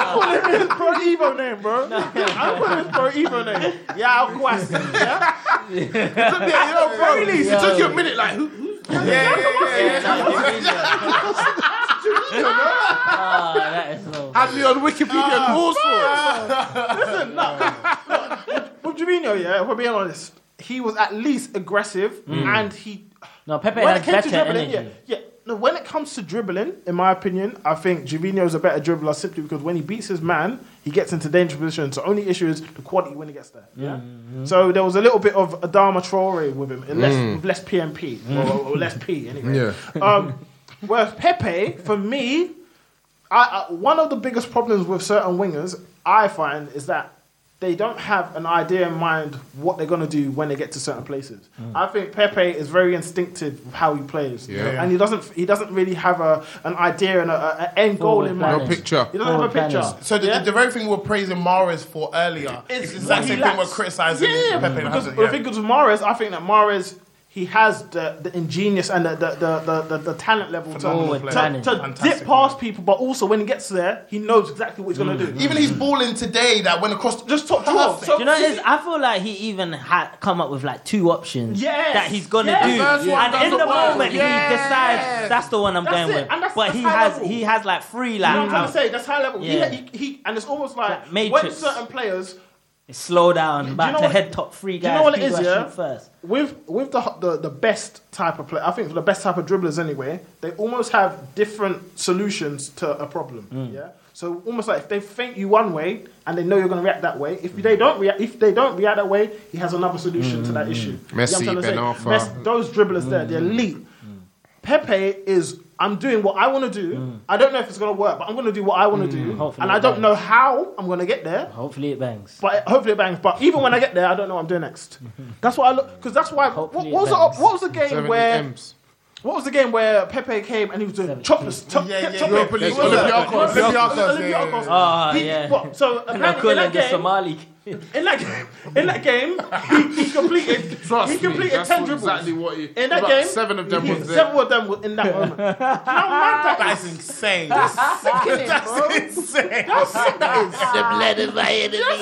E: I'm calling him his pro Evo name, bro. I'm calling him his pro Evo name. Yakwasi. Yeah? It took me, you know, very least.
D: It took you a minute, like, who? who's- Had me on Wikipedia and all sorts.
E: Listen, no. With Jorginho, yeah, if we're being honest, he was at least aggressive
G: Mm.
E: and he.
G: No, Pepe
E: when
G: has
E: it came to
G: better
E: dribbling,
G: energy.
E: yeah, yeah. No, when it comes to dribbling, in my opinion, I think Jorginho is a better dribbler simply because when he beats his man, he gets into dangerous positions. The only issue is the quality when he gets there. Yeah.
G: Mm-hmm.
E: So there was a little bit of Adama Traore with him, and less,
D: Mm.
E: with less PMP or,
D: Mm.
E: or less P anyway.
D: Yeah.
E: Um, whereas Pepe, for me, I, I, one of the biggest problems with certain wingers I find is that they don't have an idea in mind what they're going to do when they get to certain places. I think Pepe is very instinctive with how he plays,
D: Mm. Yeah.
E: and he doesn't he doesn't really have a an idea and a- a- an end goal in mind.
D: No picture.
E: He doesn't have a picture.
F: So the, the very thing we were praising Mares for earlier is the exact
E: He
F: same thing we're
E: lacks-
F: criticizing
E: Yeah, yeah,
F: Pepe
E: because
F: hasn't.
E: the
F: Yeah.
E: thing is with Mares, I think that Mares. He has the, the ingenious and the, the, the, the, the, the talent level to,
F: Phenomenal
E: to,
F: player.
E: to,
F: Fantastic
E: dip past people, but also when he gets there, he knows exactly what he's going to do.
F: Even his balling today that went across
E: just top
F: half.
G: do you know what it is? I feel like he even had come up with like two options
E: Yes.
G: that he's gonna
E: Yes.
G: do,
E: The first one
G: and in
E: doesn't
G: the
E: work.
G: moment
E: Yes.
G: he decides that's the one I'm
E: That's
G: going
E: it,
G: with.
E: and that's-
G: but
E: that's
G: he
E: high
G: has
E: level.
G: he has like three
E: You know
G: like
E: what I'm trying
G: out.
E: to say? That's high level. He-
G: Yeah.
E: He, he- and it's almost like when
G: Matrix.
E: certain players
G: slow down, back
E: know
G: to
E: what-
G: head top three
E: Do
G: guys.
E: you know what it
G: people that
E: is, yeah?
G: shoot First.
E: With with the, the the best type of play, I think the best type of dribblers anyway, they almost have different solutions to a problem.
G: Mm.
E: Yeah. So almost like if they think you one way and they know you're going to react that way, if they don't react, if they don't react that way, he has another solution to
G: Mm-hmm.
E: that issue. You know what I'm
D: Messi,
E: trying to
D: Ben
E: say?
D: Arfa.
E: those dribblers there, they're elite. Pepe is I'm doing what I want to do. I don't know if it's going to work, but I'm going to do what I want to do,
G: Mm. Hopefully
E: and I
G: it
E: don't know how I'm going to get there.
G: Hopefully it bangs.
E: But it- hopefully it bangs. But even when I get there, I don't know what I'm doing next. That's what I look because that's why. What, what was the,
G: it bangs.
E: what was the game
D: 70
E: where?
D: M's.
E: What was the game where Pepe came and he was doing choppers? Top,
F: Yeah, yeah,
E: choppers.
F: Europa League.
E: What was that?
F: Olympiacos,
E: Olympiacos,
F: Olympiacos, yeah,
E: Olympiacos.
G: yeah, yeah.
E: He-
G: Ah, yeah.
E: what- So
G: And I
E: apparently
G: call
E: in that
G: it the
E: game,
G: Somali.
E: in that game, in that game, he, he completed.
D: Trust
E: he
D: me,
E: completed
D: that's
E: ten
D: what-
E: dribbles.
D: exactly what he-
E: in that
D: about
E: game,
D: seven of them
E: he-
D: was there.
E: seven of them were in that moment. Do you know how mad that
F: That is insane.
E: That's
F: sickening,
E: bro.
F: insane.
E: That's sick, that is.
F: The blood of my enemy. But,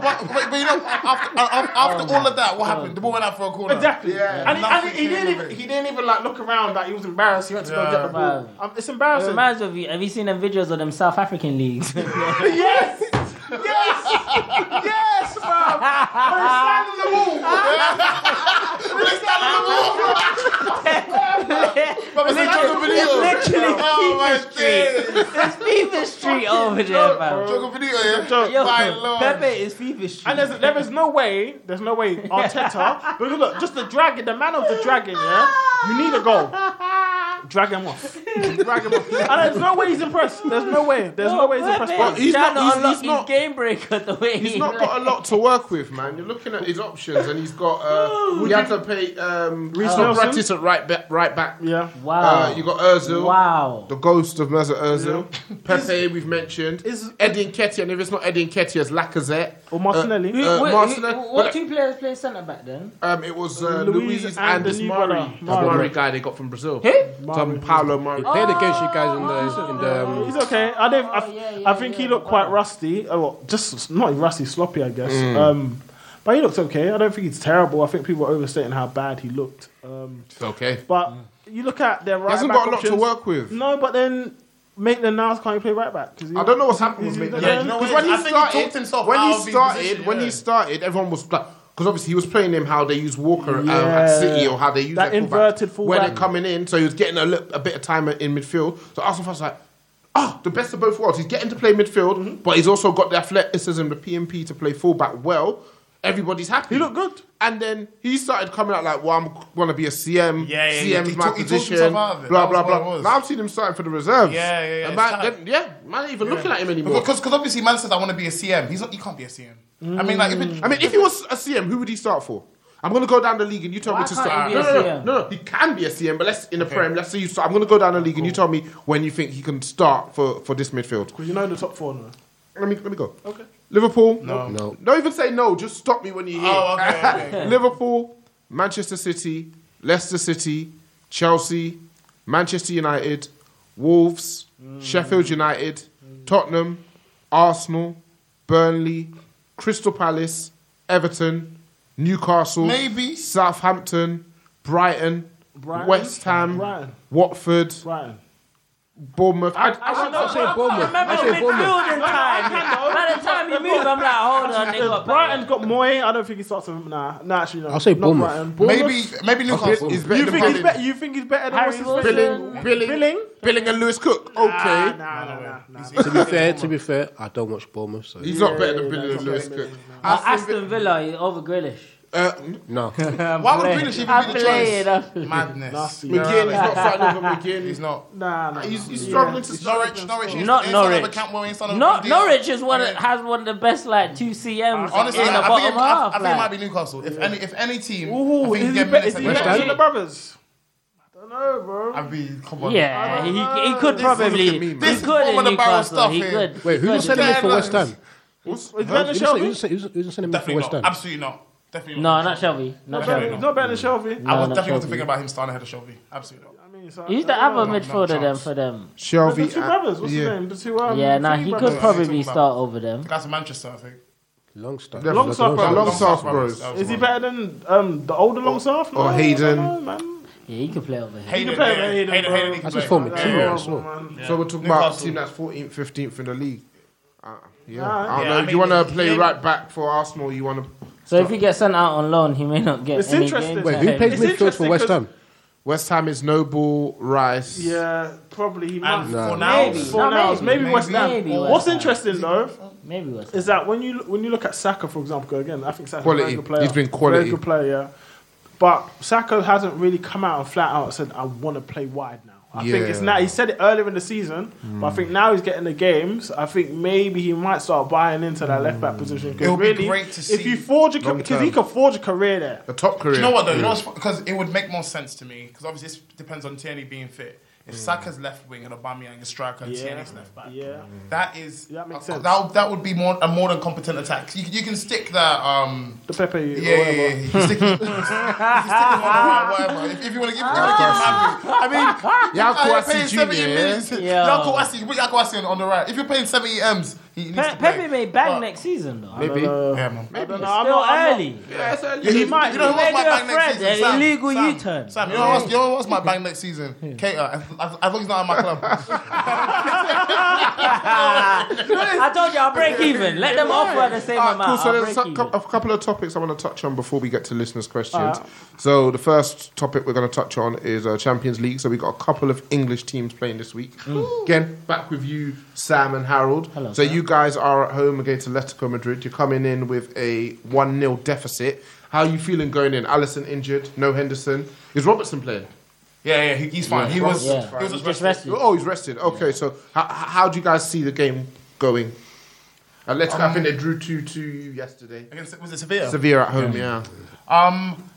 F: but, but, but you know, after, after,
D: Oh
F: after all of that, what happened? The ball went out for a corner.
E: Exactly.
F: Yeah.
E: And, he, and
F: Nothing
E: he, he
F: came
E: didn't
F: of
E: even
F: it.
E: he didn't even like look around like he was embarrassed. He went to
G: Uh,
E: go get the
G: Yeah.
E: ball. Um, it's
G: It
E: embarrassing.
G: reminds me of you. Have you seen them videos of them South African leagues?
E: yes. Yes. yes, man. When he's standing the wall. when he's standing the wall.
F: But it's
G: Literally-
F: another video. Oh,
G: literally.
J: Peepers Street. That's Peepers Street over there, man. Yo, Pepe is Peepers Street.
E: And there's, there is no way, there's no way Arteta, because look, just the dragon, the man of the dragon, yeah? You need a goal. Drag him off. Drag him off. And there's no way he's impressed. There's no way. There's no, way he's impressed.
D: But he's not, he's, he's not
G: game breaker the way
D: he's not got a lot to work with, man. You're looking at his options, and he's got. Uh,
E: Would
D: he had
E: you-
D: to pay um,
E: Reece
D: uh,
E: Nelson?
D: Bratis at right back. Right back.
E: Yeah.
D: Uh, you got Özil.
G: Wow.
D: The ghost of Mesut Özil. Pepe, we've mentioned. Is Eddie Nketiah, and if it's not Eddie Nketiah, it's Lacazette.
E: Or Martinelli.
D: Uh, uh,
G: Wait,
D: Martinelli.
G: who-
D: Well,
G: what two players play centre back then?
D: um, it was uh,
G: Luis
D: Luis,
G: and
D: and
G: the
D: this
G: new
D: Mari,
G: brother.
D: that
G: Mari.
D: Mari guy they got from Brazil.
G: Who? Oh,
D: Some Paulo Mari.
E: He played
D: against you guys
H: in the. Um,
E: He's okay. I don't. I, I think he looked quite rusty. Oh, well, just not rusty, sloppy, I guess.
H: Mm.
E: Um, but he looked okay. I don't think he's terrible. I think people are overstating how bad he looked. Um,
D: It's okay.
E: but you look at their right
D: hasn't
E: back
D: got a lot to
E: options.
D: work with.
E: No, but then Maitland Niles can't even play right back.
D: I don't know what's happened with Maitland. Yeah, because when he started, when he started, when he started, everyone was like, because obviously he was playing him how they use Walker um,
E: Yeah.
D: at City or how they use
E: That
D: their
E: inverted
D: when
E: fullback.
D: they're coming in. So he was getting a, lit- a bit of time in midfield. So Arsenal fans were like, oh, the best of both worlds. He's getting to play midfield,
F: Mm-hmm.
D: but he's also got the athleticism, the PMP to play fullback well. Everybody's happy. He looked
E: good.
D: And then he started coming out like, well, I'm going to be a CM.
F: Yeah, yeah, yeah.
D: CM's
F: He
D: my
F: took- he talked
D: position.
F: himself out of it.
D: Blah,
F: That was
D: blah,
F: what it
D: blah.
F: was.
D: Now I've seen him starting for the reserves.
F: Yeah, yeah, yeah,
D: And
F: it's
D: man-
F: time.
D: then- yeah, man ain't even looking at him anymore.
F: Because 'cause obviously, man said I want to be a CM. He's not. He can't be a CM. I mean, like, if it,
D: I mean, if he was a CM, who would he start for? I'm gonna go down the league, and you tell
F: Why
D: me to
F: can't
D: start.
F: he
D: No,
F: be a
D: no, no,
F: CM?
D: no, no. He can be a CM, but let's in the
F: Okay.
D: prem. Let's say you start. I'm gonna go down the league, and you tell me when you think he can start for, for this midfield.
E: You know the top four now.
D: Let me let me go.
E: Okay.
D: Liverpool.
F: No. No.
D: Don't even say no. Just stop me when you hear.
F: Oh, okay, okay.
D: Liverpool, Manchester City, Leicester City, Chelsea, Manchester United, Wolves, Sheffield United, Tottenham, Arsenal, Burnley, Crystal Palace, Everton, Newcastle,
F: Maybe.
D: Southampton, Brighton,
E: Brighton?
D: West Ham,
E: Brighton.
D: Watford,
E: Brighton.
D: Bournemouth. I,
E: should know.
D: say Bournemouth.
G: remember
D: I'd say
G: midfield in time. By the time you move, I'm like, hold on, they got
E: Brighton's got Moy. I don't think he starts with Nah, nah, actually, no.
H: I'll say
E: Not
H: Bournemouth.
E: Brighton.
F: Maybe- maybe
E: You
F: Newcastle.
E: think-
F: He's
E: You
F: better
E: think
F: than
E: he's
F: Billing.
E: better? You think he's better than
F: Harry
E: what's his
F: Wilson.
E: face?
D: Billing, Billing,
E: Billing.
D: Billing and Lewis Cook. Okay.
E: Ah, nah, nah, nah, nah.
H: to be fair, to be fair, I don't watch Bournemouth. So
D: He's not better than Billy Lewis Cook.
G: Uh, Aston Villa is over Grealish.
D: Uh,
H: no.
F: Why would Grealish even
G: I'm
F: be the
G: playing, I'm
F: choice?
G: playing.
F: Madness.
D: McGinn, he's not starting over McGinn.
F: He's not.
E: Nah, nah.
D: He's, he's
F: Yeah.
D: struggling to
F: It's Norwich. Norwich. he's-
G: Not
F: he's son of a
G: Norwich.
F: Camp Williams, son of a
G: Not
F: Buendia.
G: Norwich is one that has one of the best like two CMs
F: Honestly,
G: in the
F: I, I
G: bottom
F: think it, I, I
G: half.
F: think it
G: like.
F: might be Newcastle. If any, if any team, I
E: Ooh,
F: think
E: is
F: he's
E: he
F: getting minutes.
E: better than
F: at West Ham.
E: the brothers? I don't know, bro.
F: I mean, come on.
G: Yeah, he, he could
F: This is-
G: probably.
F: look at me,
G: he
F: man. This is
G: could
F: bottom
G: in
F: of the barrel
G: Newcastle.
F: stuff
G: He
F: here.
G: could.
H: Wait, who
G: he
H: was
G: could.
H: sending him for West Ham?
E: Who's
H: Who's who's- who's- who's sending him for
F: Definitely
H: West
F: not.
H: Ham?
F: Absolutely not. Definitely
G: No,
F: not.
G: not Shelby. Not
F: Definitely
G: Shelby.
F: not.
E: Not better than
G: No,
E: Shelby.
F: I was
G: not
F: definitely not
G: Shelby.
F: thinking about him starting ahead of Shelby. Absolutely not.
E: I mean, so-
G: He's the
E: I don't
G: other
E: know.
G: midfielder then for them.
D: Shelby.
E: The two brothers. What's his
D: yeah.
E: name? The two. Um,
G: Yeah, nah,
E: three
G: he
E: brothers.
G: could probably
F: about-
G: start over them.
F: That's Manchester, I think.
H: Longstaff.
D: Yeah,
E: Long South brothers.
D: Long South Bros.
F: That was
E: Is he
F: one.
E: better than um, the older Long South? No,
D: Or
E: I
D: Hayden.
E: don't know, man.
G: Yeah, he could play over here.
E: He
F: Hayden,
E: can play
F: yeah.
E: over Oh, Hayden.
F: Hayden,
E: bro.
F: Hayden, he can
H: I
F: play.
H: just formed a
F: Yeah,
H: team.
F: yeah,
H: I
F: yeah.
H: just know.
D: So we're talking about a
F: Newcastle.
D: team that's 14th, 15th in the league. Uh, yeah. I
E: Alright.
D: don't
F: Ah, Yeah,
D: know.
F: I
D: if
F: mean,
D: you want
F: he-
D: to play
F: he-
D: right back for Arsenal, you want to.
G: So if he gets sent out on loan, he may not get
E: It's
G: any
E: interesting.
G: games.
H: Wait, who
G: ahead.
H: plays
E: It's
H: midfield for
E: interesting
H: West
E: 'cause-
H: Ham?
D: West Ham is Noble, Rice.
E: Yeah, probably he might.
F: And for now,
E: Maybe,
G: Maybe.
E: for
G: No,
E: now,
G: maybe.
E: maybe West Ham.
G: Maybe West
E: What's
G: Ham.
E: interesting though
G: Maybe West.
E: is that when you when you look at Saka, for example, 'cause again, I think Saka's a very
D: Quality.
E: good player.
D: He's been quality.
E: very good player. Yeah. But Saka hasn't really come out and flat out said, "I want to play wide now." I think it's
D: Yeah.
E: now. He said it earlier in the season, but I think now he's getting the games. I think maybe he might start buying into that left back position. 'cause
F: It'll be
E: really,
F: great to
E: if
F: see
E: you forge a
D: long
E: because he
D: term.
E: can forge a career there.
D: A top career.
F: Do you know what though? You know because it would make more sense to me because obviously this depends on Tierney being fit. If Saka's left wing and Aubameyang is striker and
E: Yeah.
F: Tierney's left back,
E: Yeah.
F: that is
E: That makes
F: a-
E: sense.
F: That, that would be more a more than competent attack. You, can- you can stick that. Um,
E: The Pepe, or
F: yeah, yeah,
E: whatever.
F: yeah. You can stick, you can stick him on the right, whatever. If, if you want to
G: Ah.
F: give, if you wanna give him happy. I mean,
D: Yao
F: if you're
D: Kouassi
F: paying seventy
D: Junior,
F: millions.
G: yeah?
F: Yao Kouassi, put Yao Kouassi on, on the right. If you're paying seventy m's, he needs
G: Pe-
F: to play.
G: Pepe may bang
F: But-
G: next season though.
D: Maybe.
F: Yeah, man.
E: I don't
G: Still
E: know. I'm not, I'm not-
G: early.
D: Yeah, it's early.
F: You know
D: He
F: who-
D: might.
F: You know who
G: Maybe
F: wants my
G: a
F: bang next
G: friend,
F: season?
G: an
F: Sam.
G: illegal
F: Sam.
G: U-turn.
F: Sam, you know who wants- you know who wants my bang next season? Cater. I, I, I thought he's not in my club.
G: I told you I'll break even. Let them offer the same
D: All right,
G: amount.
D: cool. So
G: I'll
D: there's
G: break
D: a, cou- a couple of topics I want to touch on before we get to listeners' questions.
G: All right.
D: So the first topic we're going to touch on is uh, Champions League. So we got a couple of English teams playing this week.
G: Mm.
D: Again, back with you, Sam and Harold. Hello. So you guys are at home against Atletico Madrid. You're coming in with a one 0 deficit. How are you feeling going in? Allison injured. No Henderson. Is Robertson playing?
F: Yeah, yeah, he- he's fine. He was-
D: Robertson's
F: he
D: fine.
F: was He's just rested. rested.
D: Oh, he's rested. Okay, so how, how do you guys see the game going? Uh, Atletico, I think they drew two two yesterday.
F: Um, Against was it Sevilla?
D: Severe at home, yeah.
F: Um,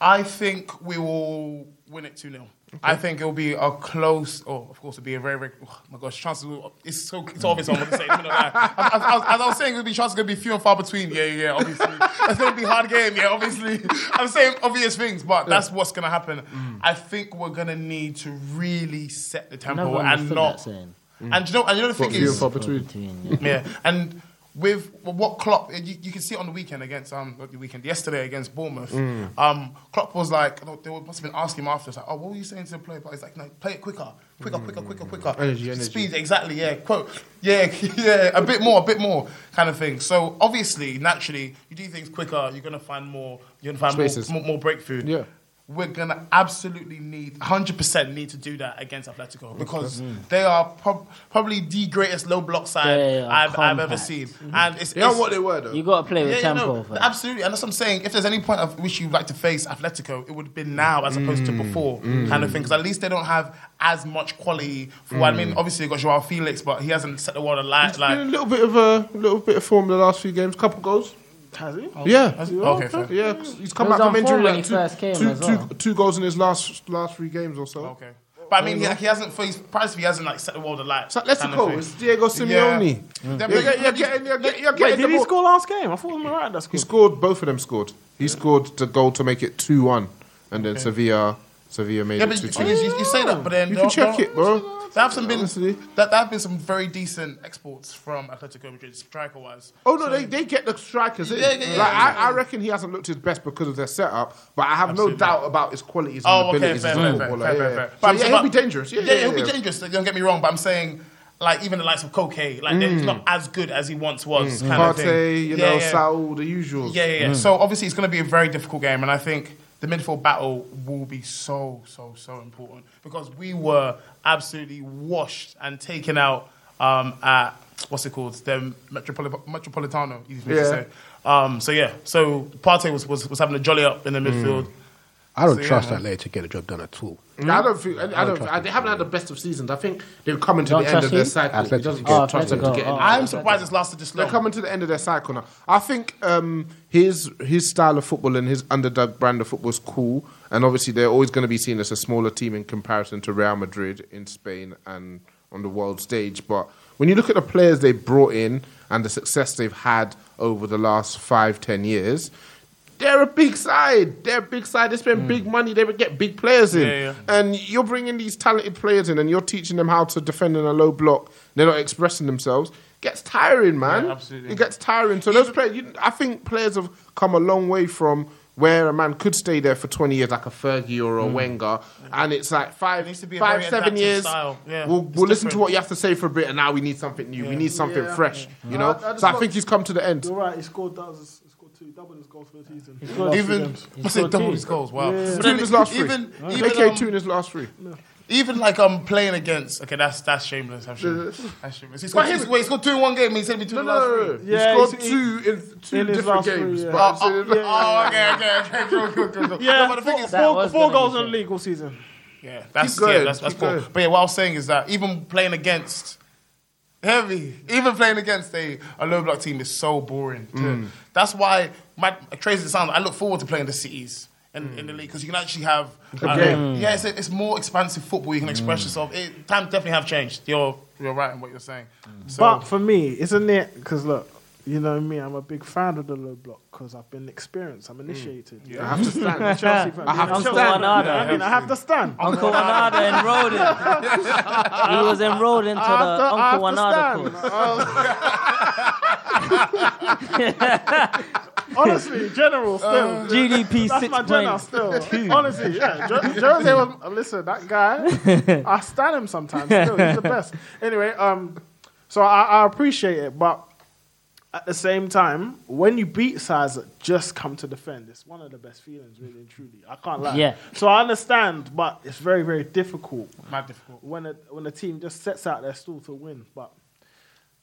F: I think we will win it 2 0. I think it'll be a close. Oh, of course, it'll be a very, very. Oh my gosh, chances. Will, it's so it's obvious. I'm going to say. I'm not gonna lie. As, as- as- as I was saying, it'll be chances going to be few and far between. Yeah, yeah, yeah, obviously. it's going to be a hard game. Yeah, obviously. I'm saying obvious things, but that's what's going to happen.
D: Mm.
F: I think we're going to need to really set the tempo
G: Never
F: and
G: understood
F: not.
G: that saying.
F: And you know, and you know the
G: What,
F: thing
G: few
F: is,
G: and far between, yeah.
F: yeah. and with what Klopp, you, you can see it on the weekend against um not the weekend yesterday against Bournemouth.
L: Mm.
F: Um, Klopp was like, they were- must have been asking him after, it's like, oh, what were you saying to the player? But he's like, no, play it quicker, quicker, quicker, quicker, quicker.
D: Mm. Energy, energy.
F: Speed, exactly. Yeah, quote. Yeah, yeah, a bit more, a bit more, kind of thing. So obviously, naturally, you do things quicker, you're gonna find more, you're gonna find
D: Spaces.
F: more, more, more breakthrough.
D: Yeah.
F: We're gonna absolutely need 100% need to do that against Atletico because
D: Mm.
F: they are prob- probably the greatest low block side
G: They are
F: I've, I've ever
G: compact.
F: seen. And it's,
G: You know
F: it's-
G: what they were, though? You gotta play with tempo
F: no,
G: for it.
F: absolutely, and that's what I'm saying. If there's any point of which you'd like to face Atletico, it would have been now as opposed to
D: Mm,
F: before,
D: mm.
F: kind of thing. Because at least they don't have as much quality. For what I mean,
D: Mm.
F: obviously you got Joao Felix, but he hasn't set the world alight.
D: Been
F: Like
D: a little bit of a little bit of form the last few games, couple goals.
E: Has he?
D: Yeah.
F: oh, Has he? Okay, fair.
D: Yeah, 'cause he's come
F: He was
D: back from
F: on
D: injury
F: form when
D: like
F: he
D: two,
F: first came
D: two-
F: as
D: two-
F: well.
D: two goals in his last last three games or so.
F: Okay. But I mean,
D: There
F: he,
D: you
F: like, he hasn't. For his, practically, he hasn't like set the world alight.
D: It's Atletico. It's Diego Simeone. You're, get- you're getting, you're get- you're getting
E: Wait,
D: the
E: did he
D: ball.
E: score last game? I thought he was right. That's
D: He scored. Both of them scored. He scored the goal to make it two one, and then Sevilla Sevilla made
F: Yeah,
D: it
F: but
D: two
F: you,
D: two.
F: you- you say that, but then
D: You can
F: don't-
D: check
F: don't-
D: it, bro.
F: There have some been that there have been some very decent exports from Atletico Madrid striker wise.
D: Oh no, they, they get the strikers in.
F: Yeah, yeah, yeah,
D: like,
F: yeah.
D: I, I reckon he hasn't looked his best because of their setup, but I have no doubt about his qualities and
F: Oh, okay,
D: abilities
F: fair,
D: as a
F: fair, fair, fair,
D: footballer.
F: fair,
D: yeah,
F: fair.
D: yeah. So,
F: But I'm
D: yeah,
F: saying-
D: he'll be
F: but-
D: dangerous. Yeah,
F: yeah, he'll be dangerous. Don't get me wrong, but I'm saying. Like even the likes of Koke, like they're
D: Mm.
F: not as good as he once was.
D: Mm.
F: Kind of
D: Partey,
F: thing.
D: you
F: Yeah,
D: know,
F: yeah.
D: Saul, the usuals.
F: Yeah, yeah, yeah.
D: Mm.
F: So obviously it's going to be a very difficult game, and I think the midfield battle will be so, so, so important because we were absolutely washed and taken out um, at what's it called, the Metropoli- Metropolitano. Easy for me to
H: Yeah.
F: say. Um, so yeah, so Partey was, was was having a jolly up in
D: Mm.
F: the midfield.
H: I don't
F: So, yeah,
H: trust
F: man.
H: that lady to get a job done at all.
D: I don't think I, I don't.
H: trust
D: I, they haven't had the best of seasons. I think they're coming to
H: Don't
D: the end of
H: trust
D: their
H: who?
D: cycle. He
H: Atletico.
D: doesn't
H: Oh,
D: get- trust them to
H: Atletico.
D: get
H: Oh,
D: in.
F: I'm surprised it's lasted this long.
D: They're coming to the end of their cycle now. I think um, his his style of football and his underdog brand of football is cool, and obviously they're always going to be seen as a smaller team in comparison to Real Madrid in Spain and on the world stage. But when you look at the players they brought in and the success they've had over the last five ten years. They're a big side. They're a big side. They spend big money. They would get big players in.
F: Mm. Yeah, yeah.
D: And you're bringing these talented players in and you're teaching them how to defend in a low block. They're not expressing themselves. Gets tiring, man.
F: Yeah, absolutely.
D: It gets tiring. So those players, you, I think players have come a long way from where a man could stay there for 20 years, like a Fergie or a Wenger. And it's like five,
F: needs to Mm. be a
D: five
F: very
D: seven
F: adaptive
D: years.
F: style. Yeah,
D: we'll
F: it's
D: we'll listen to
F: different.
D: what you have to say for a bit and now we need something new. We need something
E: Yeah.
D: fresh,
E: Yeah.
D: you know?
E: I- I just
D: so I
E: want-
D: think he's come to the end.
E: You're right. He scored doubles. He scored two double his goals for the season.
F: even I said double his goals. Wow,
E: Yeah.
F: But
D: Two in
F: then
D: his last three.
F: Even,
D: Yeah.
F: even
D: JK
F: um,
D: two in his last three.
F: Even like I'm um, playing against. Okay, that's that's shameless. That's shameless. That's shameless. He scored,
D: Why
F: he,
D: him?
F: wait, he scored two in one game. And he said me two in the last three.
D: He scored two in two
E: in his
D: different
E: last three,
D: games.
E: yeah.
D: but
E: Oh,
D: I'm saying-
F: Oh, okay, okay, okay, cool, cool, cool, cool.
E: Yeah,
F: No, but the
E: four,
F: thing is,
E: four, four goals in the league all season.
F: Yeah, that's
E: Keep going,
F: yeah, that's, that's
E: keep
F: poor.
E: going.
F: But yeah, what I was saying is that even playing against heavy, even playing against a, a low block team is so boring. to-
D: Mm.
F: That's why my crazy as it sounds. I look forward to playing the cities. In, in the
E: Hmm.
F: league because you can actually have
D: The
F: uh,
D: game.
F: yeah it's, it's more expansive football you can
E: Hmm.
F: express yourself it, times definitely have changed you're you're right in what you're saying so
E: Hmm. but for me, isn't it? Because look, you know me, I'm a big fan of the low block because I've been experienced. I'm initiated.
D: Yeah. I have to stand.
E: I'm a Chelsea fan.
D: I have to
E: I'm a Chelsea
D: stand.
E: fan, you know what I mean, I have to stand.
G: Uncle Wanada enrolled him. He was enrolled into
E: I have
G: the
E: to- I
G: Uncle
E: have to
G: Wanada
E: stand.
G: course.
E: Honestly, general still.
G: Uh, GDP
E: That's my general
G: 6.2.
E: still. Honestly, yeah. Jo- Jose was uh, listen, that guy, I stand him sometimes still. He's the best. Anyway, um so I, I appreciate it, but at the same time, when you beat sides that just come to defend, it's one of the best feelings, really and truly. I can't lie.
G: Yeah.
E: So I understand, but it's very, very difficult.
F: Mad difficult.
E: When a, when a team just sets out their stall to win, but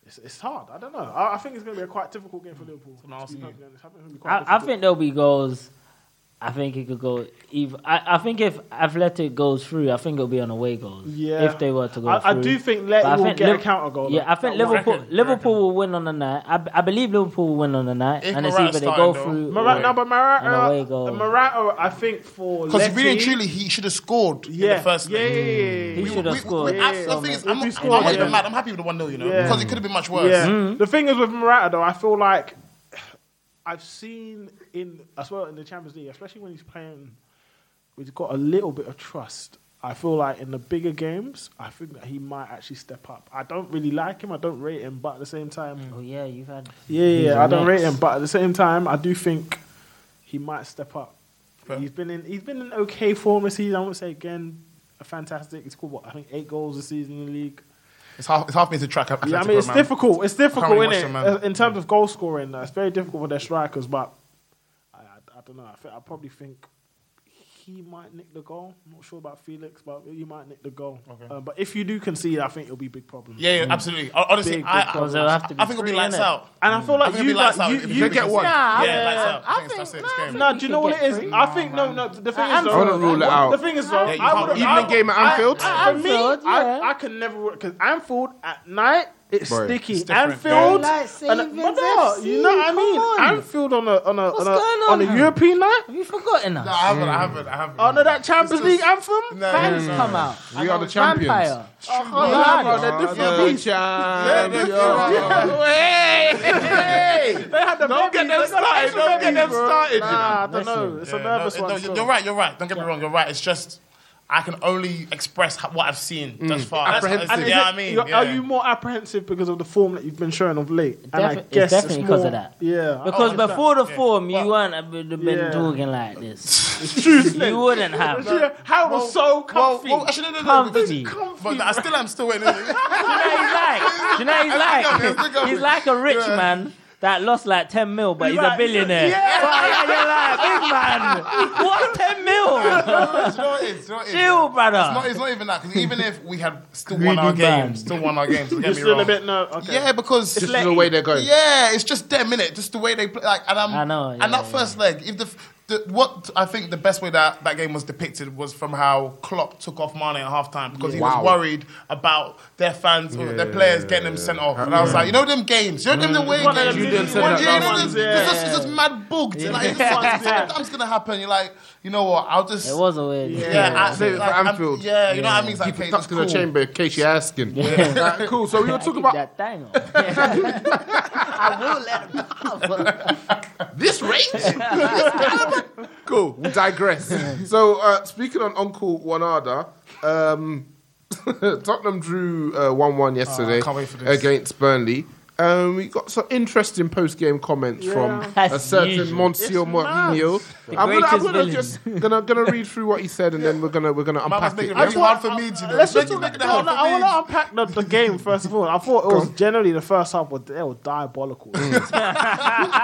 E: it's, it's hard. I don't know. I, I think it's going to be a quite difficult game for Liverpool. to be perfectly honest. I think it'll be quite
G: I, I
E: difficult.
G: think there'll be goals. I think it could go. Either, I, I think if Athletic goes through, I think it'll be on away goals.
E: Yeah.
G: if they were to go
E: I- I
G: through.
E: do think Leti
G: But I
E: will get a
G: Liv-
E: counter goal,
G: Yeah,
E: though.
G: I think
E: That one.
G: Liverpool
E: I reckon.
G: Liverpool will win on the night. I, b- I believe Liverpool will win on the night,
F: If
G: and it's
F: Morata's
G: either they go
F: starting, though.
G: through.
E: Morata,
G: or
E: no, but uh, Morata,
G: an away goal.
E: Morata, I think for
F: Because
E: Leti-
F: really and truly, he should have scored in
E: Yeah.
F: the first
E: Yeah,
F: leg.
E: yeah, yeah, yeah, yeah. He
F: We-
E: should have
F: we- we-
E: scored.
F: I-
E: Yeah,
F: the thing
E: yeah,
F: is, I'm
E: yeah.
F: not,
E: Scored,
F: I'm not
E: yeah.
F: even mad. I'm happy with the 1 0, you know, because it could have been much worse.
E: Yeah.
G: Mm-hmm.
E: The thing is with Morata though, I feel like I've seen in as well in the Champions League, especially when he's playing, he's got a little bit of trust. I feel like in the bigger games, I think that he might actually step up. I don't really like him. I don't rate him, but at the same time,
G: Oh yeah, you've had.
E: yeah, yeah,
G: He's
E: I don't rate
G: next.
E: him, but at the same time, I do think he might step up. He's been in he's been in okay form this season. I won't say again a fantastic. He's scored what I think eight goals this season in the league.
F: It's half, it's half me to track up.
E: Yeah, I mean, it's difficult. It's difficult,
F: really watch
E: isn't
F: them,
E: it?
F: man.
E: Uh, In terms of goal scoring, uh, it's very difficult for their strikers. But I, I, I don't know. I, think, I probably think he might nick the goal. I'm not sure about Felix, but he might nick the goal. Uh, but if you do concede, I think it'll be a big problem.
F: Yeah, yeah, absolutely. Ho- honestly, I- I- Because it'll Mm. have to be I think it'll be three, lights innit? out.
E: And I feel
F: I
E: like
F: think it'll
E: you,
F: be lights
E: like,
F: out
E: you,
F: if
E: you
F: you get one.
E: Yeah,
F: Yeah, lights out. I
E: I
F: think that's it, it's game.
E: No, do you know what it is? I think no, no. The thing
D: I-
E: is, though,
D: I wouldn't rule it out.
E: The thing is, though,
D: Yeah, you
E: I
D: can't-
E: would
D: Evening game at Anfield?
E: I, I, for me,
D: Anfield,
E: I, I can never because Anfield at night it's
D: Bro,
E: sticky.
D: it's different,
E: Anfield,
D: yeah.
J: Like
E: and-
J: Savings
E: but no, you know what I
J: FC,
E: mean.
J: come on.
E: Anfield on a on a
J: What's
E: on a,
J: going on
E: on a
J: here?
E: European night.
G: Have you forgotten us?
F: I haven't, I haven't, I haven't.
E: Under that Champions League anthem,
G: Fans come out.
D: We are the champions.
G: Vampire.
E: Oh, yeah, bro, they're
D: Are
E: different
D: the
E: beasts.
D: champions.
E: Hey! They had the
F: Don't get them
E: babies. They got
F: started,
E: extra
F: don't get
E: babies,
F: them
E: bro.
F: started, you
E: Nah, I
F: know.
E: don't know. It's a
F: Yeah,
E: nervous
F: no,
E: one.
F: no,
E: still.
F: You're right, you're right. Don't get me wrong, you're right. It's just, I can only express ho- what I've seen
D: Mm.
F: thus
E: Mm.
F: far. That's,
E: Apprehensive.
F: that's-
E: And is
F: yeah,
E: it-
F: I mean,
E: you're-
F: yeah.
E: Are you more apprehensive because of the form that you've been showing of late? And I
G: Defi- it's
E: guess
G: definitely because
E: more-
G: of that.
E: Yeah.
G: Because
E: Oh, it's
G: before
E: that.
G: the form, you wouldn't have been been
E: Yeah.
G: talking like this.
E: Tuesday.
G: you wouldn't have.
E: Yeah, Harold was so comfy.
F: Well, actually, no, no, no. because-
G: Comfy.
F: But I still am still waiting.
G: Do you know he's like? He's like a rich man that lost like 10 mil, but he's, a billionaire.
J: yeah.
G: But yeah, you're like, big man, what's 10 mil?
F: It's not- it's not- it's
G: Chill,
F: not-
G: brother.
F: It's not, it's not even that. Because even if we had still won our
G: Greedy man.
F: games, still won our games. don't get
E: You're
F: me
E: still a
F: wrong.
E: bit ner- okay.
F: Yeah, because
D: Just the way they're going.
F: Yeah, it's just them minute, just the way they play. Like, and I'm,
G: I know, yeah,
F: and that first leg, if the, f- the what I think the best way that that game was depicted was from how Klopp took off Mane at halftime because he
D: Wow.
F: was worried about their fans, or their players getting them sent off. And I was like, you know them games, you know them the way
E: Mm. One of
F: games.
E: them
F: You
E: didn't
F: know
E: say that
F: them- you know them-
E: last one. Yeah,
F: it's just-
E: yeah,
F: It's just mad bugged. Like, it's just- something's gonna happen. You're like, you know what? I'll just.
G: It was a weird.
F: Yeah,
D: Yeah,
F: I-
D: save it for
F: like, I'm-
D: Anfield.
F: yeah, you know what I mean? It's like,
D: Keep it
F: okay,
D: tucked
F: that's
D: in the
F: cool.
D: chamber in case you're asking. Alright, cool. So we were talking about
G: That thing. I will let him
D: this range. This caliber? cool. We digress. so uh, speaking on Uncle Wanada, um, Tottenham drew uh, one one yesterday
F: Oh, can't wait for this.
D: against Burnley. Um, we got some interesting post-game comments from
G: As
D: a certain
G: usual.
D: Monsieur
E: It's
D: Mourinho.
G: The
D: I'm gonna, I'm
G: greatest
D: gonna
G: villain.
D: just gonna, gonna read through what he said, and then we're gonna we're gonna
F: Mama's
D: unpack it.
F: making it really hard
E: That's
F: for me, do you know?
E: Let's just
F: Making
E: talk
F: it
E: about
F: hard for
E: I
F: me.
E: want to unpack the, the game first of all. I thought it was generally the first half was they were diabolical.
D: Mm.
E: they were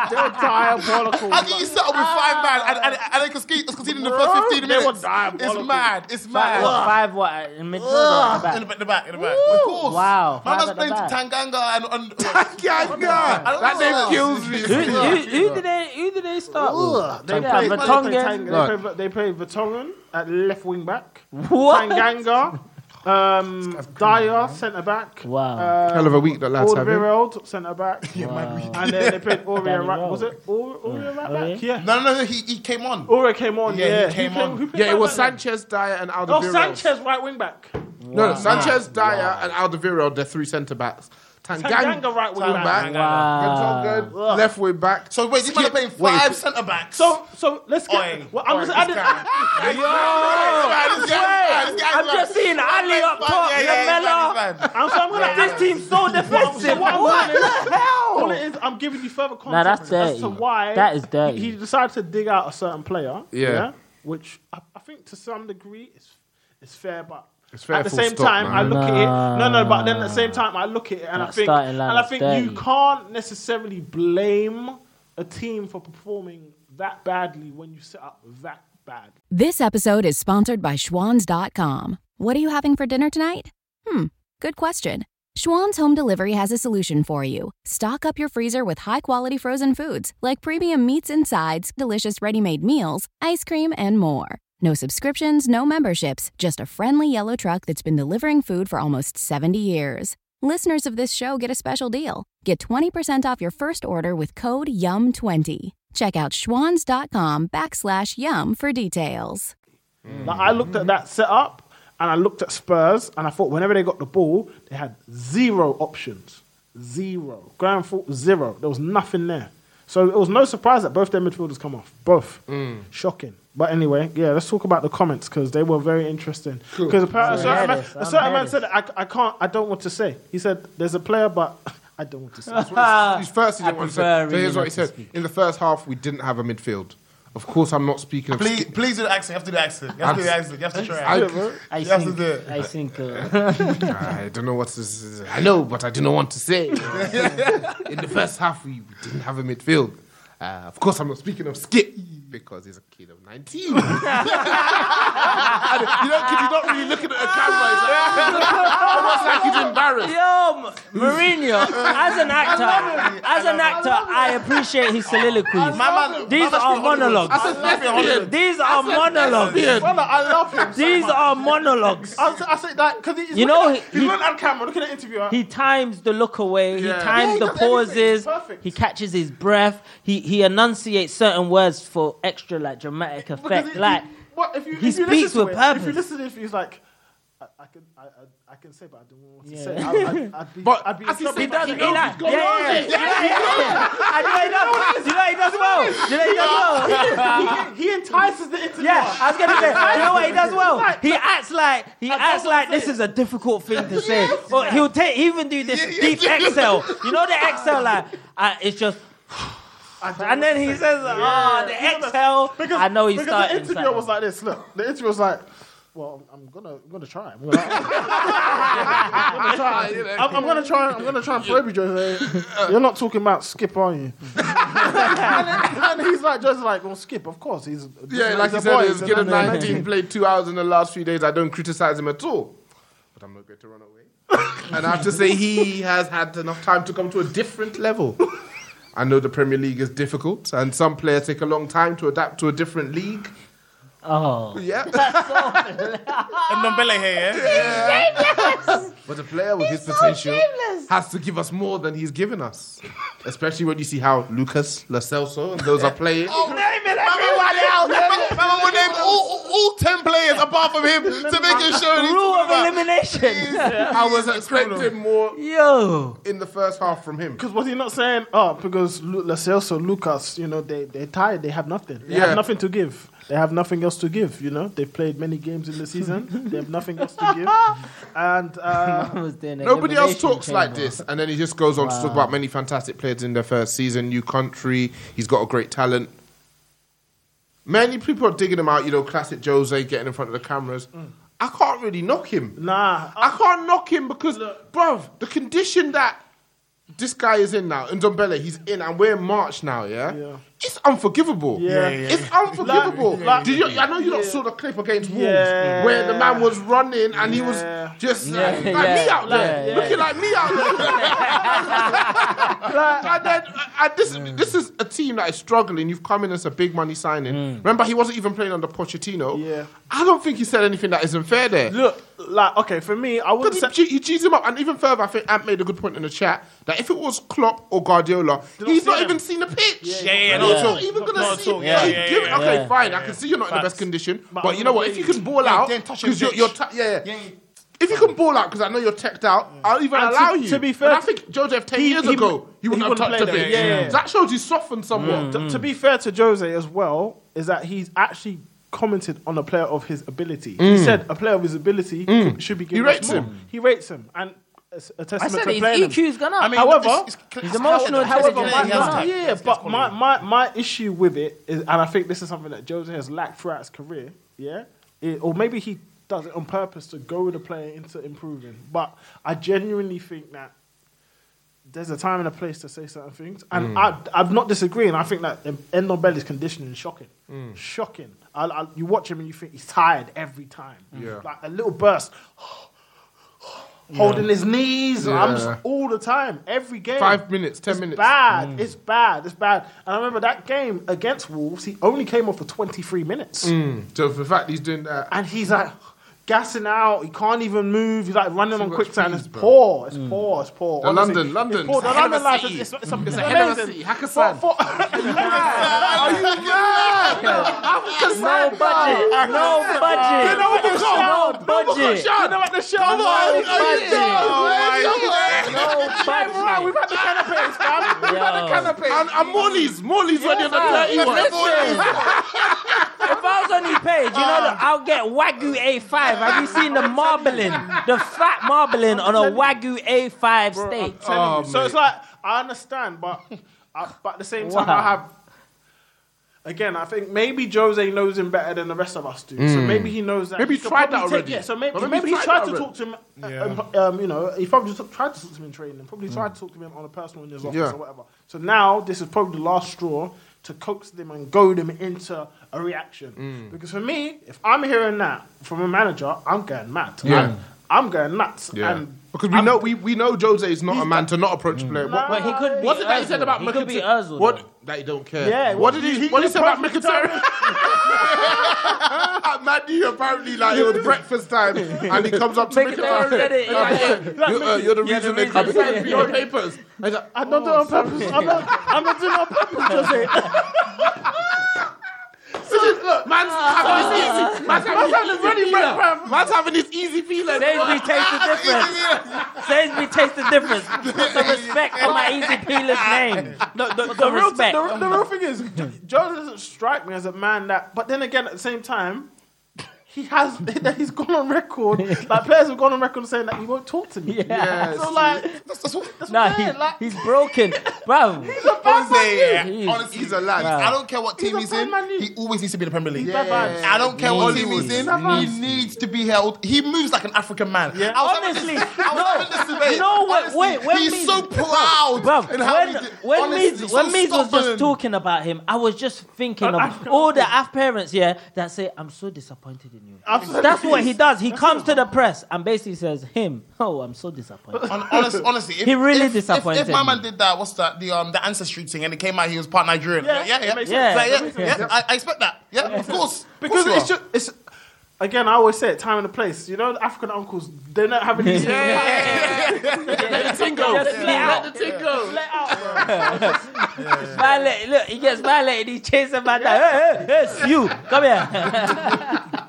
E: diabolical.
F: How can you set up with five man and, and, and they can ski- it's conceded in the first
E: Bro,
F: 15
E: they were
F: minutes?
E: diabolical.
F: It's mad. It's mad.
G: Five, what, five what? In midfield or at the
F: In the
G: back?
F: back, the back, in the back. Of course.
G: Wow. five
F: My man's
G: at the
F: playing
G: back.
F: Tanganga and. and
D: Ganga! That name kills
G: Who, who,
D: me.
G: who did they? Who did they start with?
E: They
G: yeah,
E: play, they play
G: Vertonghen.
E: Tang- they play, they play Vertonghen at left wing back.
G: What?
E: Tanganga, um, Dyer centre back.
J: Ah.
G: Wow.
D: Hell of a week that lads eh? having.
E: Alderweireld centre back. And then they played Aurier
G: Danny
E: right.
G: Rowe.
E: Was it Aur- Aurier right back?
G: Aurier?
E: Yeah.
F: No, no, no. He, he came on.
E: Aurier came on.
F: Yeah,
E: Yeah,
F: he
E: Who
F: came
E: played-
F: on.
E: who played
D: Yeah, it was
E: right back
D: Sanchez, Dyer, and
E: then? Oh,
D: Alderweireld.
E: Sanchez right wing back.
D: No, no, Sanchez, Dyer, and Alderweireld, they're three centre backs. Tanganga,
E: Tanganga right wing
D: back.
E: back.
G: Wow.
D: Vertonghen, left wing back.
F: So wait, these men are playing
D: Wait.
F: five centre backs.
E: So, so let's get.
F: Oi,
E: well, I'm
F: oi,
E: just, I
F: this
E: didn't,
F: guy.
E: Yo,
G: I'm just seeing Ali up top, Lamella.
E: I'm, so I'm gonna.
G: This team's so defensive.
E: What,
G: What?
E: the hell? All it is, I'm I'm giving you further context
G: Nah, that's
E: as to
G: dirty.
E: why
G: That is dirty.
E: He, he decided to dig out a certain player.
G: Yeah.
E: which I, I think to some degree is is fair, but.
G: It's fair,
E: at the
G: full
E: same
G: stop,
E: time, I
G: man.
E: look at it. No, no, but then at
G: Nah.
E: the same time, I look at it and I
G: That
E: think,
G: starting
E: and
G: line
E: I
G: is
E: think you
G: dirty.
E: can't necessarily blame a team for performing that badly when you set up that bad.
L: This episode is sponsored by Schwans.com. What are you having for dinner tonight? Hmm, good question. Schwann's Home Delivery has a solution for you. Stock up your freezer with high quality frozen foods like premium meats and sides, delicious ready made meals, ice cream, and more. No subscriptions, no memberships, just a friendly yellow truck that's been delivering food for almost 70 years. Listeners of this show get a special deal. Get 20% off your first order with code YUM20. Check out schwans.com backslash yum for details.
E: Like I looked at that setup and I looked at Spurs and I thought whenever they got the ball, they had zero options. Zero. Ground fault, zero. There was nothing there. So it was no surprise that both their midfielders come off. Both. Shocking. But anyway, yeah, let's talk about the comments because they were very interesting.
A: Cool.
E: Because
A: I'm
E: apparently, a certain, man,
A: headed.
E: a
A: I'm
E: certain man
A: headed.
E: said, I, I can't, I don't want to say. He said, there's a player, but I don't want to say.
G: Ah,
D: He's first. He didn't want to say. So here's what he said: In the first half, we didn't have a midfield. Of course, I'm not speaking. Of
F: Please, please do the accent. You have to do the accent. You have to do the accent. You have to try. it. you have to do it.
G: I think. uh,
D: I don't know what to s- I know, but I do not want to say. In the first half, we didn't have a midfield. Uh, of course, I'm not speaking of Skip because he's a kid of 19. you know, kid, you're not really looking at a camera. It's like, almost like he's embarrassed.
G: Yo, Mourinho, as an actor, as an actor, I appreciate his soliloquies. These are monologues. These are monologues.
E: Brother, I love him. so
G: These
E: much.
G: are monologues.
E: I, was- I say that because he's
G: You know,
E: looking at-
G: he-
E: he's not on camera. Look at the interviewer.
G: He times the look away.
E: Yeah.
G: He
E: Yeah,
G: times
E: he
G: the
E: does everything. It's
G: pauses.
E: perfect.
G: He catches his breath. He he enunciates certain words for extra like dramatic
E: Because
G: effect.
E: he-
G: Like
E: he- what, if you,
G: he
E: if you
G: speaks
E: listen to
G: with
E: it, If you
G: purpose.
E: listen to it, he's like, I, I can, I, I, I can say, but I don't know what to
G: Yeah.
E: say. I, I, I'd be, but I'd be in trouble
G: he
E: if I
G: does, he
E: didn't
G: like, yeah,
E: know
G: yeah, yeah,
E: he's
G: yeah,
E: got it.
G: yeah. And you know he does, you know he does well. You know he does well.
E: He, he entices the interviewer.
G: Yeah, I was gonna say, you know what he does well?
E: Like,
G: He acts like he acts like this is a difficult thing to say. Or he'll take he even do this deep exhale. You know the exhale like uh, it's just and then he says, "Ah, the exhale." I know he's
E: because the
G: starting.
E: interviewer
G: something.
E: was like this. Look, the interviewer was like, well, I'm gonna, I'm gonna try. I'm gonna, I'm gonna try. I'm, I'm gonna try. I'm gonna try and probe you, Jose. eh? You're not talking about Skip, are you? and, then- and he's like, Jose's like, well, Skip, of course, he's
D: Yeah, like
E: he's
D: you
E: a
D: said,
E: boy,
D: he was
E: he's
D: kid of
E: an under
D: 19, played two hours in the last few days. I don't criticize him at all. But I'm not going to run away. and I have to say, he has had enough time to come to a different level. I know the Premier League is difficult, and some players take a long time to adapt to a different league.
G: Oh,
D: yeah.
F: And Nombele here, yeah?
D: But a player with his
F: so
D: potential
F: shameless.
D: has to give us more than he's given us, especially when you see how Lucas Lacelso and
F: Oh
D: those are playing.
F: Name it, everyone else. Remember, we'll name all,
D: Oh.
F: all, all 10 players apart from him to make it show.
G: Rule of elimination.
D: I was expecting more
G: Yo.
D: in the first half from him.
E: Because was he not saying, oh, because Lu- Lascelles or Lucas, you know, they, they're tired, they have nothing. They
D: Yeah.
E: have nothing to give. They have nothing else to give, you know. They've played many games in the season, they have nothing else to give. And
G: Man was
E: uh,
G: doing
D: Nobody else talks like this. And then he just goes on to talk
E: Wow.
D: about many fantastic players in their first season, new country. He's got a great talent. Many people are digging him out, you know, classic Jose getting in front of the cameras. I can't really knock him.
E: Mm. Nah.
D: I can't knock him because, bruv, the condition that this guy is in now, and Dombele, he's in, and we're in March now, yeah? It's unforgivable.
E: Yeah. Yeah, yeah.
D: It's unforgivable.
E: Like- like-
D: Did you, I know you not saw the clip against Wolves
E: Yeah.
D: where the man was running and he was just uh, like, me out there,
E: Yeah, yeah.
D: looking like me out there. and then, and this,
E: Mm.
D: this is a team that is struggling. You've come in as a big money signing.
E: Mm.
D: Remember, he wasn't even playing under Pochettino. Yeah. I don't think he said anything that isn't fair there.
E: Look, like, okay, for me, I
D: wouldn't say. You cheese him up. And even further, I think Ant made a good point in the chat that if it was Klopp or Guardiola, he's not even seen the pitch.
F: Yeah, yeah,
D: Not
F: yeah.
D: at all. even gonna
F: Not at
D: see.
F: all. Yeah,
D: Like,
F: yeah,
D: give it-
F: yeah,
D: okay,
F: yeah.
D: fine. I
F: Yeah,
D: can see you're not in the
F: Facts.
D: best condition, but,
F: But
D: you know what? If you can ball
F: Yeah,
D: out,
F: then touch
D: because
F: your
D: you're, you're ta- yeah, yeah. If you can ball out, because I know you're teched out, I'll even
E: And to-
D: allow you.
E: to be fair-
D: but I think Joseph ten
E: He-
D: years
E: he-
D: ago,
E: he
D: you wouldn't have
E: wouldn't
D: touched the
E: play that.
D: pitch.
E: Yeah, yeah, yeah.
D: That shows he's softened somewhat.
E: To,
G: Mm.
E: to be fair to Jose as well, is that he's actually commented on a player of his ability. He
D: Mm.
E: said a player of his ability
D: Mm.
E: could- should be
D: He
E: given
D: rates
E: more.
D: him.
E: He rates him, and
G: I
E: a testament
G: said
E: to
G: his
E: playing. him.
G: EQ's gone up.
E: I mean,
G: However,
E: it's- it's-
G: his emotional
E: however,
G: intelligence
E: my-
G: has gone up.
E: yeah, but my, my, my issue with it is, and I think this is something that Jose has lacked throughout his career. Yeah, It- or maybe he does it on purpose to go with the player into improving. But I genuinely think that there's a time and a place to say certain things, and
A: Mm.
E: I, I'm not disagreeing. I think that Endon Bell is conditioning is shocking,
D: Mm.
E: shocking. I, I, you watch him and you think he's tired every time.
A: Yeah.
E: like a little burst. Holding
A: Yeah.
E: his knees, I'm just
D: Yeah.
E: all the time, every game.
D: Five minutes, 10
E: it's
D: minutes.
E: Bad.
D: Mm.
E: It's bad. It's bad. And I remember that game against Wolves. He only came off for 23 minutes,
D: Mm. So for the fact he's doing uh, that,
E: and he's like gassing out. He can't even move. He's like running
D: Too
E: on
D: much
E: quicksand.
D: speed,
E: It's
D: bro.
E: poor. It's poor. It's poor.
D: The
E: Honestly,
D: London,
E: it's
D: London.
E: poor.
D: It's
E: The
D: a hell of a
E: London life
D: city.
E: is it's, it's, it's
D: It's a hell of a
E: amazing.
D: city. Hakusan.
E: For- for-
D: Are you mad?
J: No budget. No budget.
D: Then over the
J: No
D: shop.
J: budget.
E: Then over the shop.
J: No
E: Come on.
J: budget.
E: Are you mad?
J: No
E: No
J: budget.
E: Right, we've had the canapes, fam. We've had the
G: Oh.
E: canapes.
D: And, and Morley's, Morley's ready on the
J: fam.
D: 31.
J: Listen. If I was on his page, you know, that
E: Ah.
J: I'll get Wagyu A5. Have you seen the marbling, the fat marbling on a Wagyu A5 steak?
D: Oh,
E: telling you. So it's like I understand, but I, but at the same time,
J: Wow.
E: I have. Again, I think maybe Jose knows him better than the rest of us do. So
D: Mm.
E: maybe he knows that.
D: Maybe
E: he
D: he
E: could
D: tried
E: probably
D: that
E: Take,
D: already.
E: yeah, so maybe,
D: But
E: maybe,
D: maybe he
E: he
D: tried
E: tried
D: that
E: to
D: already.
E: talk to him. uh,
D: Yeah.
E: um, um, you know, he probably took- tried to talk to him in training. Probably
F: Mm.
E: tried to talk to him on a personal in his office
D: Yeah.
E: or whatever. So now this is probably the last straw to coax them and goad them into a reaction.
D: Mm.
E: Because for me, if I'm hearing that from a manager, I'm going mad.
D: Yeah.
E: I'm, I'm going nuts.
D: Yeah.
E: And
D: because we know we, we know Jose is not a man to not approach a player. What,
G: But he could be
D: what did that he
G: Ozil.
D: said about
G: He could be
D: Mkhitar-
G: Ozil,
D: What that he don't care.
G: Yeah,
D: What,
G: what-
D: did he
G: he-
D: What did he
G: he
D: say about Mkhitaryan? At Manu, apparently, like it was breakfast time, and he comes up to
J: Mkhitaryan
D: Mkhitaryan.
J: said it,
D: and
J: like-
D: you're, uh, you're the
J: You're the
D: reason they
J: reason
D: come
J: they
D: here
J: came
D: for your
J: here.
D: papers. And he's like,
E: I don't do it on purpose. I'm not, I'm not doing it on purpose, Jose.
D: So just, look, man's having his easy. Man's having
J: Man's having
D: his easy
J: his
D: break,
J: easy
D: bruv. Man's having his easy feeling.
J: Sainsbury tastes the difference.
G: Sainsbury tastes the difference. Put some respect on my easy peeler's name.
E: No,
G: Put
E: the,
G: some
E: real,
G: respect.
E: the, the real thing is, Jo- Joe doesn't strike me as a man that. But then again, at the same time, he has that he's gone on record. Like players have gone on record saying that he won't talk to me.
G: Yeah.
E: So like, that's, that's what. That's
G: Nah,
E: what
G: he,
E: I'm saying, like,
G: he's broken, bro.
E: he's a bad man.
F: Yeah, honestly, he's a
G: lad.
F: I don't care what team he's, in. He always needs to be in the Premier League.
E: He's bad vibes.
F: I don't care what
E: Needs.
F: team he's in.
E: Needs.
F: He needs to be held. He moves like an African man. Yeah.
G: Honestly,
F: no,
G: no, wait, wait, when
F: he's
G: Mees-
F: so proud.
G: Bruv,
F: in how he
G: when
F: did-
G: when
F: honestly,
G: Mees,
F: so
G: when Mees was
F: stubborn.
G: just talking about him, I was just thinking of all the AF parents, yeah, that say, I'm so disappointed in you.
F: Absolutely.
G: That's what he does. He comes to the press and basically says, Him, oh, I'm so disappointed.
F: Hon- honest, honestly, if,
G: he really
F: if,
G: disappointed.
F: If, if my man
G: me.
F: did that, what's that? The um the ancestry thing, and it came out he was part Nigerian.
E: Yeah,
F: Yeah, yeah,
E: it
F: yeah,
E: makes
F: yeah.
E: sense.
F: Like,
E: It makes
F: yeah,
E: sense.
F: yeah. I, I expect that. Yeah, of course,
E: Because
F: of course
E: it's just it's. Again, I always say it, time and the place. You know, the African uncles, they don't have any.
J: Let the thing go.
G: Just let out.
J: Let the thing go.
E: Let out.
G: Violate- Look, he gets violated. He chases a man down. Hey, hey, hey, it's you. Come here.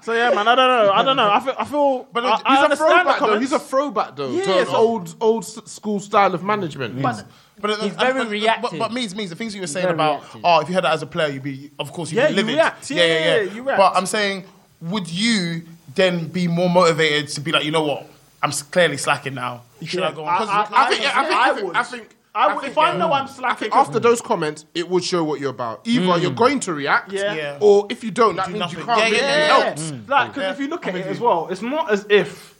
E: So yeah, man, I don't know. I don't know. I feel. I feel but I, I
D: he's a
E: understand the
D: throwback though.
E: comments.
D: He's a throwback though
E: Yeah,
D: to an
E: so-
D: old old s- school style of management.
F: But, but
G: He's
F: uh,
G: very
F: but,
G: reactive.
F: But, but means means the things you were saying
G: very
F: about oh, if you had that as a player, you'd be of course you'd
E: Yeah,
F: be
E: you
F: livid.
E: react. Yeah, yeah, yeah, you react.
F: But I'm saying, would you then be more motivated to be like, you know what, I'm s- clearly slacking now. Should I go on? 'Cause
D: I think- I think- I think- I think-
E: I would. If I know I'm
D: I think
E: slacking,
D: after those comments, it would show what you're about. Either
E: Mm.
D: you're going to react,
E: Yeah. Yeah.
D: or if you don't, that means you can't really help.
G: Mm.
E: Like, because if you look at it as well, it's not as if,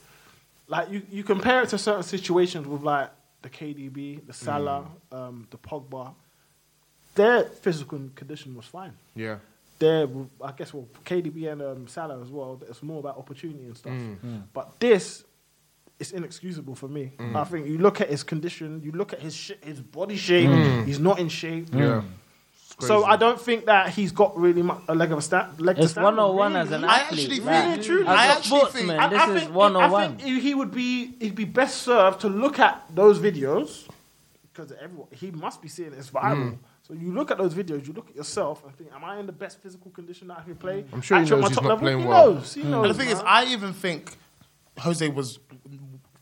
E: like, you, you compare it to certain situations with, like, the KDB, the Salah,
D: Mm.
E: um, the Pogba. Their physical condition was fine.
D: Yeah.
E: Their, I guess, well, KDB and um, Salah as well, it's more about opportunity and stuff.
D: Mm. Mm.
E: But this, it's inexcusable for me.
D: Mm.
E: I think you look at his condition, you look at his, sh- his body shape,
D: Mm.
E: he's not in shape.
D: Yeah.
G: Mm.
D: It's
E: So
D: crazy.
E: I don't think that he's got really much a leg of a stand. Leg to
G: It's
E: stand
G: 101
E: on,
G: as an
E: really.
G: athlete,
E: Really,
G: right?
E: really, truly.
G: As a sportsman, this is
E: think-
G: 101.
E: I think he would be he'd be best served to look at those videos because everyone he must be seeing it's viral.
D: Mm.
E: So you look at those videos, you look at yourself and think, "Am I in the best physical condition that I can play?"
F: I'm sure he
E: Actually, at
F: knows
E: my
F: he's
E: top
F: not
E: level?"
F: playing
E: He
F: well.
E: knows. He
F: Mm.
E: knows.
F: And the thing is,
E: man.
F: I even think Jose was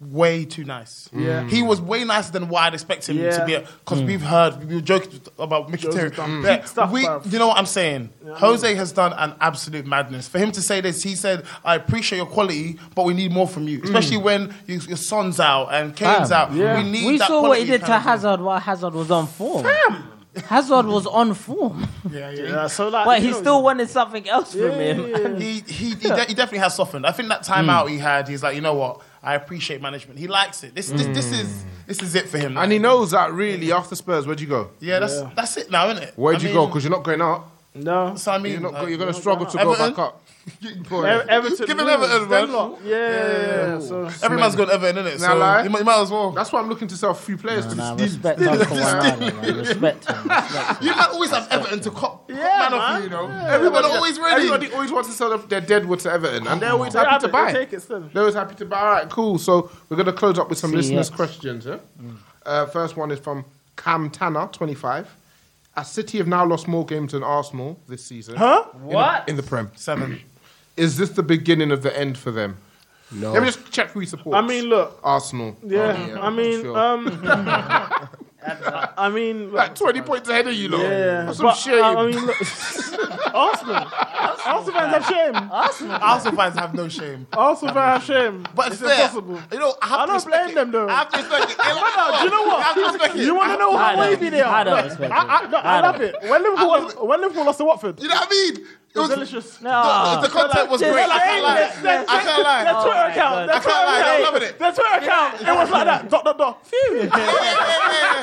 F: way too nice.
E: Yeah.
F: He was way nicer than what I'd expect him
E: Yeah.
F: to be. Because
E: Mm.
F: we've heard, we were joking about Mickey
E: Jose's
F: Terry.
E: done
F: But
E: deep stuff,
F: we,
E: bruv.
F: you know what I'm saying?
E: Yeah, I
F: Jose has done an absolute madness. For him to say this, he said, I appreciate your quality, but we need more from you. Especially when you, your son's out and Kane's
G: Fam,
F: out. We need
G: We
F: that
G: saw what
F: quality
G: he did
F: kind
G: to
F: of thing.
G: Hazard while Hazard was on form. Hazard was on form.
F: Yeah, yeah.
E: yeah. So like,
G: But
F: you
G: he
F: know,
G: still wanted something else from him.
F: He, he, he, de- he definitely has softened. I think that time out he had, he's like, you know what? I appreciate management. He likes it. This, this, this is this is it for him.
D: And he knows that really. After Spurs, where'd you go?
F: Yeah, that's that's it now, isn't it?
D: Where'd
F: I
D: you
F: mean-
D: go? Because you're not going up.
E: No.
F: So I mean,
D: you're, not, go-
F: like,
D: you're
F: you're
D: going
F: not
D: to struggle to
F: going
D: go
F: up.
D: back up.
G: E-
D: Go
E: Ev-
D: on.
E: Everton.
F: Give him
E: lose,
F: Everton, man.
E: Denlock. Yeah, yeah, yeah. So,
F: Every man's got Everton in it,
D: Nah,
F: so
D: lie.
F: you might, you might as well.
D: That's why I'm looking to sell a few players to
G: Nah,
D: steal.
G: respect Duncan Wijnaldum, man. Respect him.
F: You might always have Everton to cop. Yeah, man, off you, you know.
D: Everybody
F: Everyone always ready.
D: Everybody always wants to sell their deadwood to Everton, and they're always
E: They're
D: happy to
E: happy-
D: buy.
E: they'll take it still.
D: They're always happy to buy. All right, cool. So we're going to close up with some
E: See,
D: listeners'
E: yeah.
D: questions. Yeah?
H: Mm,
D: Uh, first one is from Cam Tanner, 25. As City have now lost more games than Arsenal this season.
E: Huh?
D: In the-
E: What?
D: in the Prem.
F: Seven.
D: Is this the beginning of the end for them? No. Let me just check who he supports.
E: I mean, look.
D: Arsenal.
E: Yeah,
D: Oh,
E: I
D: I'm
E: mean,
D: sure.
E: um, I mean, look,
D: like 20 points ahead of you, lot.
E: yeah,
D: That's some
E: but, uh,
D: shame.
E: I, I mean, look, Arsenal, Arsenal fans have shame. Arsenal,
F: Arsenal fans have no shame.
E: Arsenal fans have shame.
F: But it's,
E: it's
F: fair.
E: impossible.
F: You know, I, have
E: I
F: to
E: don't
F: respect
E: blame
F: it.
E: them though.
F: I have to respect it.
E: Brother, do you know
F: I have to
E: what?
F: respect it.
E: You want to know
G: I
E: how
G: don't-
E: wavy they are?
G: I don't
E: Look,
G: respect
E: I, I,
G: it.
E: no, I,
G: I
E: love
G: don't.
E: it. When Liverpool, lost, when Liverpool lost to Watford,
F: You know what I mean? It was
E: delicious.
F: The, the, content was great. I can't lie. I can't lie. Oh
E: Their Twitter
G: my
E: account,
G: God.
E: their
F: I can't
E: Twitter
F: lie, I'm
E: account,
F: loving it.
E: their Twitter account, it was like that. Dot dot dot. Phew.
G: Do you know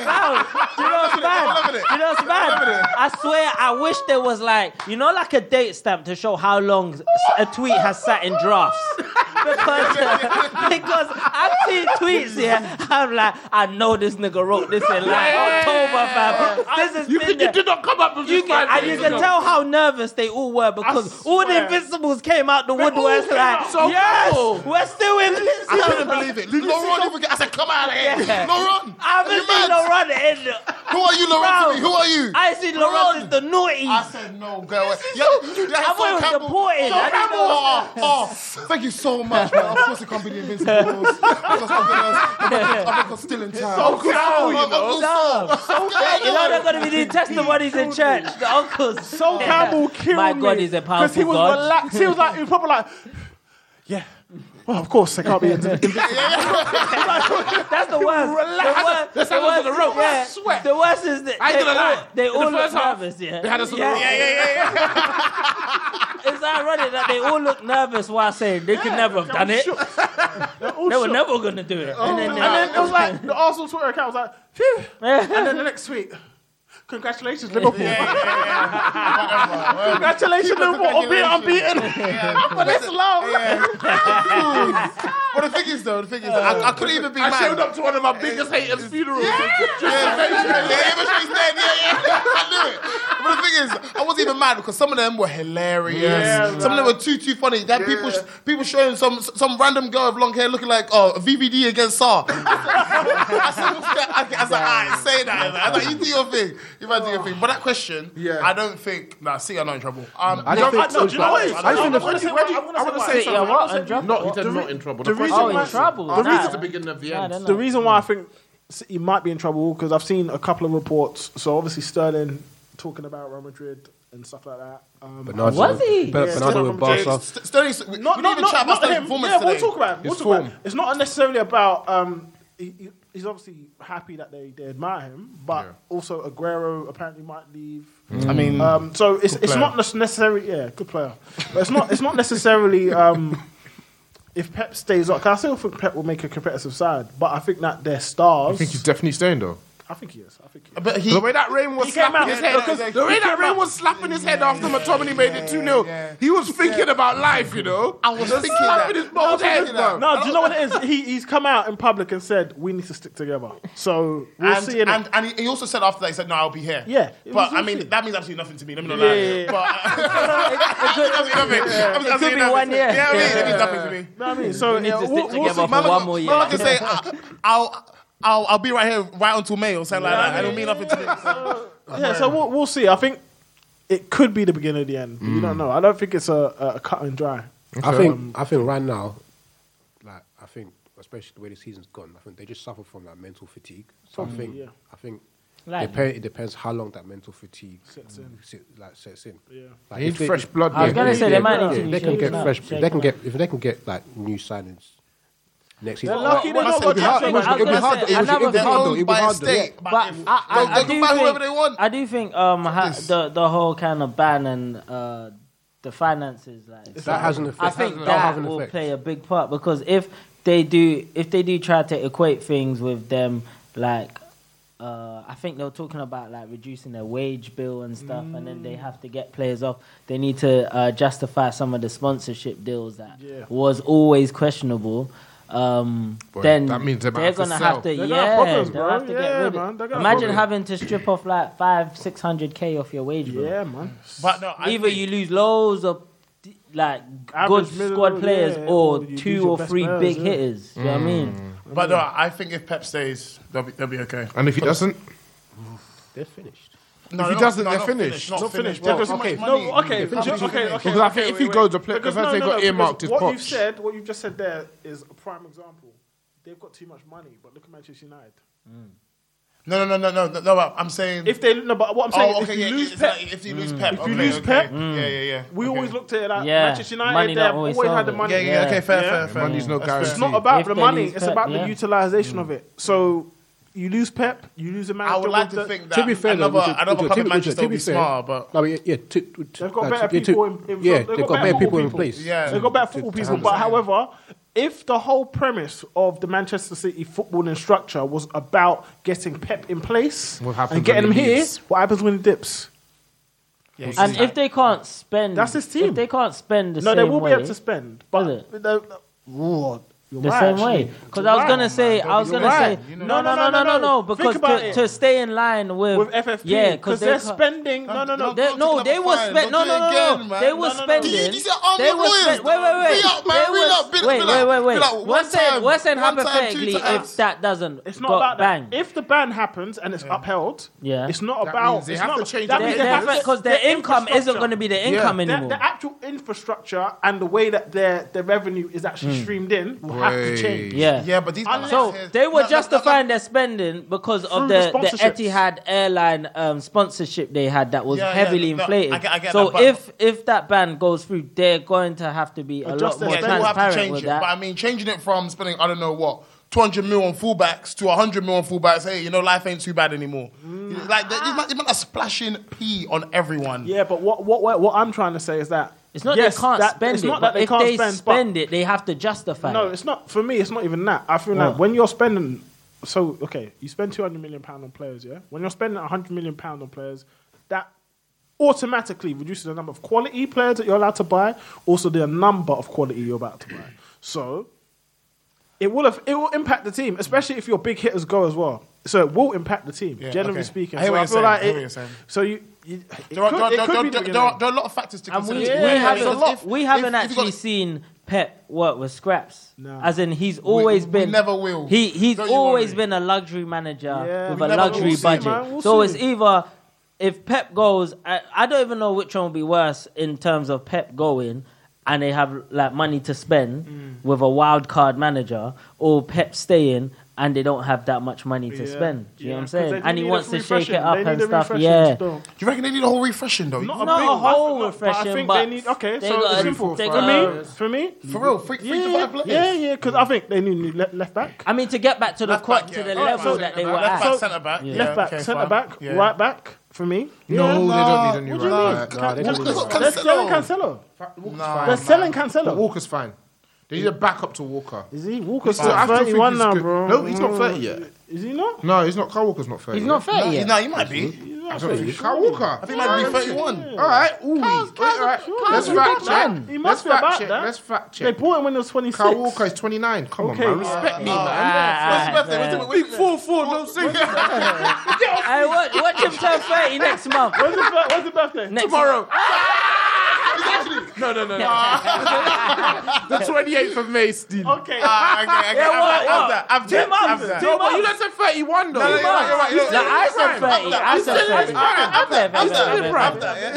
G: what's bad? Do you know what's bad? I swear, I wish there was like, you know, like a date stamp to show how long s- a tweet has sat in drafts. Because, because I've seen tweets here, I'm like, I know this nigga wrote this in like October, fam. This is you,
D: you did not come up with
G: you
D: this
G: can,
D: five
G: and you
D: minutes
G: can
D: ago.
G: tell how nervous they all were because all the
D: swear.
G: Invincibles came out the woodwork
D: came
G: like,
D: out. So
G: yes,
D: cool.
G: we're still in this.
F: I couldn't believe it. Laurent even get. I said, come out of here.
G: Yeah.
F: Laurent.
G: I
F: are
G: haven't
F: you
G: seen
F: mad?
G: Laurent in the-
F: Who are you, Laurent?
G: Bro,
F: to me? Who are you?
G: I see Laurent is the naughty.
F: I said no, girl. Yeah, yeah,
G: I thought it was
F: Campbell-
G: important.
F: Sol
G: I didn't
F: Campbell,
G: know.
F: Oh, oh, thank you so much, man. Of course, it can't be the Invincibles. Of course, something else. Of course, Of course, still in town.
D: so cool,
F: Of-
D: you
F: of
D: know.
F: course,
G: No.
F: so-
G: Hey, you know they're gonna be doing testimonies in church. The uncles.
E: So Campbell killed
G: My God,
E: me.
G: he's a
E: 'Cause he
G: powerful
E: was
G: God.
E: relaxed. He was like, he was probably like, yeah. Well, of course, they can't be in
G: That's the worst.
D: relaxed.
G: The worst,
D: Let's have a look at the rope. I swear.
G: the worst is that
D: I ain't
G: they
D: gonna
G: all,
D: lie.
G: they
D: In the
G: all look
D: first half,
G: nervous. Yeah,
D: they had us on the
G: yeah.
D: rope.
G: yeah, yeah, yeah. it's ironic that they all look nervous while saying they could never have done it. They were never gonna do it.
F: Oh,
G: And then,
E: and
G: they-
E: then it was like the Arsenal Twitter account was like, phew. And then the next tweet, congratulations Liverpool. congratulations Liverpool on being unbeaten.
F: But that's love. But the thing is, though, the thing is, I, I couldn't even be
D: I
F: mad.
D: showed up to one of my biggest haters' funerals.
F: Yeah, yeah, but she's dead. Yeah, yeah. I knew it. But the thing is, I wasn't even mad because some of them were hilarious.
E: Yeah,
F: some of them were too too funny. Then people people showing some some random girl with long hair looking like oh VVD against Saar. I said, I said, I said, I say that. I was like, you do your thing. You might do your thing. But that question,
D: Yeah.
F: I don't think. Nah, see, I'm not in trouble. Um,
D: I don't think
E: no,
D: so.
E: do you know what it is?
D: I
E: I
D: think the
E: wanna say
D: question. where do you-
E: why-
D: I
E: I wanna
D: want
E: say
D: to
E: why.
D: say
E: Wait,
D: something.
G: yeah, what?
D: I wanna say-
G: And
D: No,
G: trouble?
D: he said not in trouble.
E: the reason Oh,
G: why- in trouble.
D: The
G: Nah.
D: reason the beginning of the
G: Nah,
D: end.
G: they're not.
E: The reason why I think City might be in trouble because I've seen a couple of reports. So obviously Sterling talking about Real Madrid and stuff like that. Um,
H: Bernardo,
G: Was he?
H: Ber- Bernardo
E: Yeah, Sterling
H: with
E: from
H: Barca.
F: St- Sterling's- we,
E: not,
F: we
E: not,
F: need
E: not,
F: to chat about
E: not
F: Sterling's
E: him.
F: performance
E: Yeah,
F: today.
E: we'll talk about him. We'll
D: His
E: talk about
D: form.
E: him. It's not necessarily about. Um, he, he- he's obviously happy that they, they admire him, but also Aguero apparently might leave.
D: Mm.
F: I mean,
E: Um, so it's
F: Good
E: it's
F: player.
E: not necessarily yeah, good player, but it's not it's not necessarily. Um, If Pep stays up, 'cause I still think Pep will make a competitive side, but I think that their stars.
D: I think he's definitely staying though.
E: I think he is. I think he is.
F: but he,
D: The way that rain was
E: He came
D: slapping
E: out
D: his head,
E: because-
D: the way
E: he
D: that
E: came
D: rain
E: out-
D: was slapping his head after McTominay made it 2 0, he was thinking about life, you know?
F: I was
D: Just
F: thinking
D: slapping
F: that.
D: his bald
F: I was
D: head,
F: thinking that.
D: bro.
E: No, do you know what it is? He, he's come out in public and said we need to stick together. So we'll
F: and,
E: see. innit?
F: and, and he- he also said after that, he said, "No, I'll be here."
E: Yeah, it was
F: but I mean,
E: easy.
F: that means absolutely nothing to me. Let me not
E: Yeah,
F: lie.
E: yeah, yeah.
F: But it
G: could be one year.
F: Yeah, I mean, it means nothing to me.
E: You know what I mean, so
G: need to
E: yeah,
G: stick
E: we'll- we'll
G: together
E: see.
G: for one more year.
F: Mama can say, "I- "I'll." I'll, I'll be right here right until May or something like that. I don't mean nothing to me.
E: Yeah, so we'll, we'll see. I think it could be the beginning of the end. but You don't know. I don't Mm. think it's a, a cut and dry. Um,
H: I think I think right now, like I think as especially the way the season's gone, I think they just suffer from that mental fatigue. So I
E: Mm.
H: think,
E: Yeah.
H: I think
E: Like-
H: depe- it depends how long that mental fatigue
E: Sets
H: um,
E: in.
H: sit- like sets in.
E: Yeah.
H: Like
D: They
H: if
D: need fresh blood I was there. gonna say they
H: yeah,
D: might
H: yeah,
D: need to be
H: They can
D: shaken
H: get
D: up,
H: fresh. They
D: shaken
H: can get if they can get like new signings. Next
G: They're
H: season.
G: lucky they don't
H: It'd be
G: got
H: hard-
G: that
H: it was-
G: shaken
H: it'd be
G: up.
H: hard.
G: They're
H: It was- it'd be
G: another
H: hard. though. It'd be hard. though.
G: But I, I, I do think, I do think um, ha- the the whole kind of ban and uh, the finances like
H: That has an effect.
G: I think
H: That'll have
G: that
H: an
G: will
H: effect.
G: play a big part because if they do if they do try to equate things with them like. Uh, I think they were talking about like reducing their wage bill and stuff, and then they have to get players off. They need to uh, justify some of the sponsorship deals that
E: Yeah.
G: was always questionable. Um,
D: Boy,
G: then
D: that means they're about
G: they're
D: to
G: gonna
D: sell.
G: have to,
D: They're gonna
G: yeah,
D: have problems,
G: they'll
D: bro.
G: have to get
D: Yeah,
G: rid of-
D: man, they're gonna have
G: Imagine
D: problems.
G: having to strip off like five, six hundred k off your wage, bro.
E: Yeah, man.
G: But no, either you lose loads of d- like
F: Average
G: good
F: middle,
G: squad players
F: yeah,
G: or
F: or you lose
G: two
F: your
G: or
F: best
G: three
F: players,
G: big
F: yeah.
G: hitters. You know what I mean?
E: Mm.
F: But no, I think if Pep stays, they'll be, they'll be okay.
D: And if he doesn't,
H: They're finished.
F: No,
D: if he
F: no,
D: doesn't,
F: no,
D: they're
F: not
D: finished.
F: Not finished. bro.
E: There's
F: Okay,
E: so much money.
F: no, okay,
E: They're
F: okay,
E: finished.
F: okay, okay,
D: Because I think
E: wait,
D: if he
E: wait,
D: goes
E: wait.
D: to play-
E: Because
D: because
E: no,
D: they
E: no,
D: got
E: no,
D: earmarked
E: because
D: as
E: What you've
D: Poch.
E: said, what you've just said there is a prime example. They've got too much money, but look at Manchester United.
F: Mm. No, no, no, no, no, no. but I'm saying
E: If they no, but what I'm
F: Oh,
E: saying,
F: okay,
E: is if
F: yeah,
E: you lose
F: it's
E: Pep, Mm.
F: like if you lose Pep,
E: if
F: okay,
E: you lose
F: okay.
E: Pep,
F: Mm. Yeah, yeah, yeah.
E: We
F: Okay.
E: always looked at it like
F: Yeah.
E: Manchester United.
F: Money
E: they
F: not
E: always,
F: always
E: had
F: solve
E: the
F: it.
E: money.
F: Yeah, yeah, okay, fair, fair, fair.
D: Money's no That's fair.
E: It's
D: guarantee.
E: not about
D: If
E: the
D: they
E: money;
D: lose
E: it's
D: Pep,
E: about
D: yeah.
E: the utilization of it. So. You lose Pep, you lose the man.
F: I would like to think that To be fair, though, another- Richard- another Richard, to be- Richard, to be fair-
H: No, oh, yeah, yeah, to- to-
E: They've got
H: like,
E: better
H: yeah, to-
E: people. in, in-
H: yeah, they've got better people in
E: football
H: place. Yeah.
E: they've got better
H: To-
E: football
H: to
E: people.
H: handle
E: But
H: that.
E: however, if the whole premise of the Manchester City footballing structure was about getting Pep in place
D: What happens
E: and getting him
D: when he
E: here,
D: leaves?
E: what happens when he dips?
G: and if they can't spend,
E: That's his team.
G: If they can't spend the
E: no,
G: same
E: they will
G: way,
E: be able to spend, but they- they-
G: the
E: right,
G: same way.
E: actually.
G: Because
E: You're
G: I was
E: right,
G: gonna
E: man.
G: say,
E: Don't
G: I was
E: be- you're
G: gonna
E: right.
G: say,
E: You
G: no,
E: know-
G: no, no, no, no, no,
E: no.
G: because
E: Think about
G: to,
E: it.
G: to stay in line with
E: With FFP,
G: yeah,
E: 'cause
G: because
E: they're
G: ca-
E: spending- no, no, no. Don't-
G: they,
E: don't
G: no,
E: talk
G: they
E: about
G: were
E: fine.
G: spending. No,
E: Don't
G: no, no,
E: do it again,
G: no,
E: man.
G: they were
E: No, no, no.
G: spending.
E: These- these are army
G: They were
E: lawyers,
G: spend- Wait, wait, wait.
E: Read up, man,
G: They
E: read
G: were-
E: up, read up,
G: Wait,
E: read
G: wait,
E: up.
G: wait, wait.
E: Read up. One
G: What's saying?
E: time,
G: What's saying?
E: one time, two
G: Hypothetically,
E: times.
G: if that doesn't,
E: It's not
G: got
E: about
G: banged.
E: that. If the ban happens and it's upheld,
G: Yeah.
E: it's not
G: That
E: about.
G: means they
E: it's
G: have to
E: not,
G: change
E: that
G: the
E: means
G: They- they
E: they have
G: have to- 'cause their income isn't
E: infrastructure.
G: gonna be their income
E: The-
G: anymore.
E: The, actual infrastructure and the way that their, their revenue is actually
G: Mm.
E: streamed in will have to change.
G: Yeah,
E: Unless-
G: so they were justifying their spending because
E: Through
G: of
E: the
G: the, the
E: sponsorships.
G: Etihad airline um, sponsorship they had that was
E: Yeah, yeah,
G: heavily
E: no, no,
G: inflated.
E: I get- I get
G: so
E: that, but-
G: if if that ban goes through, they're going to have to be a lot
F: Adjust
G: more
F: their spending. We'll have
G: transparent
F: to change
G: with
F: it.
G: that.
F: But I mean, changing it from spending, I don't know what, 200 mil on fullbacks to 100 mil on fullbacks. Hey, you know, life ain't too bad anymore.
G: Mm.
F: Like, you might, you might not splashing pee on everyone.
E: Yeah, but what, what, what, what I'm trying to say is that.
G: It's not
E: yes,
G: they can't
E: that-
G: spend
E: it's
G: it.
E: not that
G: but
E: they
G: if
E: can't
G: they
E: spend, but-
G: spend it, they have to justify.
E: No,
G: it.
E: it's not for me. It's not even that. I feel
G: What?
E: like when you're spending, so okay, you spend two hundred million pound on players. Yeah, when you're spending hundred million pound on players, that automatically reduces the number of quality players that you're allowed to buy, also the number of quality you're about to buy. So it will have, it will impact the team, especially if your big hitters go as well. So it will impact the team,
F: Yeah,
E: generally
F: okay.
E: speaking.
F: I hear
E: so
F: what
E: I
F: you're
E: feel
F: saying,
E: like
F: I hear
E: it-
F: what you're saying.
E: So you, you it
F: There are-
E: could-
F: there are-
E: it could
F: there are-
E: be that
F: there
E: you're
F: are-
E: right.
F: there are a lot of factors to
G: And we,
F: consider.
G: we
F: Yeah, yeah,
G: haven't,
F: there's a lot.
G: we haven't
F: If- if you've
G: actually seen Pep work with scraps.
E: No.
G: As in, he's always
F: we
G: been.
F: never will.
G: He he's
F: Don't you
G: always been a luxury manager
F: Yeah.
G: with
F: We
G: a
F: never
G: luxury
F: will see,
G: budget.
F: man. We'll
G: so
F: see.
G: it's either if Pep goes, I, I don't even know which one will be worse in terms of Pep going, and they have like money to spend
F: Mm.
G: with a wild card manager, or Pep staying. And they don't have that much money to
F: Yeah.
G: spend. Do you know what I'm
F: Yeah. 'Cause
G: saying?
F: they
G: And
F: do
G: he
F: need
G: wants
F: a
G: to shake it
F: refreshing.
G: up
F: They
G: and
F: need a
G: stuff.
F: refreshing
G: Yeah.
F: still. Do you reckon they need a whole refreshing though?
G: Not a whole
E: I
G: refreshing,
E: think
G: but
E: they need. Okay,
G: they
E: so
G: got
E: it's
G: a- Uh,
E: simple.
G: they
E: For
G: got
E: me,
G: a-
E: for me,
F: for real, free, free
E: yeah,
F: to buy players.
E: Yeah, yeah, because I think they need left, left back.
G: I mean, to get back to the qu- to the
E: Alright,
G: level
E: so-
G: that they were
E: left
G: at.
E: back,
F: centre back, yeah,
E: left back,
F: okay,
E: centre
F: fine.
E: back,
F: Yeah.
E: right back for me.
D: No,
E: Yeah.
D: they
E: Nah.
D: don't need a new
E: What do you
D: right
E: mean?
D: back.
E: Can-
D: Nah, they
E: they're
D: don't need
E: selling
D: a-
E: Cancelo.
D: Walker's
E: Nah,
D: fine.
E: They're selling Cancelo.
D: Walker's fine. They need a backup to Walker.
E: Is he Walker's
D: He's still- I still
E: still
D: think
E: 31
D: he's
E: now,
D: good.
E: bro?
D: No, he's not 30 yet.
E: Is he not?
D: No, he's not. Kyle Walker's not 30.
E: He's not 30
F: No,
E: yet.
F: no, he might be.
D: I don't think
F: Surely.
D: Kyle Walker.
F: I think he might be 31.
D: All right. Ooh. All right. Let's
E: He's a big
D: fact check.
E: man. He
D: Let's
E: must be
D: fact
E: about
D: check.
E: that.
D: Let's fact
E: They
D: check.
E: bought him when he was 26.
D: Kyle Walker is 29. Come on,
E: Okay.
D: man. Respect me,
G: Ah, What's his
D: man.
G: birthday? What's
D: Big 4-4, no six.
G: ah, Hey, watch, watch him turn 30 next month.
E: When's his, bir- when's his birthday?
G: Next
D: Tomorrow. No, no, no, no. the 28th of May, Steve.
E: Okay.
F: Ah, okay, okay.
D: Yeah,
F: I've-
D: what,
F: I've- I've
D: what?
F: that, I've
D: Two
F: that, I've
D: months,
F: that.
D: two No, but months. you done said 31 though.
F: No, no, you're right, you're right, you're right.
G: No, I said
F: I've that,
G: 30, I
F: I've
G: said
F: that,
G: 30.
F: I've that, I've
G: I've
F: that,
G: said
F: I've
G: 30.
F: that, yeah.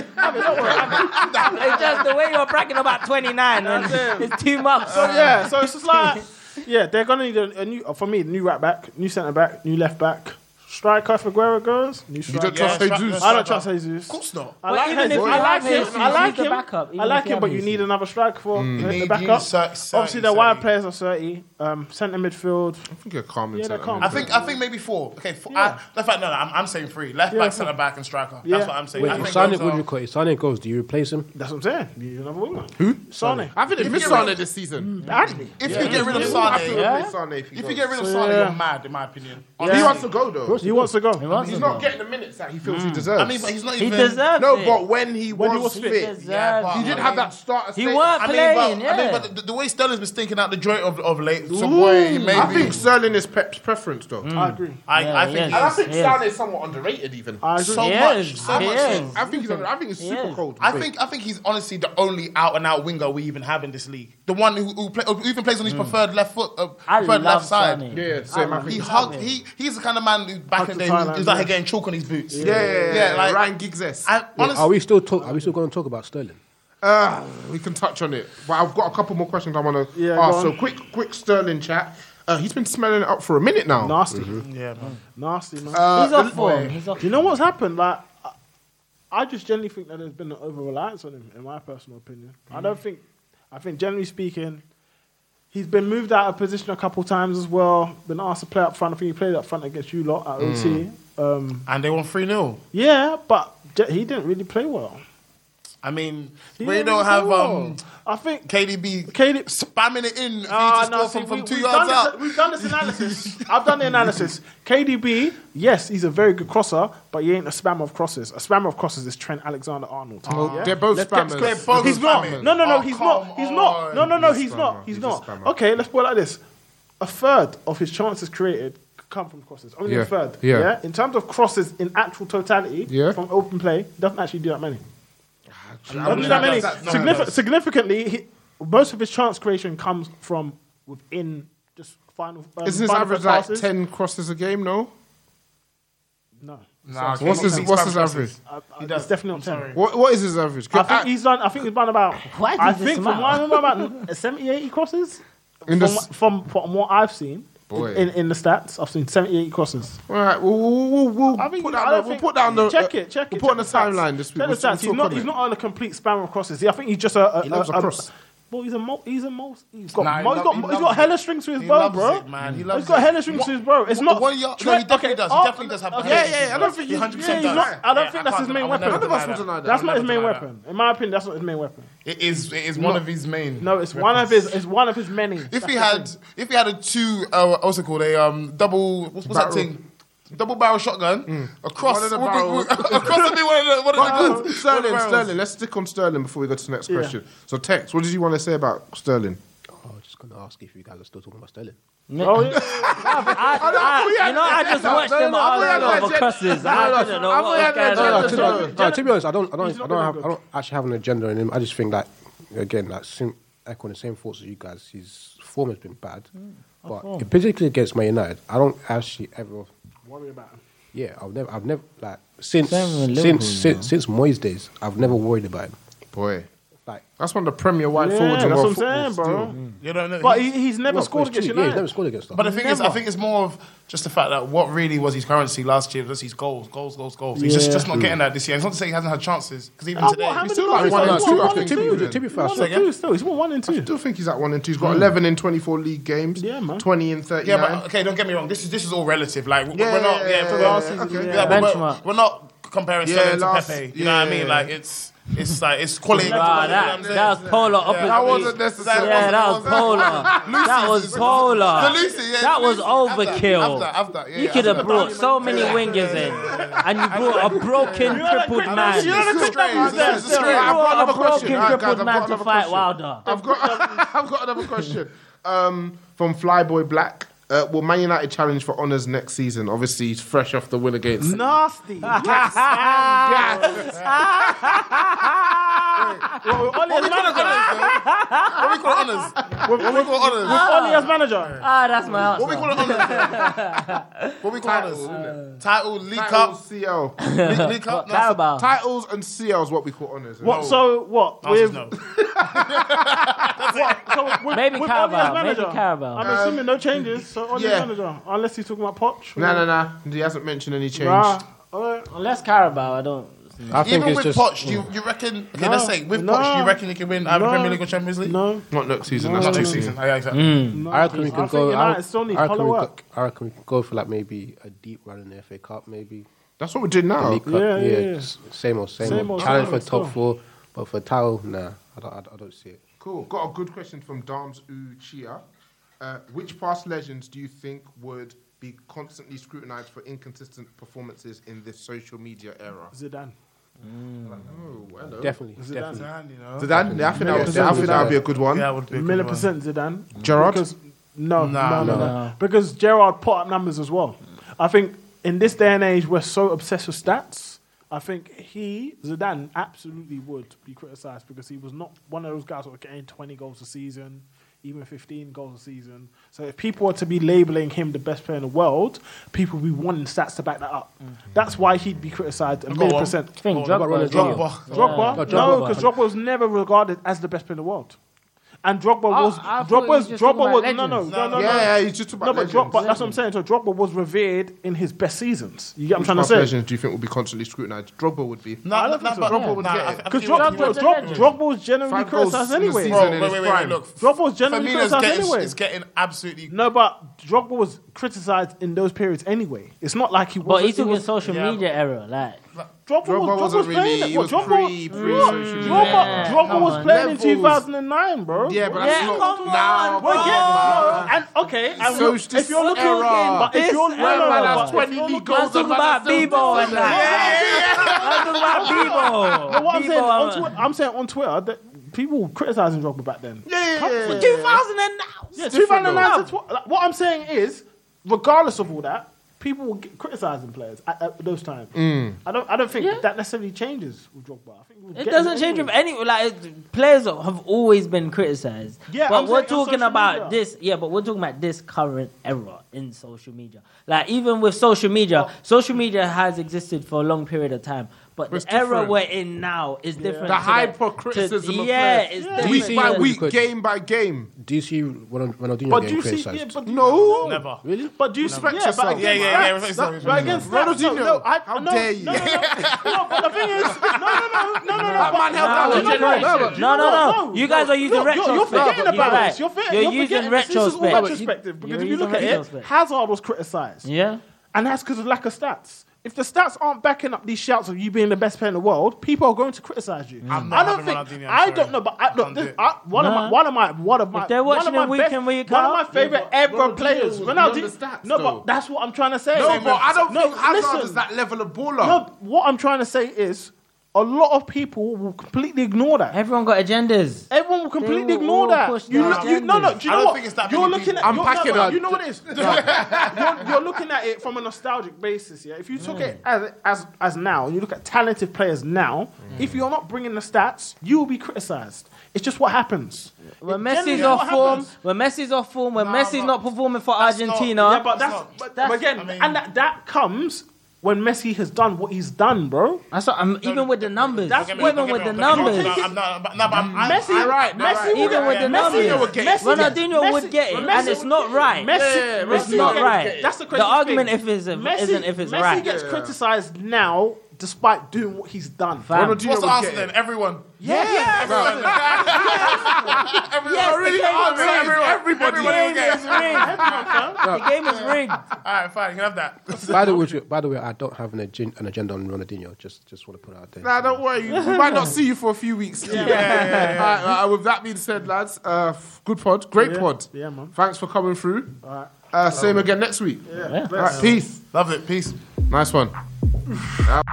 G: It's just the way you're bragging about 29 and it's two months.
E: So yeah, so it's just like yeah, they're gonna need a, a new uh, for me new right back, new centre back, new left back. Striker if Aguero goes. New striker.
D: don't trust
E: Yeah,
D: Jesus?
E: I don't trust Jesus. Of
F: course not.
E: I
F: But
E: like
F: even
E: him.
F: if you
E: I like
F: have
E: him.
F: Jesus,
E: I like
F: he's the
E: him.
F: backup,
E: I
F: even
E: like
F: if you
E: him, but
F: have
E: you need
F: Jesus.
E: another striker for
F: Mm. You
E: the- the
F: need- you need
E: backup.
F: cer- certain-
E: Obviously, their wide players are thirty. Um, centre midfield. I
D: think you're calm.
E: Yeah, they're calm.
F: I think I think maybe four. Okay, four. I, left back. No, no. I'm, I'm saying three. Left
E: Yeah,
F: back,
E: four.
F: centre back, and striker.
E: Yeah.
F: That's what I'm saying.
H: Wait,
F: I
H: if
F: think
H: Sane,
F: those
H: what do
F: are-
H: you call it? If Sane goes, do you replace him?
E: That's what I'm saying. You need another winger.
H: Who?
E: Sane.
D: I think they missed Sane this season.
E: Mm, Badly.
F: Mm. If you get rid of Sane,
D: if,
F: if you get rid of
E: So,
F: Sane,
E: yeah.
F: you're mad, in my opinion.
D: He wants to go though.
E: He wants to go.
D: He's not getting the minutes that he feels he
E: Mm.
D: deserves.
F: I mean, but he's not
E: He
F: even.
E: deserves
D: No,
E: it.
D: but when he
E: When
D: was,
E: he was fit.
D: fit,
E: He
D: he
F: but-
D: didn't
F: I
D: have
F: mean-
D: that starter.
F: I mean, but- I mean, but the, the way Sterling's been stinking out the joint of, of late, so boy, maybe.
D: I think Sterling is Pep's preference though.
F: I agree. Mm. I- Yeah, I think he
D: and I
F: is.
D: think
F: He is.
D: Sterling is somewhat underrated even.
F: I agree. So He much, is. so He much. is.
D: I think he's. under- I think he's super cold.
F: I think I think he's honestly the only out and out winger we even have in this league. The one who, who, play, who even plays
E: Hmm.
F: on his preferred left foot, uh,
D: I
F: preferred
D: love
F: left side.
D: Sane. Yeah, same, I think
F: He
D: he's
F: hugged.
D: lovely.
F: He he's the kind of man who back in the day
D: Hugged
F: who-
D: the
F: who's like
D: Thailand,
F: getting chalk on his boots.
D: Yeah, yeah, yeah, yeah,
F: like
D: Ryan Giggs.
F: I, honestly,
H: are we still talk, Are we still going to talk about Sterling?
D: Uh, we can touch on it, but I've got a couple more questions I want to
E: Yeah,
D: ask.
E: go
D: So
E: on.
D: quick, quick Sterling chat. Uh, he's been smelling it up for a minute now. Mm-hmm.
E: Nasty. Yeah, man. Nasty, man.
D: Uh, He's off form. He's
E: Do you know what's happened? Like, I- I just generally think that there's been an over reliance on him, in my personal opinion. I don't
F: Mm.
E: think, I think generally speaking, he's been moved out of position a couple times as well. Been asked to play up front. I think he played up front against you lot at OT. Um,
F: Mm. and they won 3 0.
E: Yeah, but j- he didn't really play well.
F: I mean,
E: He
F: we
E: didn't
F: don't
E: really
F: have
E: play
F: um.
E: I think
F: KDB,
E: KD
F: spamming it in.
E: Ah,
F: Ah,
E: no, see,
F: from, from
E: we-
F: two
E: we've
F: yards
E: done
F: out.
E: this- we've done this analysis. I've done the analysis. KDB, yes, he's a very good crosser, but he ain't a spammer of crosses. A spammer of crosses is Trent Alexander Arnold.
D: Oh, they're both spammers. They're both
E: he's not.
D: spammers.
E: No, no, no.
D: Oh,
E: he's
D: come
E: not. He's not. No, no, no. He's not. He's not. Okay, let's put it like this: a third of his chances created come from crosses. Only
D: Yeah,
E: a third.
D: yeah.
E: In terms of crosses in actual totality,
D: Yeah. Ah,
E: from open play, he doesn't actually do that many.
D: I
E: Don't do
D: mean,
E: that many.
D: that's- that's-
E: Signifi- significantly, he, most of his chance creation comes from within just final. Um,
D: Isn't his
E: final
D: average like
E: passes.
D: ten crosses a game? No.
E: No.
D: Nah,
E: So-
D: what's his-
E: Six
D: what's his
E: passes.
D: average?
E: Uh, uh, it's definitely not ten.
D: What What is his average?
E: I think he's done. I think he's done about.
D: Why do
E: I
D: this
E: think from
D: amount?
E: what I remember about 70, 80 crosses.
D: In
E: from,
D: the s-
E: what- from from what I've seen
D: Boy.
E: in, in the stats, I've seen seventy eight crosses.
D: All right, we'll, we'll, we'll, we'll
E: I think
D: put
E: I
D: down
E: don't
D: the, we'll
E: think-
D: put down the uh,
E: check it, check
D: we'll
E: it,
D: put on the
E: check the
D: timeline this week.
E: Tell
D: We'll,
E: us that he's
D: we'll
E: not
D: talk
E: he's
D: on it.
E: not on a complete spammer of crosses. He- I think he's just a, a
D: He loves
E: a, um,
D: a cross.
E: Well, he's a mo- he's a mo- he's got
F: Nah, he
E: mo-
F: lo-
E: he's got
F: he
E: he's got
F: loves
E: hella strings to his bow,
F: loves
E: bro.
F: it, man. He
E: he's
F: loves
E: got
F: it.
E: hella strings
F: What-
E: to his bow. It's
F: what-
E: not.
F: what- yeah, no, he
E: Trent-
F: definitely
E: okay,
F: does. He
E: oh,
F: definitely does have
E: okay.
F: hella
E: Yeah, yeah. I don't
F: strings.
E: think
F: He
E: he's-
F: 100%
E: yeah, he's
F: does.
E: not- I
F: Yeah,
E: don't
F: I
E: think that's his
F: can't- I
E: main
F: would
E: weapon.
F: never deny that. I
E: That's
F: would
E: not his
F: never
E: main
F: deny that.
E: weapon. In my opinion, that's not his main weapon.
F: It is. It is
E: No.
F: one of his main.
E: No, it's one of his. It's one of his many.
F: If he had, if he had a two, uh, what's it called? A um, double. What's, what's that
E: Barrel.
F: thing? Double barrel shotgun across.
D: One of the
F: would be-
D: barrels.
F: across would be one of the, one
D: But,
F: of the
D: um,
F: goods. One of the
D: Sterling,
F: barrels.
D: Sterling. Let's stick on Sterling before we go to the next
H: Yeah.
D: question. So, Tex, what did you want to say about Sterling?
H: I was just going to ask if you guys are still talking about Sterling.
J: Oh, yeah. I, I, you know, I just watched them all over crosses. I didn't know what was
H: No,
J: going
H: no, to be
J: on.
H: honest- no, to be honest, I don't, I
J: He's not
H: don't, I don't,
J: gonna
H: have,
J: go.
H: I don't actually have an agenda in him. I just think that, again, like sim, echoing the same thoughts as you guys, his form has been bad. but
E: form.
H: particularly against Man United, I don't actually ever.
E: Worry about him.
H: Yeah, I've never, I've never like since
D: Same with
H: since
D: Liverpool,
H: since, since Moyes days, I've never worried about him.
D: Boy,
H: like
D: that's one of the premier wide
H: Yeah,
D: forwards. in
H: that's
D: world
H: what I'm
D: football
H: saying,
D: still.
H: bro.
F: You don't know.
E: But he- he's never
H: No,
E: scored
H: but he's
E: against
H: two-
E: United.
H: Yeah, he's never scored against us.
F: But the thing is, I
E: Never.
F: think it's more of just the fact that what really was his currency last year was his goals, goals, goals, goals. He's just,
H: Yeah.
F: just not
H: Mm.
F: getting that this year. It's not to say he hasn't had chances because even
E: Oh, what,
F: today
E: how many
F: he's still
E: goals
F: like
E: is
F: one
E: he
F: and
E: got?
F: two.
E: One
F: I
E: and
F: think.
E: two.
F: Even.
H: to be fair, Hmm.
E: One
H: I
E: and
H: still-
E: two still. He's what one and two.
D: I still think he's at one and two. He's got eleven in twenty-four league games. Yeah, man. Twenty in
F: Yeah,
D: thirty-nine.
F: but okay, don't get me wrong. This is this is all relative. Like w-
D: Yeah,
F: we're not, yeah,
D: yeah,
F: we're,
D: yeah,
F: we're-
D: okay.
F: we're-
D: Yeah.
F: we're-
D: Benchmark.
F: we're not comparing
D: Yeah,
F: Sterling
D: last-
F: to Pepe. You know what I mean?
D: yeah.
F: Like it's it's like it's quality.
J: Wow,
F: quality,
J: that-
F: you know what I'm saying?
J: that was polar
F: Yeah.
J: opposite.
F: That wasn't necessary.
J: Yeah, that was polar. that was polar.
F: The Lucy, yeah,
J: that
F: the
J: was
F: Lucy.
J: overkill.
F: Have that, have that, yeah,
J: you
F: yeah,
J: could have
F: have that.
J: brought so many wingers in, and you brought a broken, crippled man.
D: You know the quick
J: You
D: numbers there.
J: brought
D: I've got
J: a
D: another
J: broken,
D: question. All right, guys,
J: crippled
D: I've
J: man
D: got
J: to
D: another
J: fight
D: question.
J: Wilder.
D: I've got, I've got another question um, from Flyboy Black. Uh, will Man United challenge for honours next season? Obviously, he's fresh off the win against.
E: Nasty. Gas. Well, with Oli as manager.
F: What we call honors?
E: With
F: What we call honors?
E: with Oli as manager.
J: Ah, that's my answer.
F: What we call it honors? What we call honors? Title, league
D: Titles,
F: cup.
D: CL.
F: League league cup. No,
D: Titles and CL is what we call honours.
E: What? So what?
F: Answer's
E: With
F: no.
E: With-
G: Maybe
E: with
G: Carabao,
E: Ole's
G: maybe
E: manager,
G: Carabao.
E: I'm
G: Um,
D: Uh,
E: assuming no changes. So Ole's
G: yeah.
E: manager, unless he's talking about Poch.
D: No, no, no. He hasn't mentioned any change.
E: Nah. Alright.
G: Unless Carabao, I don't.
D: I think
F: Even
D: it's
F: with
D: just-
F: Poch, do you, you reckon? Okay,
D: No,
F: let's say with
D: no,
F: Poch, do you reckon you can win either
D: no,
F: Premier League or Champions League?
E: No,
D: Not next season.
F: No,
D: that's
F: not
D: next
F: next
D: season.
F: season. Yeah, exactly. Mm.
H: I reckon we can
F: I think
H: go. I
F: United
H: reckon-
F: still need
H: I reckon
F: follow
H: we
F: up.
H: go- I reckon we can go for like maybe a deep run in the FA Cup, maybe.
D: That's what we're doing now.
H: The League Cup,
D: Yeah, yeah, yeah.
H: s- Same old, same,
D: Same
H: old.
D: old,
H: Challenge for
D: same old
H: top
D: still.
H: four, but for title, nah, I don't, I don't, I don't see it.
D: Cool. Got a good question from Dams Uchia. Uh, which past legends do you think would be constantly scrutinized for inconsistent performances in this social media era?
E: Zidane.
D: Oh, hello.
H: Definitely,
E: Zidane.
H: definitely.
E: Zidane, you know.
D: Zidane, yeah, I think that would- I think that would be a good one. Yeah, would be a good
E: Million
D: one.
E: percent Zidane.
D: Gerrard?
E: Because, no,
D: Nah,
E: no, no,
D: no.
E: no. Because Gerard put up numbers as well. I think in this day and age, we're so obsessed with stats. I think he, Zidane, absolutely would be criticised because he was not one of those guys that were getting 20 goals a season, even 15 goals a season. So if people are to be labelling him the best player in the world, people will be wanting stats to back that up. That's why he'd be criticised a
H: Go
E: million
H: on.
E: percent.
H: I think Go on, Drogba what about is Ronaldinho?
E: Drogba.
H: Yeah.
E: Drogba?
H: Got
E: No,
H: Drogba.
E: because Drogba was never regarded as the best player in the world. And Drogba was
H: I thought
E: Drogba
H: you were
E: was
H: just
E: Drogba
H: talking about
E: was no no
H: legends.
E: no no
H: Yeah,
E: no.
H: yeah, you're just
D: talking
E: no,
D: about
E: but
D: legends.
E: Drogba, that's what I'm saying. So Drogba was revered in his best seasons. You get
D: Which
E: what I'm
D: past
E: trying to say?
D: legends do you think would be constantly scrutinized? Drogba would be.
E: No, I don't think so.
D: Drogba would
E: Nah,
D: get it.
E: Because Drogba, Drogba, Drogba, was generally
D: Five goals
E: criticised
D: in the
E: anyway.
D: season Bro, in wait, his wait, wait, prime.
F: look.
E: Drogba was generally
F: Firmino's
E: criticised
F: getting-
E: anyway.
F: is getting absolutely.
E: No, but Drogba was criticised in those periods anyway. It's not like he was.
G: But he's talking social media era, like. Drogba
E: Drogba, was, Drogba
G: wasn't
E: was playing
G: really-
E: it.
G: he
E: What,
G: was
E: Drogba,
G: pre-
E: what?
G: pre-social media.
E: Drogba,
G: Yeah,
E: Drogba
G: come
E: was
G: on.
E: playing
G: Levels.
E: in 2009, bro.
D: Yeah, but that's not-
E: come
D: Nah,
E: on. We're
D: come
E: getting-
D: on.
E: no, and okay, and
D: So
E: look,
D: it's
E: if you're
D: this
E: looking,
D: era.
E: but
D: This
E: if you're no, no, no,
D: era,
E: but
D: that's
E: if
D: 20
E: you're looking-
D: goals and that's still
E: Bieber
D: something. Yeah, yeah,
E: Yeah,
D: yeah.
E: yeah. But what I'm
D: Bieber,
E: saying, on
D: I'm-
E: Twi- I'm saying on Twitter that people were criticizing Drogba back then.
D: Yeah,
E: Come-
D: yeah, yeah.
E: 2009. Yeah,
D: It's different
E: 2009
D: though.
E: to tw- like, What I'm saying is, regardless of all that, people were criticizing players at, at those times.
J: Mm.
E: I don't. I don't think that necessarily changes with Drogba. I think we'll
G: It
E: get
G: doesn't change
E: anyway.
G: with any like it- players have always been criticized.
E: Yeah,
G: but
E: I'm
G: we're
E: saying on
G: talking
E: social
G: about
E: media.
G: this. Yeah, but we're talking about this current era in social media. Like even with social media, social media has existed for a long period of time. But
D: It's
G: the era
D: different.
G: we're in now is different.
D: The
G: to
D: hypercriticism
G: to-
D: of
G: yeah,
D: players.
G: it's
D: Yeah.
G: different.
D: Week by week,
H: uh, Because-
D: game by game.
H: Do you see Ron- Ronaldinho
D: But do
H: getting
D: you see-
H: criticised?
D: yeah,
E: But
D: No,
E: never.
H: Really?
E: But do you
H: Respect
E: respect yeah,
H: yourself.
E: But against
H: Yeah, yeah, yeah,
E: that,
H: respect
E: that-
H: yourself.
E: but against that,
D: Ronaldinho,
E: no, no, I,
D: how
E: no,
D: dare you.
E: No, no, no, no, but the thing is, no, no, no, no, no, no.
D: That
G: No,
D: man held down a
G: you're
D: generation.
G: right.
D: Do you
G: No,
D: know
G: no,
D: what?
G: no. You guys are using
E: Look,
G: retrospect.
E: you're, you're forgetting
G: You're
E: about
G: right.
E: this. You're, forgetting-
G: You're
E: you're
G: using
E: forgetting this. This is all
G: retrospect.
E: retrospective because
G: You're
E: if you
G: using
E: look at it,
G: retrospect.
E: Hazard was criticised.
G: Yeah.
E: And that's because of lack of stats. If the stats aren't backing up these shouts of you being the best player in the world, people are going to criticize you.
F: not
E: I
F: having
E: don't think
F: Ronaldinho, I'm
E: I
F: sorry.
E: don't know, but I, look, this, I, one of
F: Nah.
E: my one of my one of my
F: If they're
E: one
F: watching
E: of my
F: it week
E: best,
F: in, week
E: one
F: out-
E: of my favorite
F: Yeah, but
E: ever
F: Ronaldinho
E: players.
F: was
E: Ronaldinho,
F: beyond the stats,
E: no,
F: though.
E: but that's what I'm trying to say.
D: No, but I don't
E: no,
D: think Hazard
E: listen.
D: is that level of baller.
E: No, what I'm trying to say is a lot of people will completely ignore that.
G: Everyone got agendas.
E: Everyone will completely
G: will all
E: ignore
G: push
E: that. You
G: their
E: look, you, no, no.
G: agendas. I
E: Do you know
G: don't
E: what?
G: think it's that
E: you're
G: many
E: looking
G: people.
E: at.
G: I'm
E: you're,
G: packing
E: no, no,
G: up.
E: You know what it is. you're, you're looking at it from a nostalgic basis. Yeah. If you took it as as as now, and you look at talented players now,
F: Mm.
E: if you're not bringing the stats, you will be criticised. It's just what happens.
G: When
E: It
G: Messi's
E: generally
G: off
E: what
G: form,
E: happens.
G: when Messi's off form, when Messi's not performing for Argentina,
E: Yeah, but that's, but that's again, and that, that comes when Messi has done what he's done, bro.
G: That's what I'm even with the numbers.
E: That's
G: Don't get me wrong,
E: even
G: don't
E: with
G: get
E: the
G: me wrong, don't get
E: numbers.
G: me wrong. I'm
E: Messi,
G: I'm right, I'm right.
E: Messi,
G: Even with the numbers. Ronaldinho would get it, and it's not right.
E: Messi,
G: Yeah, yeah,
E: Messi
G: it's not
E: would get
G: right.
E: it. That's the
G: The
E: crazy
G: argument
E: thing.
G: if it's- if
E: Messi,
G: isn't if it's
E: Messi
G: right.
E: gets
G: Yeah.
E: criticised now, despite doing what he's done.
G: Fam. Ronaldinho
F: What's the answer then? Everyone.
E: Yeah, yeah.
F: Everyone. Everyone.
E: Yes,
F: Really?
E: the game
F: Answer
E: is rigged.
F: everyone. Everybody
E: Everybody.
F: will get
E: The game
F: it.
E: is rigged.
H: The
F: game
G: is rigged. All
F: right, fine. You can have that.
H: by the way, by the way, I don't have an, agen- an agenda on Ronaldinho. Just, just want to put it out there.
D: Nah, don't worry. We might not see you for a few weeks.
H: Yeah, yeah, yeah, yeah.
D: Alright, alright, with that being said, lads, uh, f- good pod, great
E: Yeah,
D: pod.
E: yeah, man.
D: Thanks for coming through.
E: Alright.
D: Uh, same again next week.
E: Yeah.
D: Alright,
E: Bless.
D: peace.
F: Love it. Peace.
D: Nice one. Out.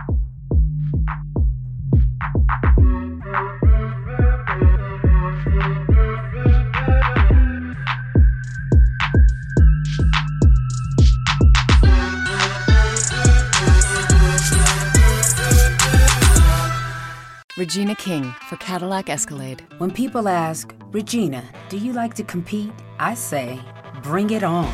M: Regina King for Cadillac Escalade. When people ask, Regina, do you like to compete? I say, bring it on.